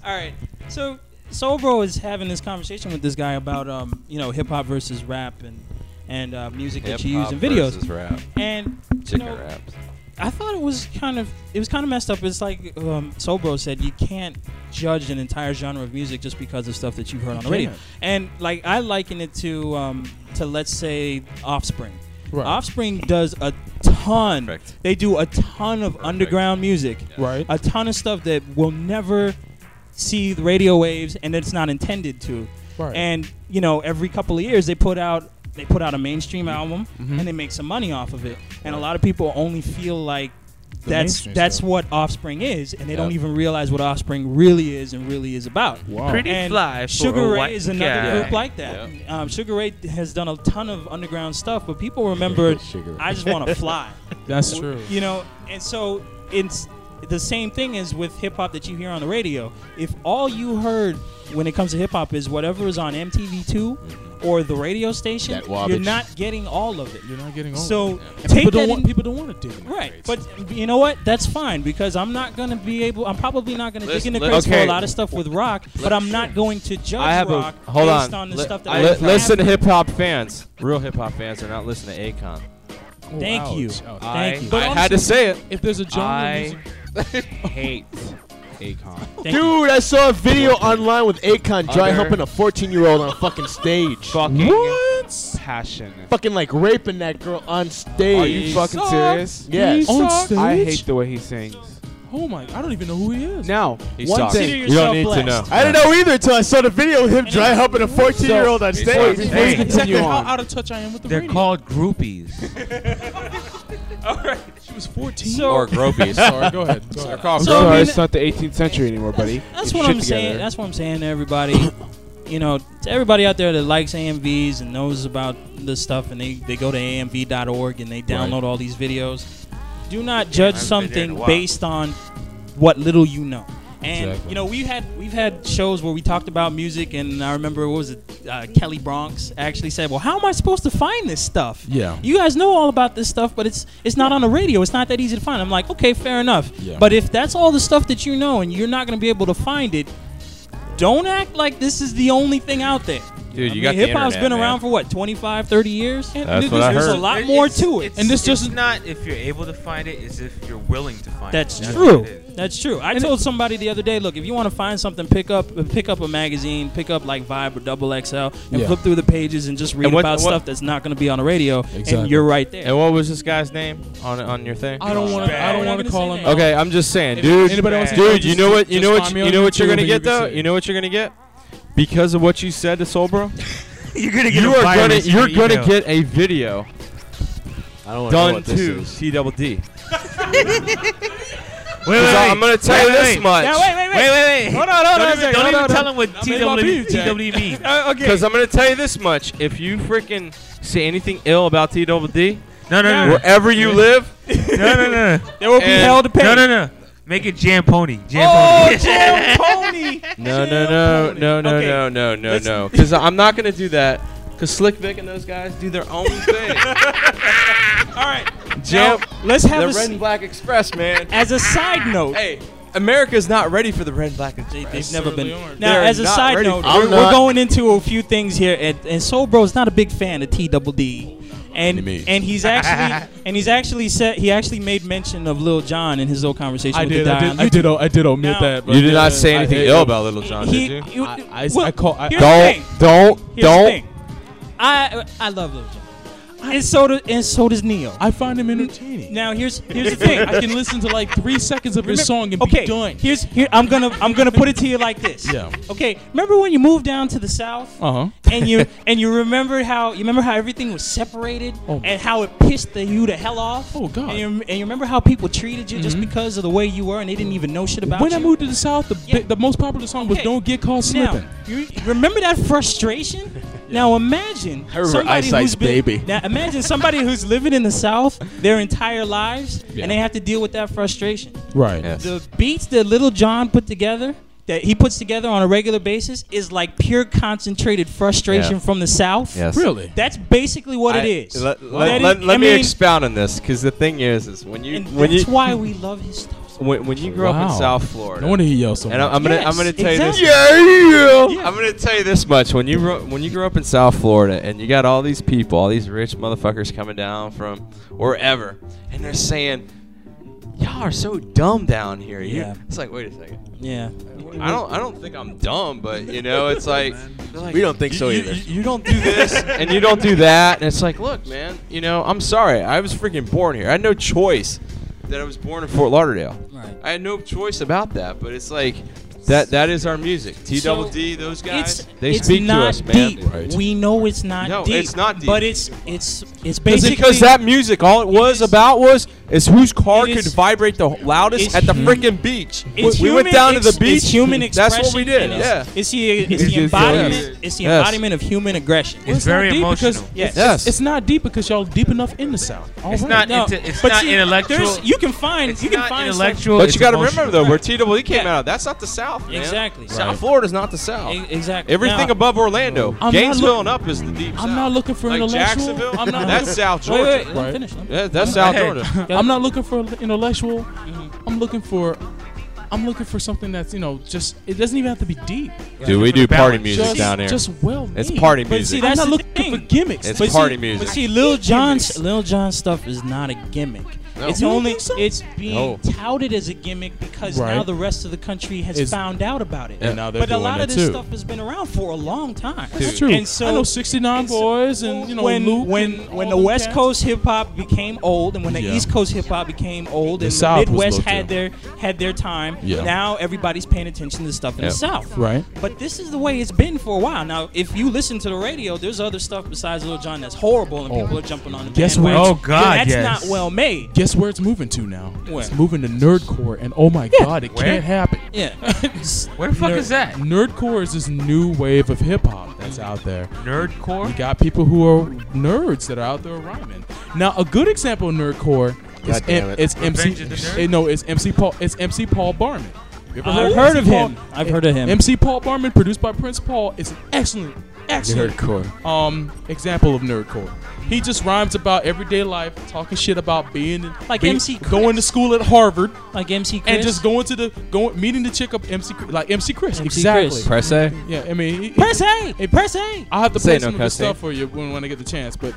Speaker 5: all right. So Sobro is having this conversation with this guy about um, you know hip hop versus rap and and uh, music that you use in
Speaker 2: Hip-hop
Speaker 5: videos.
Speaker 2: versus rap.
Speaker 5: And you
Speaker 2: Chicken
Speaker 5: know,
Speaker 2: wraps.
Speaker 5: I thought it was kind of it was kind of messed up. It's like um, Sobro said, you can't judge an entire genre of music just because of stuff that you've heard on the radio.
Speaker 6: can't.
Speaker 5: And like I liken it to um, to let's say Offspring.
Speaker 6: Right.
Speaker 5: Offspring does a ton. They do a ton of underground music.
Speaker 6: Right.
Speaker 5: A ton of stuff that will never see the radio waves and it's not intended to.
Speaker 6: Right.
Speaker 5: And you know, every couple of years they put out they put out a mainstream album
Speaker 6: Mm-hmm.
Speaker 5: and they make some money off of it. And a lot of people only feel like
Speaker 6: The
Speaker 5: that's
Speaker 6: mainstream
Speaker 5: that's
Speaker 6: stuff.
Speaker 5: what Offspring is, and they don't
Speaker 6: Yep.
Speaker 5: even realize what Offspring really is and really is about.
Speaker 6: Wow.
Speaker 8: Pretty
Speaker 5: And
Speaker 8: fly for
Speaker 5: Sugar
Speaker 8: a
Speaker 5: Ray
Speaker 8: white
Speaker 5: is another
Speaker 8: guy.
Speaker 5: group like that. Um, Sugar Ray has done a ton of underground stuff, but people remember
Speaker 6: Sugar Ray.
Speaker 5: I just want to fly.
Speaker 6: That's
Speaker 5: W-
Speaker 6: true.
Speaker 5: You know, and so it's the same thing as with hip hop that you hear on the radio. If all you heard when it comes to hip hop is whatever is on MTV2 or the radio station,
Speaker 6: That
Speaker 5: you're
Speaker 6: wobbage.
Speaker 5: not getting all of it.
Speaker 6: You're not getting all
Speaker 5: so
Speaker 6: of it. And
Speaker 5: take
Speaker 6: people
Speaker 5: that
Speaker 6: don't want
Speaker 5: in-
Speaker 6: people don't want to dig. in their
Speaker 5: Right, but you know what? That's fine because I'm not gonna be able. I'm probably not gonna dig
Speaker 2: Listen,
Speaker 5: into
Speaker 2: let-
Speaker 5: crates for
Speaker 2: okay.
Speaker 5: a lot of stuff with rock, but I'm not going to judge
Speaker 2: I have
Speaker 5: rock
Speaker 2: a hold
Speaker 5: based on,
Speaker 2: on.
Speaker 5: the
Speaker 2: Li-
Speaker 5: stuff that
Speaker 2: li-
Speaker 5: I have
Speaker 2: listen,
Speaker 5: happened.
Speaker 2: hip hop fans, real hip hop fans, are not listening to Akon.
Speaker 5: Thank you. Thank
Speaker 2: I,
Speaker 5: you.
Speaker 2: I had to say it.
Speaker 6: If there's a genre
Speaker 2: I
Speaker 6: hate Akon.
Speaker 7: Dude, I saw a video online with Akon dry
Speaker 6: Other-
Speaker 7: humping a 14 year old on a fucking stage.
Speaker 6: Fucking
Speaker 7: what?
Speaker 6: Passion.
Speaker 7: Fucking like raping that girl on stage.
Speaker 6: Are you He fucking sucks. serious?
Speaker 7: Yes.
Speaker 6: He On sucks.
Speaker 7: I
Speaker 6: stage?
Speaker 7: hate the way he sings.
Speaker 6: Oh my! I don't even know who he is.
Speaker 9: Now,
Speaker 6: He
Speaker 9: one
Speaker 6: sucks.
Speaker 9: thing
Speaker 6: Consider You don't yourself need to blessed. know.
Speaker 7: I didn't know either until I saw the video of him dry humping a 14 year old on
Speaker 9: So-
Speaker 7: stage.
Speaker 9: Before you continue
Speaker 6: how
Speaker 9: on.
Speaker 6: out of touch I am with the
Speaker 8: They're
Speaker 6: radio.
Speaker 8: called groupies.
Speaker 6: She was 14.
Speaker 5: So- Or gropies.
Speaker 6: Sorry, go ahead. Go
Speaker 5: They're
Speaker 6: ahead.
Speaker 5: called
Speaker 9: I'm
Speaker 5: So, I
Speaker 9: sorry,
Speaker 5: mean-
Speaker 9: it's not the 18th century anymore, buddy.
Speaker 5: That's
Speaker 9: Get your
Speaker 5: what
Speaker 9: shit
Speaker 5: I'm saying.
Speaker 9: together.
Speaker 5: That's what I'm saying to everybody. you know, to everybody out there that likes AMVs and knows about this stuff, and they, they go to AMV.org and they download all these videos. Do not judge
Speaker 6: I haven't been there in a
Speaker 5: something
Speaker 6: while.
Speaker 5: based on what little you know. And
Speaker 6: Exactly.
Speaker 5: you know, we had we've had shows where we talked about music, and I remember what was it? Uh, Kelly Bronx actually said, "Well, how am I supposed to find this stuff?
Speaker 6: Yeah.
Speaker 5: you guys know all about this stuff, but it's it's not on the radio. It's not that easy to find." I'm like, okay, fair enough.
Speaker 6: Yeah.
Speaker 5: But if that's all the stuff that you know, and you're not going to be able to find it, don't act like this is the only thing out there.
Speaker 2: Dude,
Speaker 5: I
Speaker 2: you
Speaker 5: mean,
Speaker 2: got the
Speaker 5: hip hop's
Speaker 2: internet,
Speaker 5: been
Speaker 2: man.
Speaker 5: around for what 25, 30 years. And
Speaker 2: That's
Speaker 5: there's,
Speaker 2: what I
Speaker 5: there's
Speaker 2: heard.
Speaker 5: a lot more to it.
Speaker 8: It's- it's not if you're able to find it, it's if you're willing to find
Speaker 5: That's
Speaker 8: it.
Speaker 5: true.
Speaker 8: what it is.
Speaker 5: That's true. I told somebody the other day, look, if you want to find something, pick up pick up a magazine, pick up like Vibe or Double XL, and
Speaker 2: Yeah.
Speaker 5: flip through the pages and just read
Speaker 2: And what-
Speaker 5: about
Speaker 2: what-
Speaker 5: stuff that's not going to be on the radio, and you're right there.
Speaker 2: And what was this guy's name on on your thing?
Speaker 6: I don't want to. I don't want to call him. out.
Speaker 2: Okay, I'm just saying,
Speaker 6: If
Speaker 2: dude.
Speaker 6: anybody wants to go,
Speaker 2: dude, you
Speaker 6: just-
Speaker 2: know what? You
Speaker 6: just
Speaker 2: know what?
Speaker 6: find
Speaker 2: You,
Speaker 6: me on
Speaker 2: know what you're
Speaker 6: YouTube
Speaker 2: gonna
Speaker 6: and you
Speaker 2: get
Speaker 6: can
Speaker 2: though.
Speaker 6: see
Speaker 2: You know what you're gonna get because of what you said to Solbro.
Speaker 8: you're gonna get
Speaker 2: You
Speaker 8: a
Speaker 2: are gonna.
Speaker 8: virus in
Speaker 2: You're
Speaker 8: your
Speaker 2: gonna
Speaker 8: email.
Speaker 2: get a video.
Speaker 7: I don't wanna know
Speaker 2: done
Speaker 7: what this
Speaker 2: to
Speaker 7: is.
Speaker 2: T double D.
Speaker 8: Wait, wait,
Speaker 2: I'm gonna tell
Speaker 8: wait,
Speaker 2: you this
Speaker 8: wait.
Speaker 2: much.
Speaker 8: Now, wait, wait, wait. Hold on, hold Don't on a even- second, don't hold even on. tell him what E I'm in my TW TWD means. Uh, okay.
Speaker 2: Because I'm gonna tell you this much. If you freaking say anything ill about T double D,
Speaker 8: No, no, no, no.
Speaker 2: wherever you
Speaker 8: Yeah.
Speaker 2: live,
Speaker 8: No, no, no.
Speaker 5: There will be
Speaker 2: and-
Speaker 5: hell to pay.
Speaker 8: No, no, no. Make it Jam Pony. Jam
Speaker 2: Oh,
Speaker 8: Pony.
Speaker 2: Jam
Speaker 5: Pony.
Speaker 2: No, no, no, no, no,
Speaker 6: Okay.
Speaker 2: no, no, no,
Speaker 6: Let's-
Speaker 2: no. Because I'm not gonna do that. Because Slick Vic and those guys do their own thing.
Speaker 5: All right,
Speaker 2: Jam.
Speaker 5: Now, let's have
Speaker 2: the
Speaker 5: a s-
Speaker 2: Red and Black Express, man.
Speaker 5: As a side note,
Speaker 2: hey, America's not ready for the Red and Black Express.
Speaker 5: They've never been. Now,
Speaker 2: They're
Speaker 5: as a
Speaker 2: not
Speaker 5: side
Speaker 2: ready
Speaker 5: note,
Speaker 2: for it.
Speaker 5: we're, we're going into a few things here, and, and Soul Bro's not a big fan of T Double D, and
Speaker 2: Enemies.
Speaker 5: and he's actually and he's actually said he actually made mention of Lil John in his little conversation
Speaker 6: I
Speaker 5: with
Speaker 6: did,
Speaker 5: the
Speaker 6: I
Speaker 5: Don.
Speaker 6: did- I did o- I did omit that, but You did yeah, not say I- anything I- ill about Lil Jon,
Speaker 5: He-
Speaker 6: did you?
Speaker 5: you-
Speaker 6: I- I-
Speaker 5: well,
Speaker 6: I call- I-
Speaker 5: here's the
Speaker 6: Don't-
Speaker 5: thing.
Speaker 6: don't-
Speaker 5: Here's the
Speaker 6: don't.
Speaker 5: thing. I I love Lil John. And so does and so does Neo.
Speaker 6: I find him entertaining.
Speaker 5: Now here's here's the thing.
Speaker 6: I can listen to like three seconds of his song and
Speaker 5: okay,
Speaker 6: be done.
Speaker 5: Here's here I'm gonna I'm gonna put it to you like this.
Speaker 6: Yeah.
Speaker 5: Okay. Remember when you moved down to the south?
Speaker 6: Uh huh.
Speaker 5: and you and you remembered how you remember how everything was separated
Speaker 6: Oh.
Speaker 5: and how it pissed the, you the hell off. Oh God! And you, and you remember how people treated you just because of the way you were and they didn't even know shit about
Speaker 6: Mm-hmm. When
Speaker 5: you.
Speaker 6: I moved to the South, the, bi- the most popular song was
Speaker 5: Okay.
Speaker 6: "Don't Get Caught Slipping."
Speaker 5: Now, you remember that frustration? Now imagine
Speaker 6: I remember
Speaker 5: somebody
Speaker 6: Ice Ice
Speaker 5: who's been-
Speaker 6: Baby.
Speaker 5: Now imagine somebody who's living in the South their entire lives
Speaker 6: Yeah.
Speaker 5: and they have to deal with that frustration.
Speaker 6: Right.
Speaker 5: The beats that Little John put together, that he puts together on a regular basis, is like pure concentrated frustration
Speaker 2: Yeah.
Speaker 5: from the South.
Speaker 2: Yes. Really?
Speaker 5: That's basically what
Speaker 2: I-
Speaker 5: it is.
Speaker 2: Let,
Speaker 5: That
Speaker 2: let,
Speaker 5: is-
Speaker 2: let, let
Speaker 5: I
Speaker 2: me
Speaker 5: mean,
Speaker 2: expound on this because the thing is, is when you
Speaker 5: and
Speaker 2: when
Speaker 5: that's
Speaker 2: you
Speaker 5: why we love his stuff.
Speaker 2: when, when you grow up
Speaker 6: Wow.
Speaker 2: in South Florida.
Speaker 6: No wonder he yells so
Speaker 2: And I-
Speaker 6: much.
Speaker 2: I'm gonna I'm gonna tell
Speaker 6: Yes,
Speaker 2: you this.
Speaker 6: exactly. Yeah,
Speaker 2: yeah. I'm gonna tell you this much. When you grow, when you grew up in South Florida and you got all these people, all these rich motherfuckers coming down from wherever, and they're saying, "Y'all are so dumb down here." You-
Speaker 5: Yeah.
Speaker 2: It's like, wait a second.
Speaker 5: Yeah.
Speaker 2: I don't I don't think I'm dumb, but you know, it's like, they're like,
Speaker 7: We don't think
Speaker 2: "You-
Speaker 7: so
Speaker 2: you-
Speaker 7: either."
Speaker 2: You, you don't do this and you don't do that, and it's like, look, man, you know, I'm sorry. I was freaking born here. I had no choice that I was born in Fort Lauderdale.
Speaker 5: Right.
Speaker 2: I had no choice about that, but it's like that that is our music. T Double
Speaker 5: So,
Speaker 2: D, those guys,
Speaker 5: It's,
Speaker 2: they
Speaker 5: it's
Speaker 2: speak
Speaker 5: not
Speaker 2: to us, man.
Speaker 5: deep. We know it's not
Speaker 2: No,
Speaker 5: deep.
Speaker 2: it's not deep.
Speaker 5: But it's it's
Speaker 2: Because
Speaker 5: it's basically
Speaker 2: because that music, all it was about was is whose car
Speaker 5: It
Speaker 2: could
Speaker 5: is-
Speaker 2: vibrate the loudest
Speaker 5: it's
Speaker 2: at the
Speaker 5: hum-
Speaker 2: freaking beach.
Speaker 5: It's
Speaker 2: we, we went
Speaker 5: human
Speaker 2: down to
Speaker 5: ex-
Speaker 2: the beach.
Speaker 5: It's human
Speaker 2: That's
Speaker 5: expression.
Speaker 2: what we did.
Speaker 5: and
Speaker 2: Yeah.
Speaker 5: It's, it's the, it's
Speaker 6: It's
Speaker 5: the
Speaker 6: just-
Speaker 5: embodiment.
Speaker 6: Yes.
Speaker 5: It's the
Speaker 6: Yes.
Speaker 5: embodiment of human aggression.
Speaker 6: Well, not deep because
Speaker 5: yes.
Speaker 6: It's, it's not deep because y'all deep enough in the South.
Speaker 5: Oh,
Speaker 6: All
Speaker 8: It's
Speaker 6: right.
Speaker 8: not No, inte- it's but not see, intellectual. there's-
Speaker 5: you can find you can find stuff-
Speaker 2: But you got to remember though, where TWE came out of, that's not the South, man.
Speaker 5: Exactly.
Speaker 2: South
Speaker 5: Right.
Speaker 2: Florida's not the South.
Speaker 5: exactly.
Speaker 2: Everything
Speaker 5: Now-
Speaker 2: above Orlando,
Speaker 5: I'm not
Speaker 2: Gainesville
Speaker 5: look-
Speaker 2: and up is the deep South.
Speaker 6: I'm not looking for
Speaker 2: like
Speaker 6: intellectual.
Speaker 2: Jacksonville.
Speaker 6: I'm not
Speaker 2: that's
Speaker 6: looking-
Speaker 2: South
Speaker 6: Wait,
Speaker 2: Georgia.
Speaker 6: wait, let me finish, let me-
Speaker 2: Yeah, that's South
Speaker 6: I'm- hey,
Speaker 2: Georgia.
Speaker 6: I'm not looking for intellectual. I'm looking for. I'm looking for something that's you know just it doesn't even have to be deep.
Speaker 2: Dude, we do party music
Speaker 6: Just-
Speaker 2: down here.
Speaker 6: Just well,
Speaker 2: It's
Speaker 6: made.
Speaker 2: party
Speaker 6: But
Speaker 2: music.
Speaker 6: See,
Speaker 2: That's
Speaker 6: that's I'm
Speaker 2: the
Speaker 6: not looking for gimmicks.
Speaker 2: It's
Speaker 6: But see-
Speaker 2: party
Speaker 6: but
Speaker 2: music.
Speaker 5: But see, Lil John's Lil John stuff is not a gimmick.
Speaker 2: No.
Speaker 5: It's
Speaker 2: You don't
Speaker 5: only
Speaker 2: think so?
Speaker 5: it's being
Speaker 2: No.
Speaker 5: touted as a gimmick because now
Speaker 6: Right.
Speaker 5: the rest of the country has
Speaker 6: It's-
Speaker 5: found out about it.
Speaker 6: And now they're
Speaker 5: but a
Speaker 6: doing
Speaker 5: lot
Speaker 6: it
Speaker 5: of this
Speaker 6: too.
Speaker 5: stuff has been around for a long time.
Speaker 6: That's true.
Speaker 5: And so
Speaker 6: I know 69 boys and you know
Speaker 5: when
Speaker 6: Luke
Speaker 5: when
Speaker 6: and
Speaker 5: when
Speaker 6: all
Speaker 5: the
Speaker 6: them
Speaker 5: West
Speaker 6: cats.
Speaker 5: Coast hip hop became old, and when the
Speaker 6: Yeah.
Speaker 5: East Coast hip hop became old,
Speaker 6: The
Speaker 5: and
Speaker 6: South was
Speaker 5: the Midwest
Speaker 6: looked
Speaker 5: had
Speaker 6: at.
Speaker 5: their had their time.
Speaker 6: Yeah.
Speaker 5: Now everybody's paying attention to the stuff in
Speaker 6: Yep.
Speaker 5: the South.
Speaker 6: Right.
Speaker 5: But this is the way it's been for a while. Now, if you listen to the radio, there's other stuff besides Lil Jon that's horrible, and
Speaker 6: Oh.
Speaker 5: people are jumping on the
Speaker 6: Guess where?
Speaker 5: bandwagon. that's not well made.
Speaker 6: Guess where it's moving to now?
Speaker 5: Where?
Speaker 6: It's moving to nerdcore, and oh my god, it
Speaker 5: Where?
Speaker 6: can't happen.
Speaker 5: Yeah.
Speaker 8: Where the fuck is that?
Speaker 6: Nerdcore is this new wave of hip hop that's out there.
Speaker 8: Nerdcore?
Speaker 6: You got people who are nerds that are out there rhyming. Now, a good example of nerdcore is
Speaker 7: God damn
Speaker 6: M-
Speaker 7: it.
Speaker 6: it's MC.
Speaker 8: Revenge of the Nerds?
Speaker 6: eh, no, it's MC Paul. It's MC Paul Barman. You ever
Speaker 5: I've
Speaker 6: of
Speaker 5: heard
Speaker 6: MC
Speaker 5: of
Speaker 6: Paul?
Speaker 5: him. I've heard of him.
Speaker 6: MC Paul Barman, produced by Prince Paul, is an excellent, excellent
Speaker 2: Nerdcore.
Speaker 6: um example of nerdcore. He just rhymes about everyday life, talking shit about being
Speaker 5: Like
Speaker 6: being-
Speaker 5: MC Chris.
Speaker 6: going to school at Harvard,
Speaker 5: like MC Chris.
Speaker 6: and just going to the going meeting the chick up MC Chris- like MC Chris
Speaker 5: MC
Speaker 6: exactly.
Speaker 5: Chris.
Speaker 2: Press A.
Speaker 6: Yeah, I mean, he-
Speaker 5: press A, press A.
Speaker 6: I'll have to
Speaker 2: Say
Speaker 6: play
Speaker 2: no
Speaker 6: some of his
Speaker 2: cussing.
Speaker 6: stuff for you when, when I get the chance. But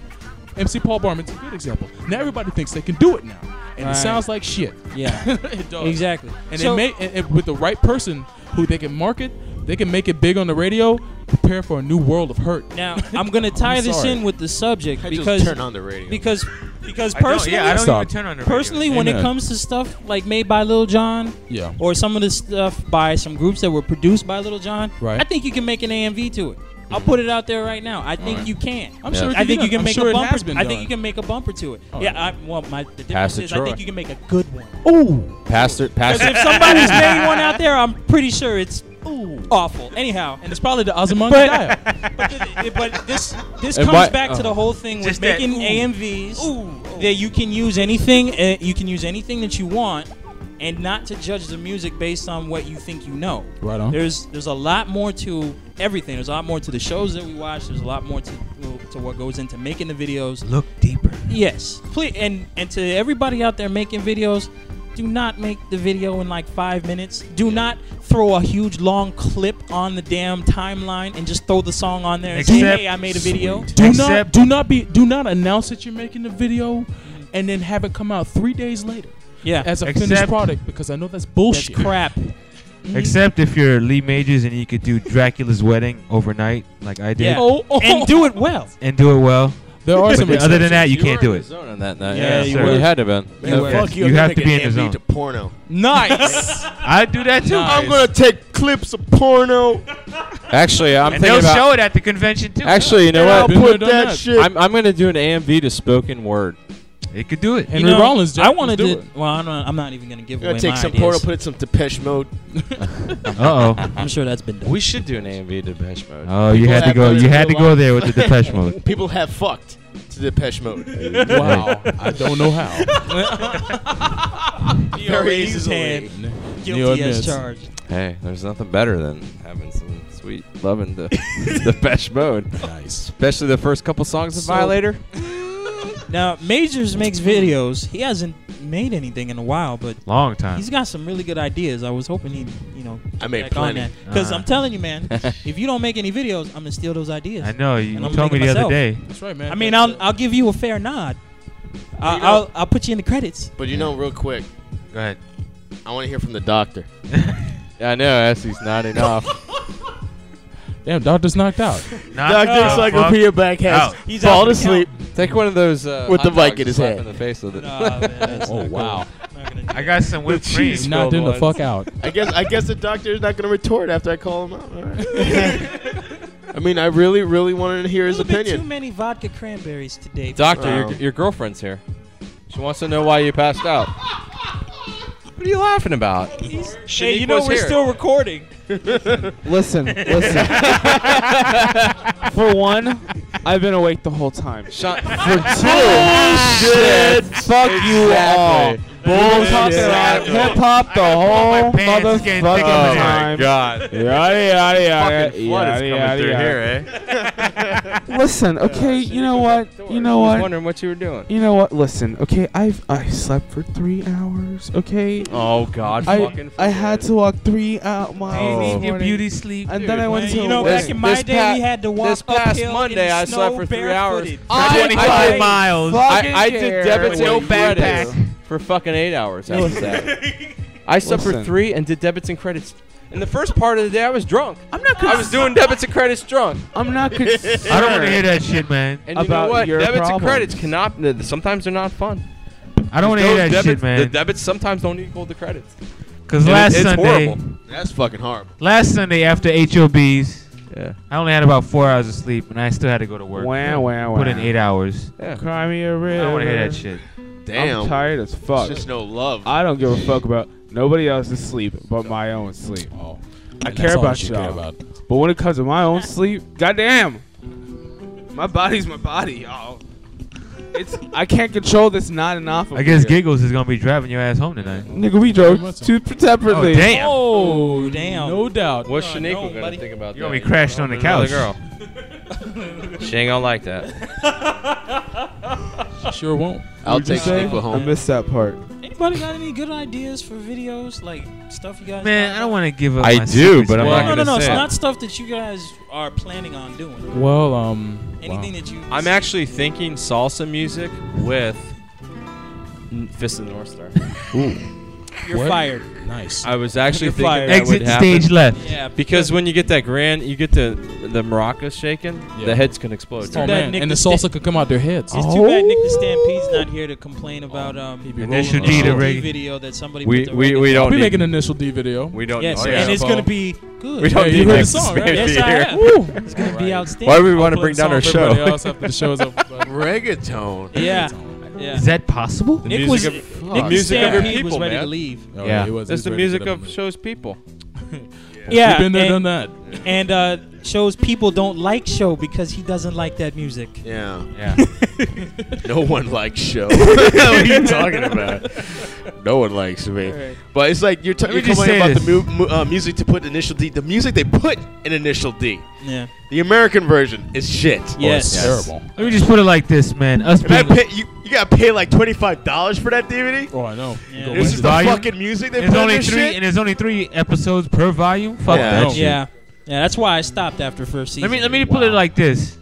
Speaker 6: MC Paul Barman's a good example. Now everybody thinks they can do it now, and
Speaker 5: Right.
Speaker 6: it sounds like shit.
Speaker 5: Yeah.
Speaker 6: it does
Speaker 5: Exactly.
Speaker 6: And
Speaker 5: So-
Speaker 6: it may and, and with the right person who they can market, they can make it big on the radio. Prepare for a new world of hurt.
Speaker 5: Now I'm gonna tie this
Speaker 6: sorry.
Speaker 5: in with the subject
Speaker 6: I just
Speaker 5: because
Speaker 6: turn on the radio.
Speaker 5: because because
Speaker 6: I don't-
Speaker 5: personally
Speaker 6: yeah, I don't even Stop. turn on the radio.
Speaker 5: personally when it
Speaker 6: Amen.
Speaker 5: comes to stuff like made by Lil Jon
Speaker 6: Yeah.
Speaker 5: or some of the stuff by some groups that were produced by Lil Jon
Speaker 6: Right.
Speaker 5: I think you can make an AMV to it. I'll put it out there right now. I think
Speaker 6: right.
Speaker 5: you can.
Speaker 6: I'm sure it
Speaker 5: I think
Speaker 6: can be
Speaker 5: you
Speaker 6: done.
Speaker 5: can
Speaker 6: I'm
Speaker 5: make
Speaker 6: sure
Speaker 5: a
Speaker 6: it
Speaker 5: bumper.
Speaker 6: has been
Speaker 5: I think you
Speaker 6: done.
Speaker 5: can make a bumper to it.
Speaker 6: All
Speaker 5: Oh, yeah. I, well, my the
Speaker 2: Pass
Speaker 5: difference
Speaker 2: it,
Speaker 5: is I
Speaker 2: Troy.
Speaker 5: think you can make a good one.
Speaker 6: Ooh.
Speaker 2: Pastor,
Speaker 5: Because
Speaker 2: pastor.
Speaker 5: if somebody's made one out there, I'm pretty sure it's awful. Anyhow, and
Speaker 6: It's probably the Ozymandias.
Speaker 5: but, but, the- but this this
Speaker 6: And
Speaker 5: comes
Speaker 6: why-
Speaker 5: back to
Speaker 6: uh-huh.
Speaker 5: the whole thing with
Speaker 6: Just that,
Speaker 5: making
Speaker 6: ooh,
Speaker 5: AMVs that you can use anything uh, you can use anything that you want and not to judge the music based on what you think you know.
Speaker 6: Right on.
Speaker 5: There's there's a lot more to everything. There's a lot more to the shows that we watch. There's a lot more to to what goes into making the videos.
Speaker 8: Look deeper.
Speaker 5: Yes, please. And and to everybody out there making videos, do not make the video in like five minutes. Do not throw a huge long clip on the damn timeline and just throw the song on there and say,
Speaker 6: Except-
Speaker 5: "Hey, I made a video."
Speaker 6: Do not do not be do not announce that you're making the video, and then have it come out three days later.
Speaker 5: Yeah.
Speaker 6: as a
Speaker 5: Except-
Speaker 6: finished product because I know that's bullshit.
Speaker 5: crap.
Speaker 8: Except if you're Lee Majors and you could do Dracula's wedding overnight, like I did.
Speaker 5: Yeah. And do it well.
Speaker 8: And do it well.
Speaker 6: Oh, There are
Speaker 8: But
Speaker 6: some
Speaker 8: Other than that,
Speaker 6: exceptions.
Speaker 8: you,
Speaker 6: You
Speaker 8: can't
Speaker 6: were
Speaker 8: do
Speaker 6: in
Speaker 8: it.
Speaker 6: the zone
Speaker 2: on that night. Yeah, Yeah, you sir. were. You had to been. You were. Fuck you,
Speaker 8: you
Speaker 2: I'm
Speaker 8: have to
Speaker 2: making
Speaker 8: be in the
Speaker 2: MV
Speaker 8: zone.
Speaker 2: to
Speaker 7: porno.
Speaker 5: Nice.
Speaker 8: I do that too.
Speaker 7: I'm gonna take clips of porno.
Speaker 2: Actually, I'm
Speaker 8: and
Speaker 2: thinking
Speaker 8: they'll
Speaker 2: about.
Speaker 8: show it at the convention too.
Speaker 2: Actually, you know
Speaker 8: And
Speaker 2: what?
Speaker 8: I'll
Speaker 2: Been there,
Speaker 8: put
Speaker 2: done
Speaker 8: that shit-
Speaker 2: I'm, I'm going to do an AMV to spoken word.
Speaker 8: It could do it.
Speaker 5: You know, I wanted to. Well, I'm not, I'm not even gonna give
Speaker 7: You're
Speaker 5: away
Speaker 7: gonna take
Speaker 5: my
Speaker 7: some
Speaker 5: ideas.
Speaker 7: porno, put it some Depeche Mode.
Speaker 8: Uh-oh.
Speaker 5: I'm sure that's been done.
Speaker 2: We should do an AMV to Depeche Mode.
Speaker 8: Oh, you had to go. You had to go there with the Depeche Mode.
Speaker 7: People have fucked to Depeche Mode.
Speaker 8: Wow. I don't know
Speaker 7: how. Very
Speaker 5: raised his
Speaker 7: easily.
Speaker 5: hand. Guilty as charged.
Speaker 2: Hey, there's nothing better than having some sweet loving to Depeche Mode. Nice. Especially the first couple songs of
Speaker 5: So-
Speaker 2: Violator.
Speaker 5: Now, Majors makes videos. He hasn't made anything in a while, but
Speaker 8: Long time.
Speaker 5: He's got some really good ideas. I was hoping he, you know,
Speaker 7: I made
Speaker 5: back on
Speaker 7: plenty.
Speaker 5: that because
Speaker 8: Uh-huh.
Speaker 5: I'm telling you, man, if you don't make any videos, I'm gonna steal those ideas.
Speaker 8: I know, you
Speaker 5: And I'm
Speaker 8: told me
Speaker 5: making
Speaker 8: the other
Speaker 5: myself.
Speaker 8: day.
Speaker 6: That's right, man.
Speaker 5: I mean, I'll I'll give you a fair nod. I,
Speaker 7: know-
Speaker 5: I'll I'll put you in the credits.
Speaker 7: But you know, real quick,
Speaker 8: Go ahead.
Speaker 7: I want to hear from the doctor.
Speaker 2: I know, as he's nodding off.
Speaker 6: Damn, doctor's knocked out.
Speaker 7: Knocked Dr. out, Encyclopedia fuck. Back has Out. He's fallen out for the asleep count.
Speaker 2: Take one of those uh,
Speaker 7: with the
Speaker 2: hot dogs
Speaker 7: mic in his
Speaker 2: slap
Speaker 7: hand.
Speaker 2: in the face with it.
Speaker 7: Nah, man, that's
Speaker 6: Oh, not wow.
Speaker 8: I got some whipped cream.
Speaker 6: cheese knocked him the fuck out.
Speaker 7: I guess I guess the doctor is not going to retort after I call him out. All right. I mean, I really, really wanted to hear his
Speaker 5: There's been
Speaker 7: opinion.
Speaker 5: Too many vodka cranberries today.
Speaker 2: Doctor,
Speaker 5: Wow.
Speaker 2: your, your girlfriend's here. She wants to know why you passed out. What are you laughing about?
Speaker 5: hey, you know
Speaker 2: Shaniqua's
Speaker 5: we're
Speaker 2: here.
Speaker 5: still recording.
Speaker 9: Listen, listen. For one, I've been awake the whole time.
Speaker 2: Shut
Speaker 9: For
Speaker 16: Bullshit.
Speaker 9: two, fuck you all.
Speaker 16: Exactly.
Speaker 9: Bullshit.
Speaker 16: Exactly.
Speaker 9: Hip hop the whole motherfucking
Speaker 16: Oh my
Speaker 9: time.
Speaker 16: god.
Speaker 9: Yada yada yada.
Speaker 16: Fucking flood is coming
Speaker 9: yada, yada,
Speaker 16: through
Speaker 9: yada.
Speaker 16: here,
Speaker 9: Listen, okay, you know what? You know
Speaker 2: I was
Speaker 9: what?
Speaker 2: wondering what you were doing.
Speaker 9: You know what? Listen, okay, I've I slept for three hours. Okay.
Speaker 2: Oh, God
Speaker 9: I,
Speaker 2: fucking
Speaker 9: I had to walk three out miles.
Speaker 2: Baby,
Speaker 9: this
Speaker 2: your
Speaker 9: morning.
Speaker 2: beauty sleep.
Speaker 9: And then I went
Speaker 5: Man,
Speaker 9: to
Speaker 5: you know,
Speaker 9: work.
Speaker 5: back in my day, we had to walk
Speaker 2: this past
Speaker 5: uphill in
Speaker 2: Monday,
Speaker 5: the
Speaker 2: I
Speaker 5: snow
Speaker 2: slept for three hours.
Speaker 5: barefooted.
Speaker 2: I, I did-
Speaker 8: 25 miles.
Speaker 2: I, I did
Speaker 8: Fucking care.
Speaker 2: debits
Speaker 8: No
Speaker 2: and credits
Speaker 8: backpack.
Speaker 2: for fucking eight hours. After
Speaker 8: Listen.
Speaker 2: that. I slept for
Speaker 8: Listen.
Speaker 2: three and did debits and credits. In the first part of the day, I was drunk. I'm not. I was doing debits and credits drunk.
Speaker 9: I'm not concerned.
Speaker 8: I don't want to hear that shit, man.
Speaker 2: And you know what?
Speaker 8: your
Speaker 2: Debits and
Speaker 8: problems.
Speaker 2: credits cannot. th- Sometimes they're not fun.
Speaker 8: I don't want to
Speaker 2: Those
Speaker 8: hear that
Speaker 2: debits-
Speaker 8: shit,
Speaker 2: The
Speaker 8: man.
Speaker 2: debits sometimes don't equal the credits.
Speaker 8: Because
Speaker 2: And it-
Speaker 8: last
Speaker 2: it's
Speaker 8: Sunday,
Speaker 2: horrible.
Speaker 7: That's fucking horrible.
Speaker 8: last Sunday after HOBs,
Speaker 2: yeah.
Speaker 8: I only had about four hours of sleep, and I still had to go to work.
Speaker 9: Wow, wow,
Speaker 8: Put
Speaker 9: Oh,
Speaker 8: in
Speaker 9: wow.
Speaker 8: eight hours.
Speaker 9: Cry me a river.
Speaker 8: I wanna hear that shit.
Speaker 9: I'm
Speaker 7: Damn.
Speaker 9: tired as fuck.
Speaker 7: It's just no love.
Speaker 9: I don't give a fuck about nobody else's sleep but my own sleep. Oh, I
Speaker 6: And
Speaker 9: care
Speaker 6: that's all
Speaker 9: about
Speaker 6: that you
Speaker 9: y'all.
Speaker 6: care about.
Speaker 9: But when it comes to my own sleep, goddamn, my body's my body, y'all. It's I can't control this not enough.
Speaker 8: I guess Giggles is gonna be driving your ass home tonight.
Speaker 9: Nigga, we drove two separately.
Speaker 8: Oh, damn.
Speaker 5: Oh, damn.
Speaker 6: No doubt.
Speaker 2: What's Shaniqua gonna think about
Speaker 8: You're
Speaker 2: that?
Speaker 8: gonna be crashed on the couch.
Speaker 2: Girl. she ain't gonna like that.
Speaker 6: Sure won't.
Speaker 7: I'll
Speaker 9: What'd you
Speaker 7: take
Speaker 9: say?
Speaker 7: Shaniqua home.
Speaker 9: I missed that part.
Speaker 5: Anybody got any good ideas for videos, like stuff you guys?
Speaker 8: Man, I don't want to give up.
Speaker 6: I
Speaker 8: my
Speaker 6: do,
Speaker 8: secrets,
Speaker 6: but I'm
Speaker 8: man.
Speaker 6: not
Speaker 5: No, no, no. It's not stuff that you guys are planning on doing.
Speaker 6: Well, um,
Speaker 5: Anything that you.
Speaker 2: I'm actually thinking salsa music with N- Fist of the North Star.
Speaker 6: ooh.
Speaker 5: You're
Speaker 6: What?
Speaker 5: fired.
Speaker 6: Nice.
Speaker 2: I was actually
Speaker 5: You're
Speaker 2: thinking
Speaker 5: fired.
Speaker 2: that
Speaker 8: Exit
Speaker 2: would happen.
Speaker 8: stage left.
Speaker 5: Yeah,
Speaker 2: because when you get that grand, you get the the maracas shaking, the heads can explode.
Speaker 6: Oh, man. And the salsa could come out their heads.
Speaker 5: It's too bad Nick the Stampede's not here to complain about um
Speaker 6: be
Speaker 5: an
Speaker 6: rolling
Speaker 5: initial
Speaker 6: on
Speaker 5: D
Speaker 6: the floor.
Speaker 5: video that somebody
Speaker 2: We-
Speaker 5: put the
Speaker 2: we-
Speaker 5: reggae
Speaker 2: we
Speaker 5: song.
Speaker 2: don't
Speaker 6: we
Speaker 2: need-
Speaker 6: make an initial D video.
Speaker 2: We don't
Speaker 5: Yes,
Speaker 2: need
Speaker 5: and
Speaker 2: that.
Speaker 5: it's gonna be good.
Speaker 2: We don't
Speaker 6: Yeah, you
Speaker 2: need
Speaker 6: heard the
Speaker 2: Nick
Speaker 6: song, right?
Speaker 2: Stampede's
Speaker 5: Yes, I
Speaker 2: here.
Speaker 5: have. It's gonna be outstanding.
Speaker 2: Why would we
Speaker 5: I'll
Speaker 2: want to
Speaker 5: play
Speaker 2: bring
Speaker 5: the
Speaker 2: down
Speaker 5: song
Speaker 2: our
Speaker 5: for
Speaker 2: show?
Speaker 5: everybody else.
Speaker 6: after the show's over.
Speaker 7: Reggaeton.
Speaker 5: Yeah. yeah.
Speaker 8: Is that possible?
Speaker 2: The
Speaker 5: Nick was
Speaker 2: music
Speaker 5: Nick
Speaker 2: of,
Speaker 5: the
Speaker 2: the music of your
Speaker 5: Stampede
Speaker 2: people,
Speaker 5: was ready
Speaker 2: man.
Speaker 5: to leave.
Speaker 6: Oh,
Speaker 8: Yeah.
Speaker 6: he was-
Speaker 2: That's
Speaker 6: he's
Speaker 2: the
Speaker 6: ready to
Speaker 2: music
Speaker 6: get up
Speaker 2: of shows people.
Speaker 5: Yeah,
Speaker 6: We've been there,
Speaker 5: and,
Speaker 6: done that.
Speaker 5: And uh, shows people don't like show because he doesn't like that music.
Speaker 7: Yeah.
Speaker 8: Yeah.
Speaker 7: No one likes show. what are you talking about? No one likes me.
Speaker 1: Alright.
Speaker 7: But it's like you're, t-
Speaker 1: Let
Speaker 7: you're
Speaker 1: me just
Speaker 7: complaining
Speaker 1: say
Speaker 7: about the mu- mu- uh, music to put initial D. The music they put in initial D.
Speaker 5: Yeah.
Speaker 7: The American version is shit.
Speaker 2: Oh,
Speaker 8: Yes. Let me just put it like this, man. Us
Speaker 7: And I
Speaker 8: being
Speaker 7: pay, you, you gotta pay like twenty five dollars for that DVD.
Speaker 6: Oh, I know.
Speaker 7: This is the
Speaker 8: Volume.
Speaker 7: fucking music they
Speaker 8: There's
Speaker 7: put
Speaker 8: only
Speaker 7: in this
Speaker 8: three,
Speaker 7: shit.
Speaker 8: and there's only three episodes per volume. Fuck
Speaker 5: yeah,
Speaker 8: that shit.
Speaker 5: yeah, yeah. That's why I stopped after first season.
Speaker 8: Let me let me put it like this.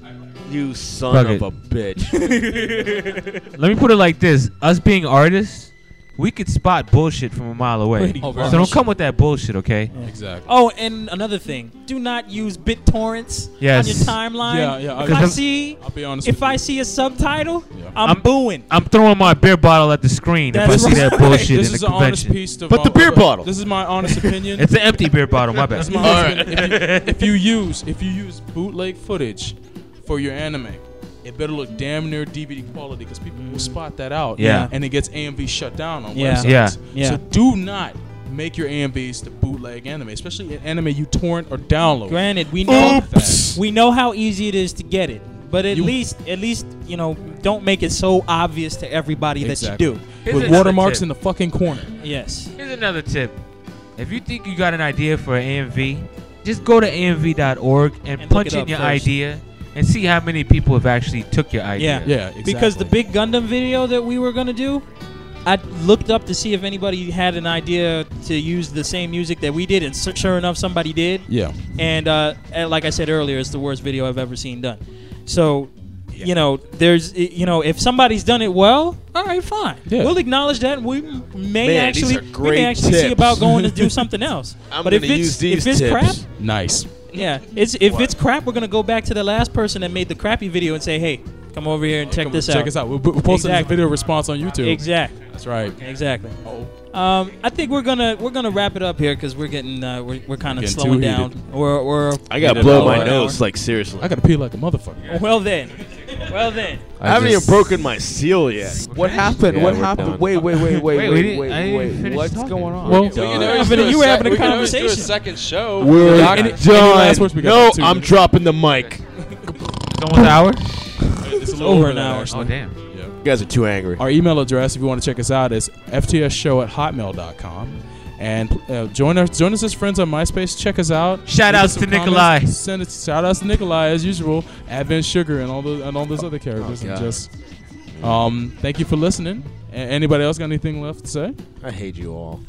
Speaker 7: You son
Speaker 8: Fuck
Speaker 7: of
Speaker 8: it.
Speaker 7: a bitch.
Speaker 8: Let me put it like this: us being artists, we could spot bullshit from a mile away.
Speaker 5: Pretty Oh,
Speaker 8: so
Speaker 5: gosh.
Speaker 8: don't come with that bullshit, okay?
Speaker 6: Exactly.
Speaker 5: Oh, and another thing, do not use BitTorrents on
Speaker 8: Yes.
Speaker 5: your timeline.
Speaker 6: Yeah, yeah,
Speaker 5: If
Speaker 6: I'll-
Speaker 5: I see,
Speaker 6: I'll be honest
Speaker 5: if
Speaker 6: with you.
Speaker 5: I see a subtitle, I'm, booing.
Speaker 8: I'm throwing my beer bottle at the screen if
Speaker 5: That's
Speaker 8: I see that
Speaker 5: right.
Speaker 8: bullshit
Speaker 6: this
Speaker 8: in
Speaker 6: is
Speaker 8: the
Speaker 6: an honest
Speaker 8: convention.
Speaker 6: piece of
Speaker 8: But
Speaker 6: uh,
Speaker 8: the beer bottle.
Speaker 6: This is my honest opinion.
Speaker 8: It's an empty beer bottle. My bad.
Speaker 6: That's my honest opinion. If you, if you use if you use bootleg footage for your anime, it better look damn near DVD quality because people
Speaker 5: Mm.
Speaker 6: will spot that out.
Speaker 8: Yeah.
Speaker 6: And it gets AMV shut down on
Speaker 8: Yeah.
Speaker 6: websites.
Speaker 8: Yeah. Yeah.
Speaker 6: So do not make your AMVs the bootleg anime, especially an anime you torrent or download.
Speaker 5: Granted, we know
Speaker 6: Fuck that.
Speaker 5: we know how easy it is to get it, but at least at least you know don't make it so obvious to everybody
Speaker 6: Exactly.
Speaker 5: that you do.
Speaker 8: Here's
Speaker 6: with
Speaker 8: another
Speaker 6: watermarks
Speaker 8: tip.
Speaker 6: in the fucking corner.
Speaker 5: Yes.
Speaker 8: Here's another tip. If you think you got an idea for an AMV, just go to AMV.org and, punch
Speaker 5: it
Speaker 8: in
Speaker 5: up
Speaker 8: your
Speaker 5: first.
Speaker 8: idea and see how many people have actually took your idea.
Speaker 5: Yeah, Because the big Gundam video that we were gonna do, I looked up to see if anybody had an idea to use the same music that we did, and su- sure enough, somebody did.
Speaker 6: Yeah.
Speaker 5: And uh, and like I said earlier, it's the worst video I've ever seen done. So, you know, there's, i- you know, if somebody's done it well, all right, fine.
Speaker 1: Yeah.
Speaker 5: We'll acknowledge that, and we m- may
Speaker 1: Man, these
Speaker 5: actually,
Speaker 1: are
Speaker 5: we
Speaker 1: great
Speaker 5: may actually see
Speaker 1: tips.
Speaker 5: about going to do something else.
Speaker 1: I'm
Speaker 5: but if
Speaker 1: gonna
Speaker 5: it's
Speaker 1: use these
Speaker 5: if it's
Speaker 1: tips.
Speaker 5: crap,
Speaker 6: Nice.
Speaker 5: yeah, it's if it's crap, we're gonna go back to the last person that made the crappy video and say, "Hey, come over here and check
Speaker 6: Oh, Come
Speaker 5: this
Speaker 6: check
Speaker 5: out."
Speaker 6: us out. We're, we're posting this
Speaker 5: exactly.
Speaker 6: video response on YouTube.
Speaker 5: Exactly.
Speaker 6: That's right.
Speaker 5: Exactly.
Speaker 6: Oh.
Speaker 5: Um, I think we're gonna we're gonna wrap it up here because we're getting uh, we're, we're kind of
Speaker 6: Getting
Speaker 5: slowing
Speaker 6: too
Speaker 5: down.
Speaker 6: heated.
Speaker 5: We're, we're
Speaker 7: I gotta
Speaker 5: we're
Speaker 7: blow
Speaker 5: over
Speaker 7: my
Speaker 5: an
Speaker 7: nose
Speaker 5: hour.
Speaker 7: like seriously.
Speaker 6: I gotta pee like a motherfucker.
Speaker 5: Well then, well then.
Speaker 7: I haven't even broken my seal yet.
Speaker 9: What happened?
Speaker 7: Yeah,
Speaker 9: what
Speaker 7: we're
Speaker 9: happened?
Speaker 7: done.
Speaker 9: Wait, wait, wait, wait,
Speaker 7: Wait,
Speaker 9: wait,
Speaker 7: we
Speaker 9: wait,
Speaker 7: didn't- I didn't
Speaker 9: wait,
Speaker 7: finish
Speaker 9: What's
Speaker 7: talking.
Speaker 9: going on?
Speaker 6: Well,
Speaker 7: done.
Speaker 6: can always
Speaker 5: I mean,
Speaker 6: do
Speaker 5: you were
Speaker 6: sec-
Speaker 5: having a
Speaker 6: we can always do
Speaker 5: conversation.
Speaker 6: second show.
Speaker 7: We're
Speaker 6: Doc, any last words we
Speaker 7: done.
Speaker 6: got
Speaker 7: No,
Speaker 6: to?
Speaker 7: I'm dropping the mic.
Speaker 8: It's almost an hour.
Speaker 6: It's a little
Speaker 5: Over an
Speaker 6: that,
Speaker 5: hour.
Speaker 6: actually.
Speaker 8: Oh damn.
Speaker 7: You guys are too angry.
Speaker 6: Our email address, if you want to check us out, is ftsshow at hotmail.com. And uh, join us, join us as friends on MySpace. Check us out.
Speaker 8: Shout
Speaker 6: Leave us
Speaker 8: outs
Speaker 6: some
Speaker 8: to Nikolai.
Speaker 6: Send us, shout outs to Nikolai as usual. Advent Sugar and all those and all
Speaker 8: Oh,
Speaker 6: those other characters. and
Speaker 7: God.
Speaker 6: just um, thank you for listening. A- anybody else got anything left to say?
Speaker 7: I hate you all.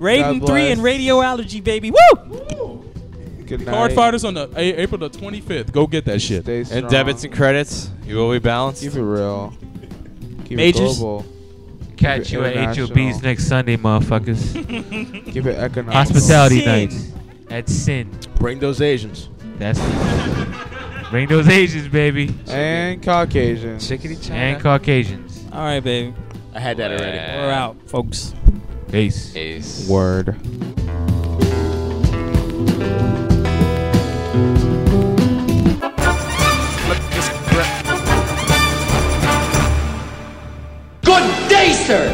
Speaker 5: Raiden three
Speaker 6: God bless.
Speaker 5: and radio allergy, baby. Woo!
Speaker 9: Good night.
Speaker 6: Card Fighters on the a- April the 25th. Go get that shit.
Speaker 9: Stay strong.
Speaker 2: And debits and credits, you will be balanced.
Speaker 9: Keep it real. Keep
Speaker 5: Majors.
Speaker 9: it global.
Speaker 8: Catch
Speaker 9: Keep it
Speaker 8: you at HOBs
Speaker 9: international.
Speaker 8: next Sunday, motherfuckers.
Speaker 9: Keep it economical.
Speaker 8: Hospitality
Speaker 5: Sin.
Speaker 8: night at Sin.
Speaker 7: Bring those Asians.
Speaker 8: That's bring those Asians, baby,
Speaker 9: And Caucasian.
Speaker 17: Chickadee China.
Speaker 8: and Caucasians.
Speaker 5: All right, baby.
Speaker 7: I had that already.
Speaker 8: Uh,
Speaker 5: We're out, folks.
Speaker 8: Peace.
Speaker 17: Ace.
Speaker 9: Word.
Speaker 1: Good day, sir.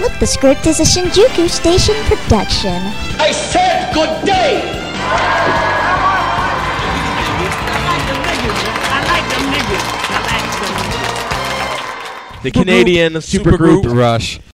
Speaker 4: Look, the script is a Shinjuku Station production.
Speaker 1: I said good day.
Speaker 7: The Canadian supergroup,
Speaker 6: supergroup.
Speaker 7: Rush.